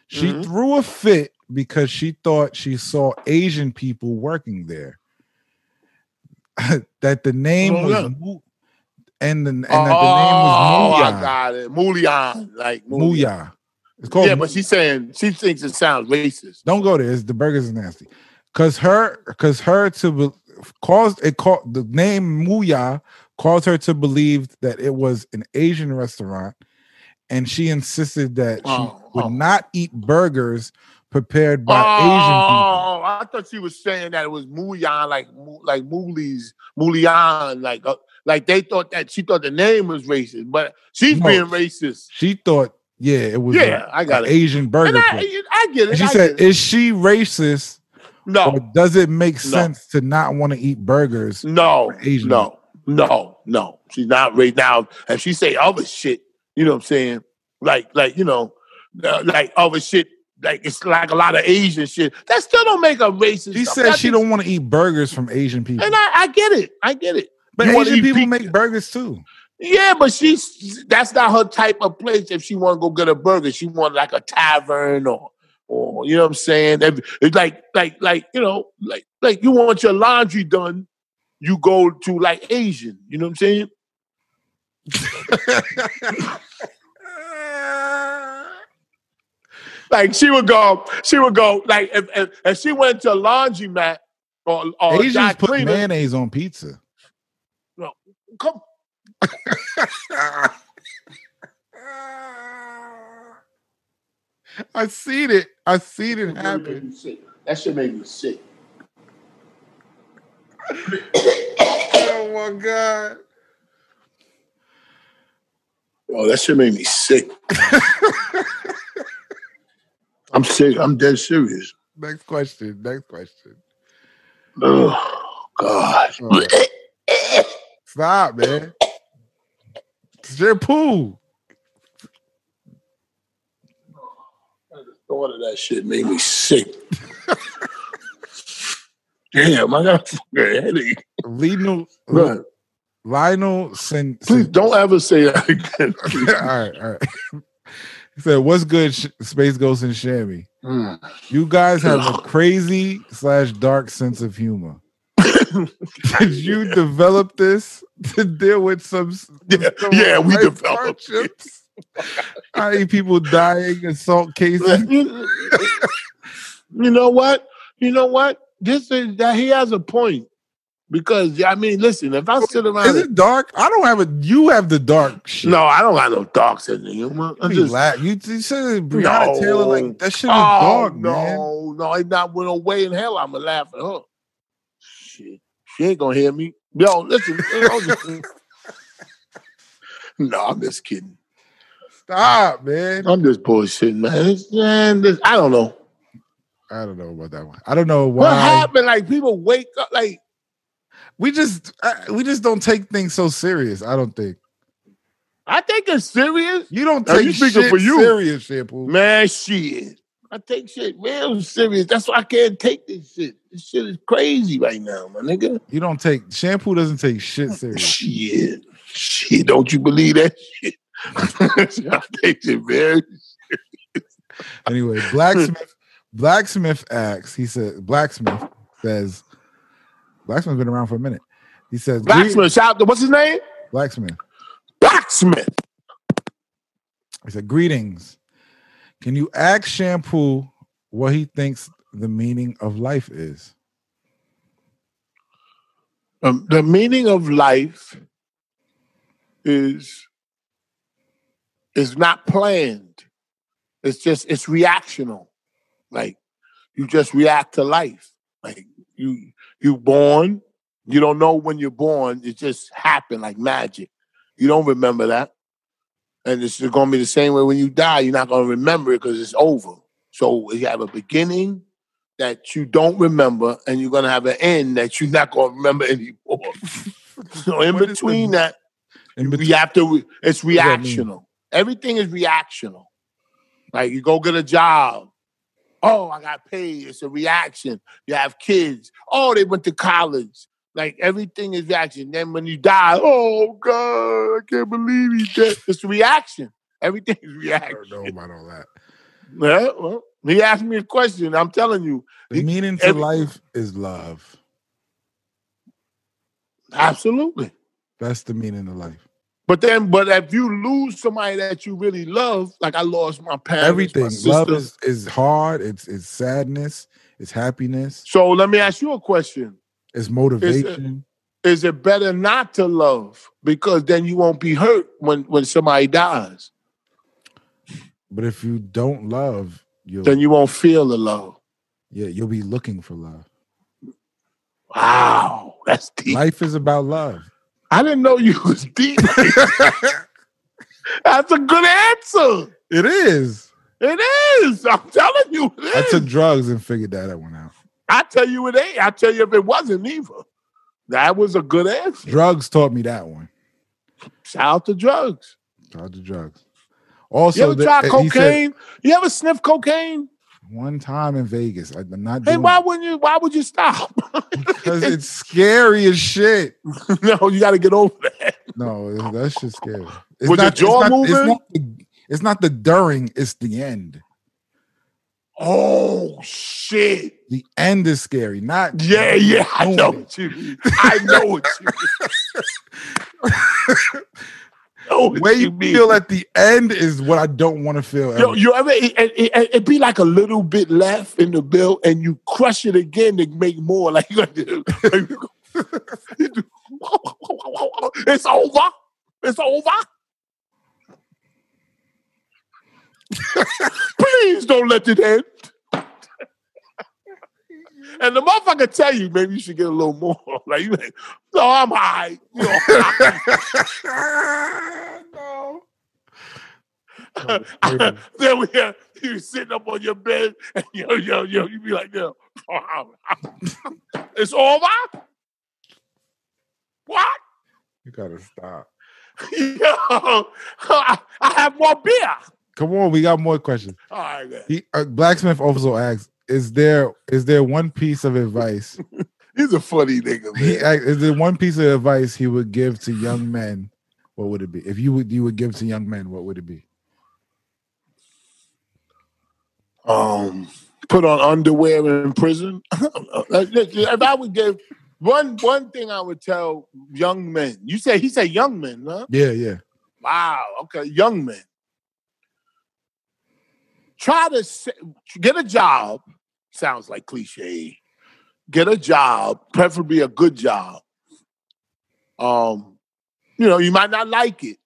Speaker 3: She
Speaker 2: Mhm.
Speaker 3: threw a fit because she thought she saw Asian people working there. that the name
Speaker 2: Oh, yeah.
Speaker 3: was Mu- and the, and that the
Speaker 2: oh,
Speaker 3: name was
Speaker 2: I
Speaker 3: Muya.
Speaker 2: got it. Mulian. Like Mulian.
Speaker 3: Muya. It's called
Speaker 2: yeah, but she's saying she thinks it sounds racist.
Speaker 3: Don't go there. It's, the burgers is nasty. Cause her, cause her to be- caused it called the name Muya caused her to believe that it was an Asian restaurant, and she insisted that
Speaker 2: Oh,
Speaker 3: she would
Speaker 2: oh.
Speaker 3: not eat burgers prepared by Asian
Speaker 2: Oh,
Speaker 3: people.
Speaker 2: I thought she was saying that it was Muyan, like Mu- like Mooley's Mulian, like uh, like they thought that she thought the name was racist, but she's
Speaker 3: No.
Speaker 2: being racist.
Speaker 3: She thought, yeah, it was
Speaker 2: Yeah,
Speaker 3: a-
Speaker 2: I got
Speaker 3: a
Speaker 2: it.
Speaker 3: Asian burger.
Speaker 2: And I,
Speaker 3: place.
Speaker 2: I get it.
Speaker 3: And she
Speaker 2: I
Speaker 3: said,
Speaker 2: get it.
Speaker 3: "Is she racist, or
Speaker 2: no,
Speaker 3: does it make
Speaker 2: No.
Speaker 3: sense to not want to eat burgers?"
Speaker 2: no,
Speaker 3: Asian.
Speaker 2: no, no, no. She's not right now. And she say other shit. You know what I'm saying? Like like you know, uh, like other shit. Like it's like a lot of Asian shit. That still don't make her racist.
Speaker 3: She
Speaker 2: I mean,
Speaker 3: said
Speaker 2: I
Speaker 3: she
Speaker 2: think-
Speaker 3: don't want to eat burgers from Asian people,
Speaker 2: And I, I get it. I get it.
Speaker 3: but
Speaker 2: You wanna
Speaker 3: Asian
Speaker 2: eat
Speaker 3: people
Speaker 2: pizza.
Speaker 3: make burgers too.
Speaker 2: Yeah, but she's that's not her type of place. If she want to go get a burger, she want like a tavern or or you know what I'm saying. If- It's like like like you know like like you want your laundry done, you go to like Asian. You know what I'm saying? Like she would go, she would go like if if, if she went to a laundromat or or a dry
Speaker 3: Asians put
Speaker 2: cleaner,
Speaker 3: mayonnaise on pizza.
Speaker 2: come-
Speaker 3: I seen it. I seen
Speaker 2: That
Speaker 3: it
Speaker 2: shit made
Speaker 3: happen.
Speaker 2: me sick. That shit made me sick.
Speaker 3: Oh my god.
Speaker 2: Oh, that shit made me sick. I'm sick. I'm dead serious.
Speaker 3: Next question. Next question.
Speaker 2: Oh God.
Speaker 3: Oh. Stop, man. It's your poo.
Speaker 2: Thought of that shit made me sick. Damn, I got a fucking headache.
Speaker 3: Lionel,
Speaker 2: Look,
Speaker 3: Lionel Sin.
Speaker 2: please
Speaker 3: Sin-
Speaker 2: don't ever say that again.
Speaker 3: all right, all right. He said, "What's good, Sh- Space Ghost and Shammy?
Speaker 2: Mm.
Speaker 3: You guys have a crazy slash dark sense of humor. Did you develop this to deal with some? s-
Speaker 2: Yeah,
Speaker 3: some
Speaker 2: yeah, we
Speaker 3: life
Speaker 2: developed it.
Speaker 3: hardships? I.e., people dying, assault cases.
Speaker 2: you know what? You know what? This is that he has a point because I mean, listen, if I sit around,
Speaker 3: Is it dark? I don't have a. You have the dark shit.
Speaker 2: no, I don't got no dark sense of humor.
Speaker 3: you
Speaker 2: I'm just
Speaker 3: laugh. You, you said Breonna
Speaker 2: No. Oh,
Speaker 3: Taylor like that shit is dark,
Speaker 2: no,
Speaker 3: man.
Speaker 2: no, it not went away in hell. I'ma laugh at her. Shit. She ain't gonna hear me. Yo, listen. I'm just- no, I'm just kidding.
Speaker 3: Stop, man.
Speaker 2: I'm just bullshitting, man. It's- man this- I don't know.
Speaker 3: I don't know about that one. I don't know
Speaker 2: What
Speaker 3: why.
Speaker 2: happened? Like people wake up like
Speaker 3: We just uh, we just don't take things so serious. I don't think
Speaker 2: I think it's serious.
Speaker 3: you don't
Speaker 2: Now,
Speaker 3: take
Speaker 2: you speaking
Speaker 3: shit
Speaker 2: for you.
Speaker 3: serious, shampoo.
Speaker 2: Man, shit. I take shit real serious. That's why I can't take this shit. This shit is crazy right now, my nigga.
Speaker 3: You don't take shampoo doesn't take shit serious.
Speaker 2: Shit. Shit, don't you believe that shit? I take it very
Speaker 3: Anyway, blacksmith blacksmith asks. He said blacksmith says blacksmith's been around for a minute. He says "Greet-
Speaker 2: Blacksmith, shout out to what's his name?
Speaker 3: blacksmith.
Speaker 2: Blacksmith.
Speaker 3: He said, Greetings. Can you ask Shampoo what he thinks the meaning of life is?
Speaker 2: Um, the meaning of life is is not planned. It's just it's reactional. Like you just react to life. Like you you born, you don't know when you're born. It just happened like magic. You don't remember that, and it's going to be the same way when you die. You're not going to remember it because it's over. So you have a beginning that you don't remember, and you're going to have an end that you're not going to remember anymore. so in
Speaker 3: What is the-
Speaker 2: between that,
Speaker 3: In between,
Speaker 2: we have to. re- It's
Speaker 3: that mean?
Speaker 2: reactional. Everything is reactional. Like you go get a job. Oh, I got paid. It's a reaction. You have kids. Oh, they went to college. Like everything is reaction. Then when you die, oh God, I can't believe he dead. It's reaction. Everything is
Speaker 3: I don't know
Speaker 2: reaction.
Speaker 3: about all that.
Speaker 2: Yeah, well, he asked me a question. I'm telling you,
Speaker 3: The
Speaker 2: It-
Speaker 3: meaning to
Speaker 2: every-
Speaker 3: life is love.
Speaker 2: absolutely.
Speaker 3: That's the meaning of life.
Speaker 2: But then, but if you lose somebody that you really love, like I lost my parents, my
Speaker 3: Everything.
Speaker 2: sister.
Speaker 3: Love is, is hard. It's it's sadness. It's happiness.
Speaker 2: So let me ask you a question.
Speaker 3: It's motivation.
Speaker 2: Is it better not to love because then you won't be hurt when when somebody dies?
Speaker 3: But if you don't love, you'll
Speaker 2: Then you won't feel the love.
Speaker 3: yeah, you'll be looking for love.
Speaker 2: Wow, that's deep.
Speaker 3: Life is about love.
Speaker 2: I didn't know you was deep. that's a good answer.
Speaker 3: It is.
Speaker 2: It is. I'm telling you, it
Speaker 3: I
Speaker 2: is.
Speaker 3: took drugs and figured that out one out.
Speaker 2: I tell you it ain't. I tell you if it wasn't either. That was a good answer.
Speaker 3: Drugs taught me that one.
Speaker 2: Shout out to drugs.
Speaker 3: Shout out to drugs. Also,
Speaker 2: You ever
Speaker 3: the- eh,
Speaker 2: try
Speaker 3: he
Speaker 2: cocaine?
Speaker 3: said,
Speaker 2: you ever sniff cocaine?
Speaker 3: one time in Vegas, I- I'm not
Speaker 2: Hey,
Speaker 3: doing
Speaker 2: why wouldn't you? Why would you stop?
Speaker 3: because it's scary as shit.
Speaker 2: no, you got to get over that.
Speaker 3: No, that's just scary. It's
Speaker 2: Was your jaw
Speaker 3: it's not,
Speaker 2: moving?
Speaker 3: It's not, the, it's not the during, it's the end.
Speaker 2: Oh shit!
Speaker 3: The end is scary, not
Speaker 2: Yeah, yeah. I
Speaker 3: Doing
Speaker 2: know
Speaker 3: it.
Speaker 2: what you. mean. I know what you. mean. know what
Speaker 3: Where you
Speaker 2: mean.
Speaker 3: feel at the end is what I don't want to feel.
Speaker 2: Yo,
Speaker 3: ever.
Speaker 2: you ever it, it, it, it be like a little bit left in the bill, and you crush it again to make more. Like you do. it's over. It's over. Please don't let it end. And the motherfucker tell you maybe you should get a little more. Like you, like, no, I'm high. You know,
Speaker 3: no.
Speaker 2: then we uh, you sitting up on your bed and yo yo yo you be like yo it's over what
Speaker 3: You gotta stop.
Speaker 2: yo I, I have more beer
Speaker 3: Come on, we got more questions.
Speaker 2: all right man.
Speaker 3: He, uh, Blacksmith also asks, "Is there is there one piece of advice
Speaker 2: he's a funny nigga
Speaker 3: He,
Speaker 2: man.
Speaker 3: ac- is there one piece of advice he would give to young men? What would it be? If you would you would give to young men, what would it be?
Speaker 2: um put on underwear in prison Like, if I would give one one thing I would tell young men you say he said young men huh
Speaker 3: Yeah, yeah.
Speaker 2: Wow. Okay, young men. Try to sa- get a job. Sounds like cliche. Get a job, preferably a good job. Um, you know, you might not like it.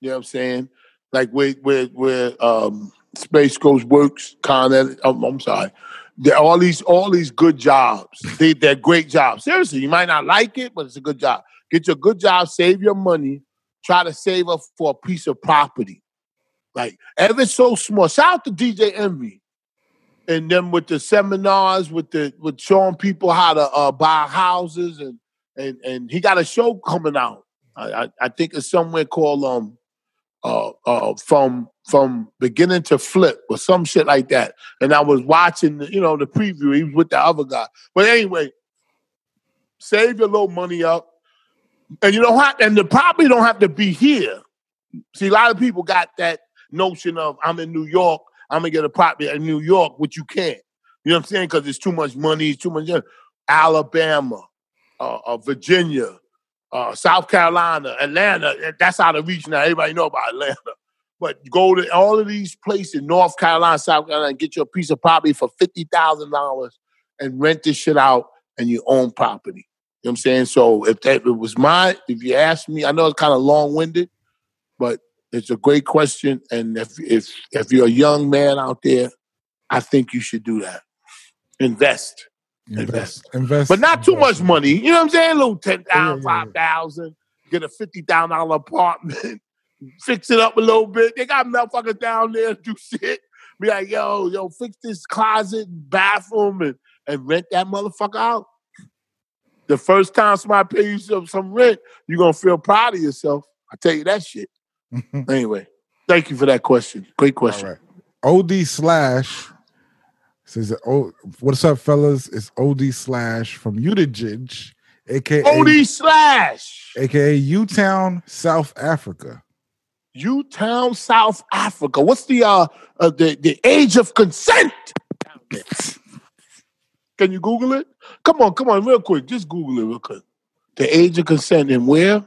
Speaker 2: You know what I'm saying? Like where where where um, Space Ghost works, Con Ed, um, I'm sorry. There all these all these good jobs. They they're great jobs. Seriously, you might not like it, but it's a good job. Get your good job, save your money, try to save up for a piece of property. Like ever so small. Shout out to DJ Envy. And then with the seminars, with the with showing people how to uh, buy houses and and and he got a show coming out. I I, I think it's somewhere called um uh uh from from beginning to flip or some shit like that. And I was watching the, you know the preview. He was with the other guy. But anyway, save your little money up and you don't have and the probably don't have to be here. See, a lot of people got that notion of I'm in New York, I'm gonna get a property in New York, which you can't. You know what I'm saying? Because it's too much money, it's too much. Alabama, uh, uh, Virginia, uh, South Carolina, Atlanta. eh, That's out of reach now. Everybody know about Atlanta. But go to all of these places, North Carolina, South Carolina, and get you a piece of property for fifty thousand dollars and rent this shit out, and you own property. You know what I'm saying? So if that if it was my, if you ask me, I know it's kind of long-winded, but it's a great question. And if if if you're a young man out there, I think you should do that. Invest. Invest.
Speaker 3: Invest.
Speaker 2: But not too much money. You know what I'm saying? A little ten
Speaker 3: Yeah, yeah,
Speaker 2: thousand,
Speaker 3: yeah.
Speaker 2: five thousand, get a fifty thousand dollar apartment, fix it up a little bit. They got motherfuckers down there to do shit. Be like, yo, yo, fix this closet and bathroom and, and rent that motherfucker out. The first time somebody pays you some- some rent, you're gonna feel proud of yourself. I tell you that shit. Anyway, thank you for that question. Great
Speaker 3: All
Speaker 2: question.
Speaker 3: right. OD slash says, "Oh, what's up, fellas? It's OD slash from Utijij, aka
Speaker 2: OD slash
Speaker 3: aka U Town, South Africa.
Speaker 2: U Town, South Africa. What's the uh, uh the, the age of consent? Can you Google it? Come on, come on, real quick. Just Google it real quick. The age of consent and where?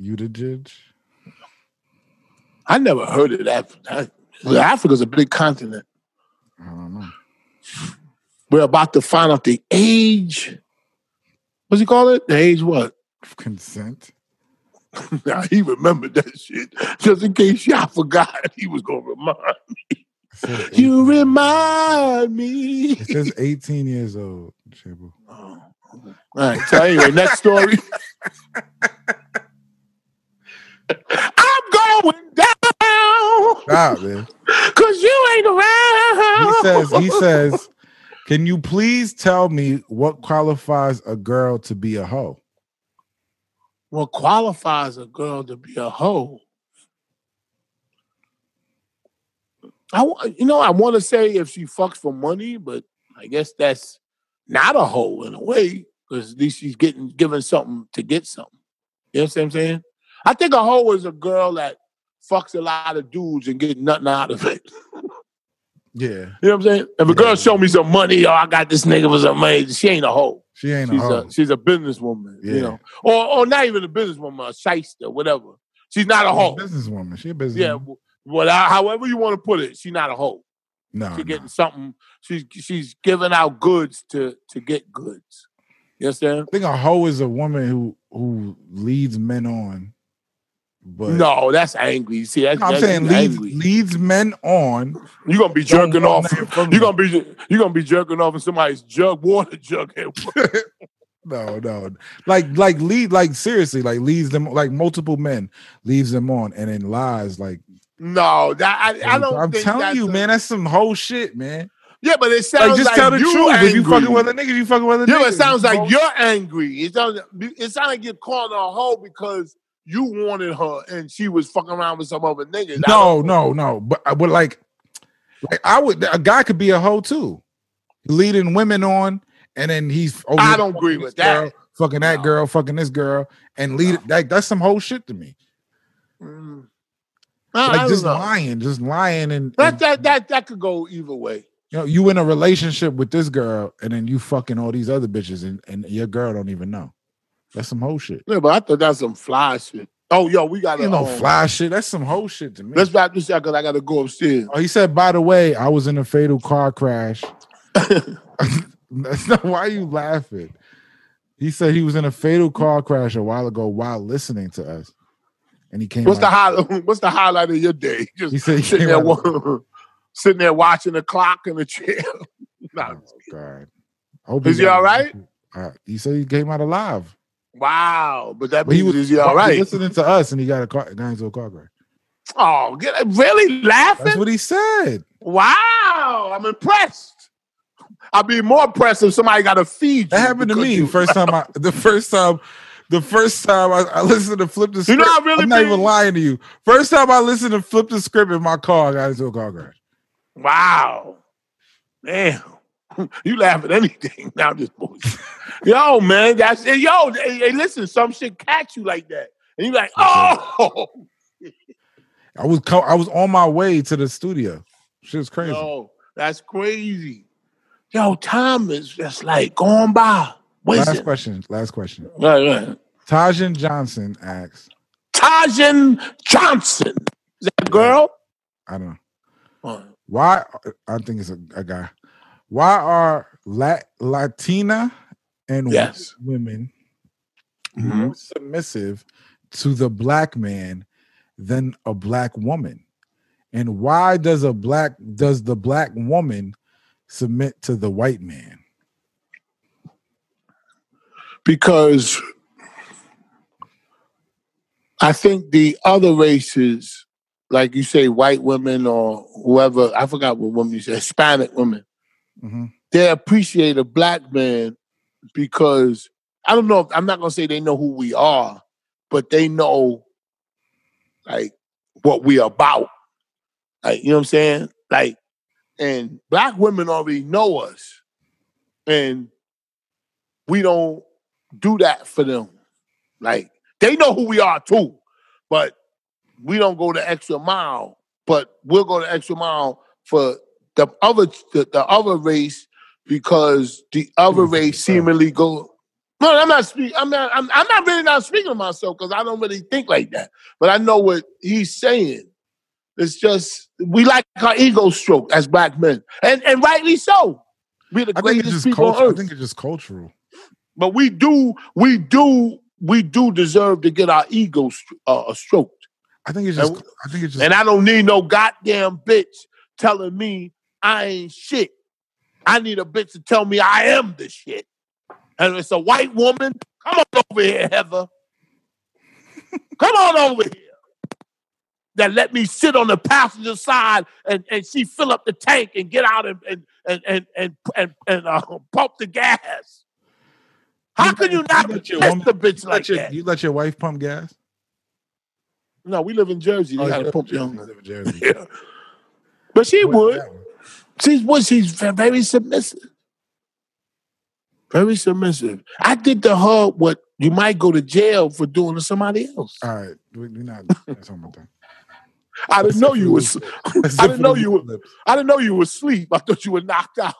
Speaker 3: Utijij.
Speaker 2: I never heard of that. that Africa's a big continent.
Speaker 3: I don't know.
Speaker 2: We're about to find out the age What's he call it? The age what?
Speaker 3: Consent.
Speaker 2: Now he remembered that shit just in case y'all forgot. He was gonna remind. You remind me.
Speaker 3: It says 18 years old. Chibu.
Speaker 2: Oh. All right. So anyway, next story. I'm going down
Speaker 3: Stop, man.
Speaker 2: because you ain't around.
Speaker 3: He says, he says, can you please tell me what qualifies a girl to be a hoe?
Speaker 2: what qualifies a girl to be a hoe? I, wa- you know, I want to say if she fucks for money, but I guess that's not a hoe in a way because at least she's getting given something to get something. You know what I'm saying? I think a hoe is a girl that fucks a lot of dudes and get nothing out of it.
Speaker 3: Yeah.
Speaker 2: You know what I'm saying? If a girl
Speaker 3: Yeah.
Speaker 2: show me some money, oh, I got this nigga for some money, she ain't a hoe.
Speaker 3: She ain't
Speaker 2: She's
Speaker 3: a hoe.
Speaker 2: a, she's a businesswoman,
Speaker 3: Yeah.
Speaker 2: you know, or or not even a businesswoman, a shyster, whatever. She's not a hoe.
Speaker 3: She's a businesswoman. She a
Speaker 2: Yeah,
Speaker 3: businesswoman.
Speaker 2: wh- well, I- however you want to put it, she's not a hoe.
Speaker 3: No,
Speaker 2: She's
Speaker 3: no.
Speaker 2: getting something. She's she's giving out goods to to get goods. You understand?
Speaker 3: I think a hoe is a woman who who leads men on. But
Speaker 2: no, that's angry. You See, that's,
Speaker 3: I'm
Speaker 2: that's
Speaker 3: saying leads
Speaker 2: angry.
Speaker 3: leads men on.
Speaker 2: You're gonna be
Speaker 3: Don't
Speaker 2: jerking
Speaker 3: want
Speaker 2: off.
Speaker 3: nothing from
Speaker 2: You're gonna
Speaker 3: them.
Speaker 2: be you're gonna be jerking off in somebody's jug water jug. at-
Speaker 3: No, no. Like like lead like seriously, like leads them like multiple men leaves them on and then lies like
Speaker 2: no, that I, I don't.
Speaker 3: I'm
Speaker 2: think
Speaker 3: telling
Speaker 2: that's
Speaker 3: you,
Speaker 2: a-
Speaker 3: man, that's some whole shit, man.
Speaker 2: Yeah, but it sounds like
Speaker 3: Like just tell the
Speaker 2: you
Speaker 3: truth.
Speaker 2: Angry.
Speaker 3: If you fucking with a nigga, you fucking with a nigga.
Speaker 2: Yeah, but it sounds
Speaker 3: Hoe.
Speaker 2: like you're angry. It sounds it sounds like you're calling her a hoe because you wanted her and she was fucking around with some other niggas. I
Speaker 3: No,
Speaker 2: don't-
Speaker 3: no, no. But I would like, like I would. A guy could be a hoe too, leading women on, and then he's. over
Speaker 2: I
Speaker 3: here
Speaker 2: don't
Speaker 3: fucking
Speaker 2: agree
Speaker 3: this
Speaker 2: with that.
Speaker 3: girl, fucking that
Speaker 2: No.
Speaker 3: girl, fucking this girl, and lead. Like that's some whole shit to me.
Speaker 2: Mm. I, I
Speaker 3: Like
Speaker 2: don't
Speaker 3: just
Speaker 2: know.
Speaker 3: lying, just lying, and,
Speaker 2: That,
Speaker 3: and,
Speaker 2: that that that could go either way.
Speaker 3: you know you in a relationship with this girl, and then you fucking all these other bitches, and, and your girl don't even know. That's some whole shit.
Speaker 2: Yeah, but I thought that's some fly shit. Oh, yo, we got
Speaker 3: You
Speaker 2: to
Speaker 3: know,
Speaker 2: um,
Speaker 3: fly shit. That's some whole shit to me.
Speaker 2: Let's wrap this up because I got to go upstairs.
Speaker 3: Oh, he said, by the way, I was in a fatal car crash. That's not why you laughing. He said he was in a fatal car crash a while ago while listening to us. And he came
Speaker 2: What's the
Speaker 3: out,
Speaker 2: highlight? What's the highlight of your day? Just
Speaker 3: he said he
Speaker 2: sitting
Speaker 3: came
Speaker 2: there,
Speaker 3: out-
Speaker 2: wa- sitting there watching the clock in the chair. Nah.
Speaker 3: Oh, God. I hope
Speaker 2: Is he
Speaker 3: got-
Speaker 2: all right?
Speaker 3: Uh, he said he came out alive.
Speaker 2: Wow, but that
Speaker 3: But he
Speaker 2: means
Speaker 3: was
Speaker 2: is he all
Speaker 3: he
Speaker 2: right?
Speaker 3: listening to us and he got a car got into a car crash.
Speaker 2: Oh, get, really
Speaker 3: That's
Speaker 2: laughing?
Speaker 3: what he said.
Speaker 2: Wow, I'm impressed. I'd be more impressed if somebody got to feed you.
Speaker 3: That happened to
Speaker 2: because
Speaker 3: me
Speaker 2: You,
Speaker 3: first time I the first time the first time I, I listened to flip the
Speaker 2: You
Speaker 3: script.
Speaker 2: know I really
Speaker 3: I'm not
Speaker 2: be-
Speaker 3: even lying to you. First time I listened to flip the script in my car, I got into a car crash.
Speaker 2: wow, damn, you laugh at anything. Now I'm just bullshit. yo, man, that's hey, yo. Hey, hey, listen, some shit catch you like that, and you like, oh,
Speaker 3: I was co- I was on my way to the studio. Shit was crazy.
Speaker 2: yo, that's crazy. Yo, time is just like going by. What's
Speaker 3: last
Speaker 2: it?
Speaker 3: question. Last question.
Speaker 2: Right, right.
Speaker 3: Tajin Johnson asks,
Speaker 2: Tajan Johnson, is that a girl?
Speaker 3: I don't know
Speaker 2: Oh,
Speaker 3: why. I think it's a, a guy. Why are La- Latina and
Speaker 2: Yes.
Speaker 3: white women
Speaker 2: mhm.
Speaker 3: more submissive to the black man than a black woman? And why does a black does the black woman submit to the white man?
Speaker 2: because I think the other races, like you say, white women or whoever, I forgot what woman you said, Hispanic women,
Speaker 3: Mhm.
Speaker 2: they appreciate a black man because I don't know, if, I'm not going to say they know who we are, but they know like what we about. Like, you know what I'm saying? Like, and black women already know us. And we don't do that for them. Like they know who we are too, but we don't go the extra mile. But we'll go the extra mile for the other the, the other race because the other
Speaker 3: was
Speaker 2: race
Speaker 3: saying.
Speaker 2: seemingly go. No, I'm not speaking. I'm not. I'm, I'm not really not speaking to myself because I don't really think like that. But I know what he's saying. It's just we like our ego stroke as black men, and and rightly so. We're the
Speaker 3: I think it's
Speaker 2: greatest
Speaker 3: just
Speaker 2: people
Speaker 3: cultural.
Speaker 2: on
Speaker 3: I
Speaker 2: earth.
Speaker 3: think it's just cultural.
Speaker 2: But we do, we do, we do deserve to get our egos uh, stroked.
Speaker 3: I think it's just. I think it's just.
Speaker 2: And I don't need no goddamn bitch telling me I ain't shit. I need a bitch to tell me I am the shit. And it's a white woman. Come on over here, Heather. Come on over here. That let me sit on the passenger side and, and she fill up the tank and get out and and and and and, and, and, uh, pump the gas. How can you not
Speaker 3: let
Speaker 2: let
Speaker 3: your woman-
Speaker 2: the bitch
Speaker 3: you
Speaker 2: like
Speaker 3: let your,
Speaker 2: that?
Speaker 3: you let your wife pump gas?
Speaker 2: No, we live in Jersey. They
Speaker 3: Oh,
Speaker 2: gotta
Speaker 3: yeah,
Speaker 2: pump your
Speaker 3: Jersey,
Speaker 2: own.
Speaker 3: Jersey.
Speaker 2: Yeah. But she
Speaker 3: Where's
Speaker 2: would.
Speaker 3: that one?
Speaker 2: She's what she's ve- very submissive. Very submissive. I did to her what you might go to jail for doing to somebody else.
Speaker 3: All right, we, we're not that's talking about that.
Speaker 2: I didn't know you was
Speaker 3: was.
Speaker 2: I didn't know you were- I didn't know you were asleep. I thought you were knocked out.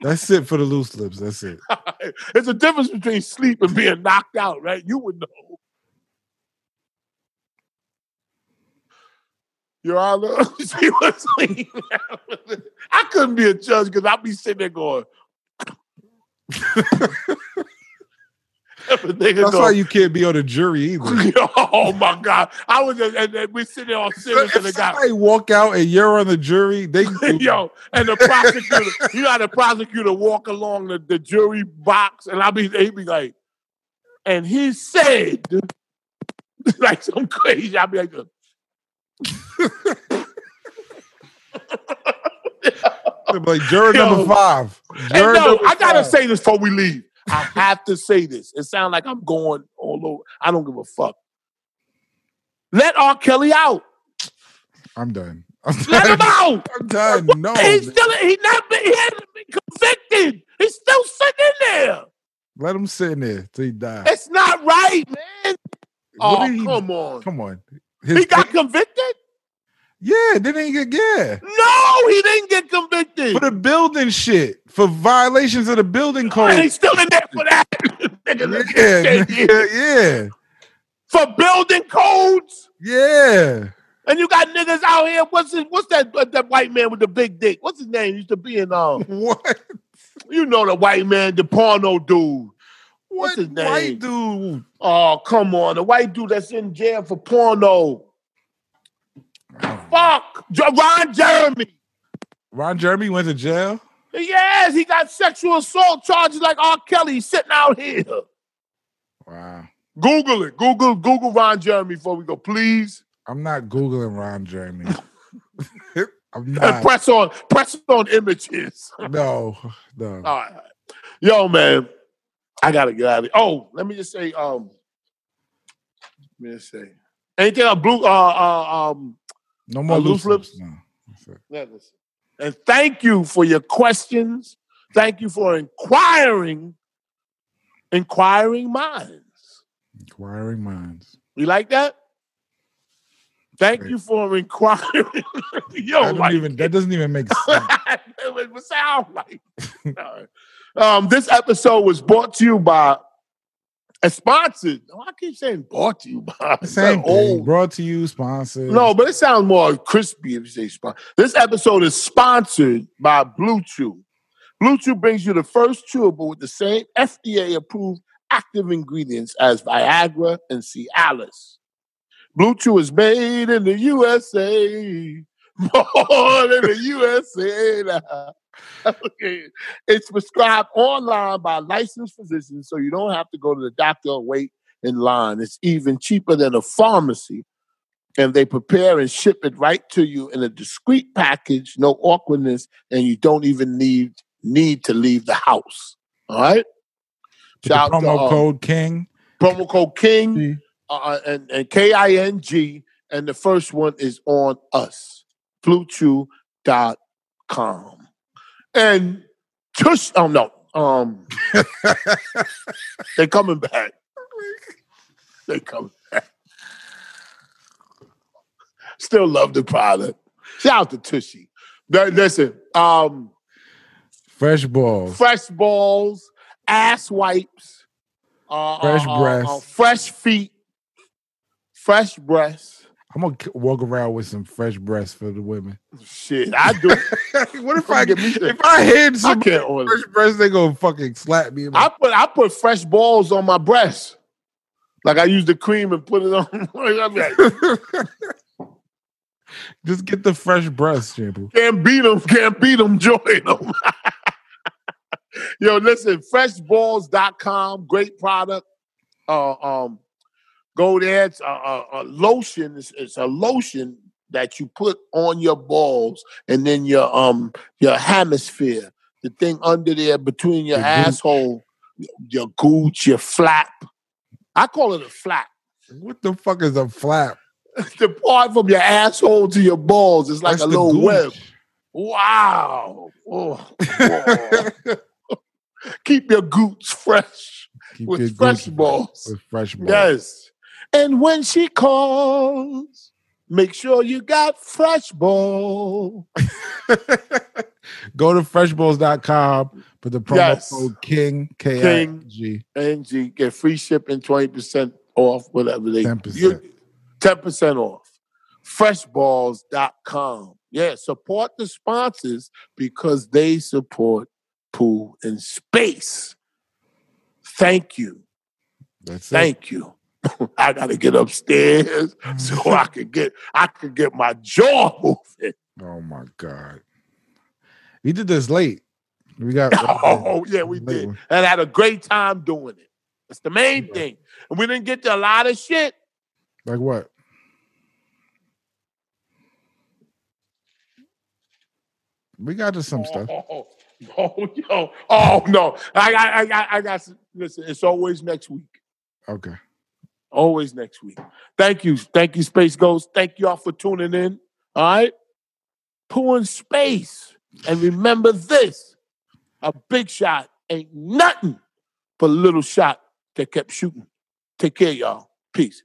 Speaker 3: That's it for the loose lips. That's it.
Speaker 2: There's a difference between sleep and being knocked out, right? You would know. Your Honor, she was asleep. I couldn't be a judge because I'd be sitting there going.
Speaker 3: That's why you can't be on the jury either.
Speaker 2: oh my God! I was just, and, and we sitting there all serious, and the
Speaker 3: If
Speaker 2: guy,
Speaker 3: somebody walk out and you're on the jury, they
Speaker 2: yo, and the prosecutor, you got the prosecutor walk along the, the jury box, and I be, he be like, and he said, like some crazy, I be like,
Speaker 3: like jury
Speaker 2: Yo.
Speaker 3: number five.
Speaker 2: and
Speaker 3: Jury
Speaker 2: no,
Speaker 3: number
Speaker 2: I gotta
Speaker 3: five.
Speaker 2: say this before we leave. I have to say this. It sounds like I'm going all over. I don't give a fuck. Let R. Kelly out.
Speaker 3: I'm done. I'm
Speaker 2: Let him
Speaker 3: done.
Speaker 2: out.
Speaker 3: I'm done. No,
Speaker 2: he's
Speaker 3: Oh, man.
Speaker 2: still he not been, he hasn't been convicted. He's still sitting there.
Speaker 3: let him sit in there till he die.
Speaker 2: It's not right, man.
Speaker 3: What
Speaker 2: Oh
Speaker 3: did he-
Speaker 2: come on.
Speaker 3: Come on.
Speaker 2: He
Speaker 3: His-
Speaker 2: got convicted?
Speaker 3: yeah, then he get yeah
Speaker 2: No, he didn't get convicted.
Speaker 3: for the building shit for violations of the building
Speaker 2: And
Speaker 3: code.
Speaker 2: he's still in there for that.
Speaker 3: Yeah,
Speaker 2: Nigga,
Speaker 3: nigga, yeah,
Speaker 2: for building codes.
Speaker 3: yeah.
Speaker 2: And you got niggas out here. What's his, what's that uh, that white man with the big dick? What's his name? Used to be in um,
Speaker 3: What?
Speaker 2: you know the white man, the porno dude.
Speaker 3: What
Speaker 2: What's his name?
Speaker 3: white dude?
Speaker 2: Oh, come on. The white dude that's in jail for porno. Fuck. J- Ron Jeremy.
Speaker 3: Ron Jeremy went to jail.
Speaker 2: Yes, he got sexual assault charges like R. Kelly sitting out here.
Speaker 3: Wow.
Speaker 2: Google it. Google Google Ron Jeremy before we go, please.
Speaker 3: I'm not googling Ron Jeremy. I'm
Speaker 2: And
Speaker 3: not.
Speaker 2: press on press on images.
Speaker 3: No, no.
Speaker 2: All right. Yo, man, I gotta get out of here. Oh, let me just say, um, let me just say, anything on blue, uh, uh, um,
Speaker 3: No more
Speaker 2: Uh, loose
Speaker 3: loose lips.
Speaker 2: lips?
Speaker 3: No. That's it.
Speaker 2: yeah, listen. and thank you for your questions. Thank you for inquiring, inquiring minds.
Speaker 3: Inquiring minds.
Speaker 2: You like that? Thank
Speaker 3: Great.
Speaker 2: you for inquiring. Yo,
Speaker 3: I don't
Speaker 2: like,
Speaker 3: even, that doesn't even make sense.
Speaker 2: it would sound like. All right. um, this episode was brought to you by and sponsored. No, I keep saying brought to you by. It's
Speaker 3: Same
Speaker 2: not
Speaker 3: thing.
Speaker 2: old.
Speaker 3: Brought to you, sponsored.
Speaker 2: No, but it sounds more crispy if you say sponsor. This episode is sponsored by Blue Chew. Blue Chew brings you the first chewable with the same FDA-approved active ingredients as Viagra and Cialis. Blue Chew is made in the USA, more than the USA. now. okay. It's prescribed online by licensed physicians, so you don't have to go to the doctor or wait in line. It's even cheaper than a pharmacy and they prepare and ship it right to you in a discreet package, no awkwardness, and you don't even need need to leave the house. All right.
Speaker 3: With the
Speaker 2: Shout out to,
Speaker 3: promo
Speaker 2: uh,
Speaker 3: code King.
Speaker 2: Promo code King
Speaker 3: Mm.
Speaker 2: uh, and and K I N G, and the first one is on us, bluechew.com. And just oh no, um, they're coming back. They coming back. Still love the product. Shout out to Tushy. Now, Listen, um,
Speaker 3: Fresh balls.
Speaker 2: fresh balls, ass wipes, uh,
Speaker 3: Fresh
Speaker 2: uh, uh,
Speaker 3: breasts.
Speaker 2: uh, fresh feet, fresh breasts.
Speaker 3: I'm gonna k- walk around with some fresh breasts for the women.
Speaker 2: Shit, I do.
Speaker 3: what if
Speaker 2: Come
Speaker 3: I
Speaker 2: get me some-
Speaker 3: if I hit
Speaker 2: I
Speaker 3: some
Speaker 2: can't order.
Speaker 3: fresh breasts, they gonna fucking slap me. in my-
Speaker 2: I put I put fresh balls on my breasts. Like I use the cream and put it on. I'm like,
Speaker 3: Just get the fresh breasts shampoo.
Speaker 2: can't beat them, can't beat them, join them. Yo, listen, freshballs.com, great product. Uh, um, go there. It's a, a, a lotion. It's, it's a lotion that you put on your balls and then your um your hemisphere, the thing under there between your,
Speaker 3: Your gooch.
Speaker 2: asshole, your gooch, your flap. I call it a flap.
Speaker 3: What the fuck is a flap?
Speaker 2: the part from your asshole to your balls is like
Speaker 3: That's
Speaker 2: a
Speaker 3: the
Speaker 2: little
Speaker 3: gooch.
Speaker 2: web. Wow. Oh, wow. Keep your gooch fresh
Speaker 3: Keep your
Speaker 2: with fresh
Speaker 3: gooch
Speaker 2: balls.
Speaker 3: With fresh balls.
Speaker 2: Yes. And when she calls, make sure you got fresh ball.
Speaker 3: Go to freshballs.com, put the promo
Speaker 2: Yes.
Speaker 3: code King K I
Speaker 2: King.
Speaker 3: N G.
Speaker 2: And you get free shipping, 20% off, whatever they
Speaker 3: 10%.
Speaker 2: you- 10% off. Freshballs.com. Yeah, support the sponsors because they support pool and space. Thank you.
Speaker 3: That's it.
Speaker 2: Thank you. I gotta get upstairs so
Speaker 3: Mm.
Speaker 2: I could get I could get my jaw moving.
Speaker 3: Oh my god. We did this late. We got
Speaker 2: Oh yeah, we did, and I had a great time doing it. That's the main
Speaker 3: Yeah.
Speaker 2: thing. And we didn't get to a lot of shit.
Speaker 3: Like what? We got to some stuff.
Speaker 2: Oh, oh, oh, oh, yo. oh no, I got I got I got. some- Listen, it's always next week.
Speaker 3: Okay.
Speaker 2: Always next week. Thank you, thank you, Space Ghost. Thank y'all for tuning in. All right, poo in space, and remember this: a big shot ain't nothing but a little shot that kept shooting. Take care, y'all. Peace.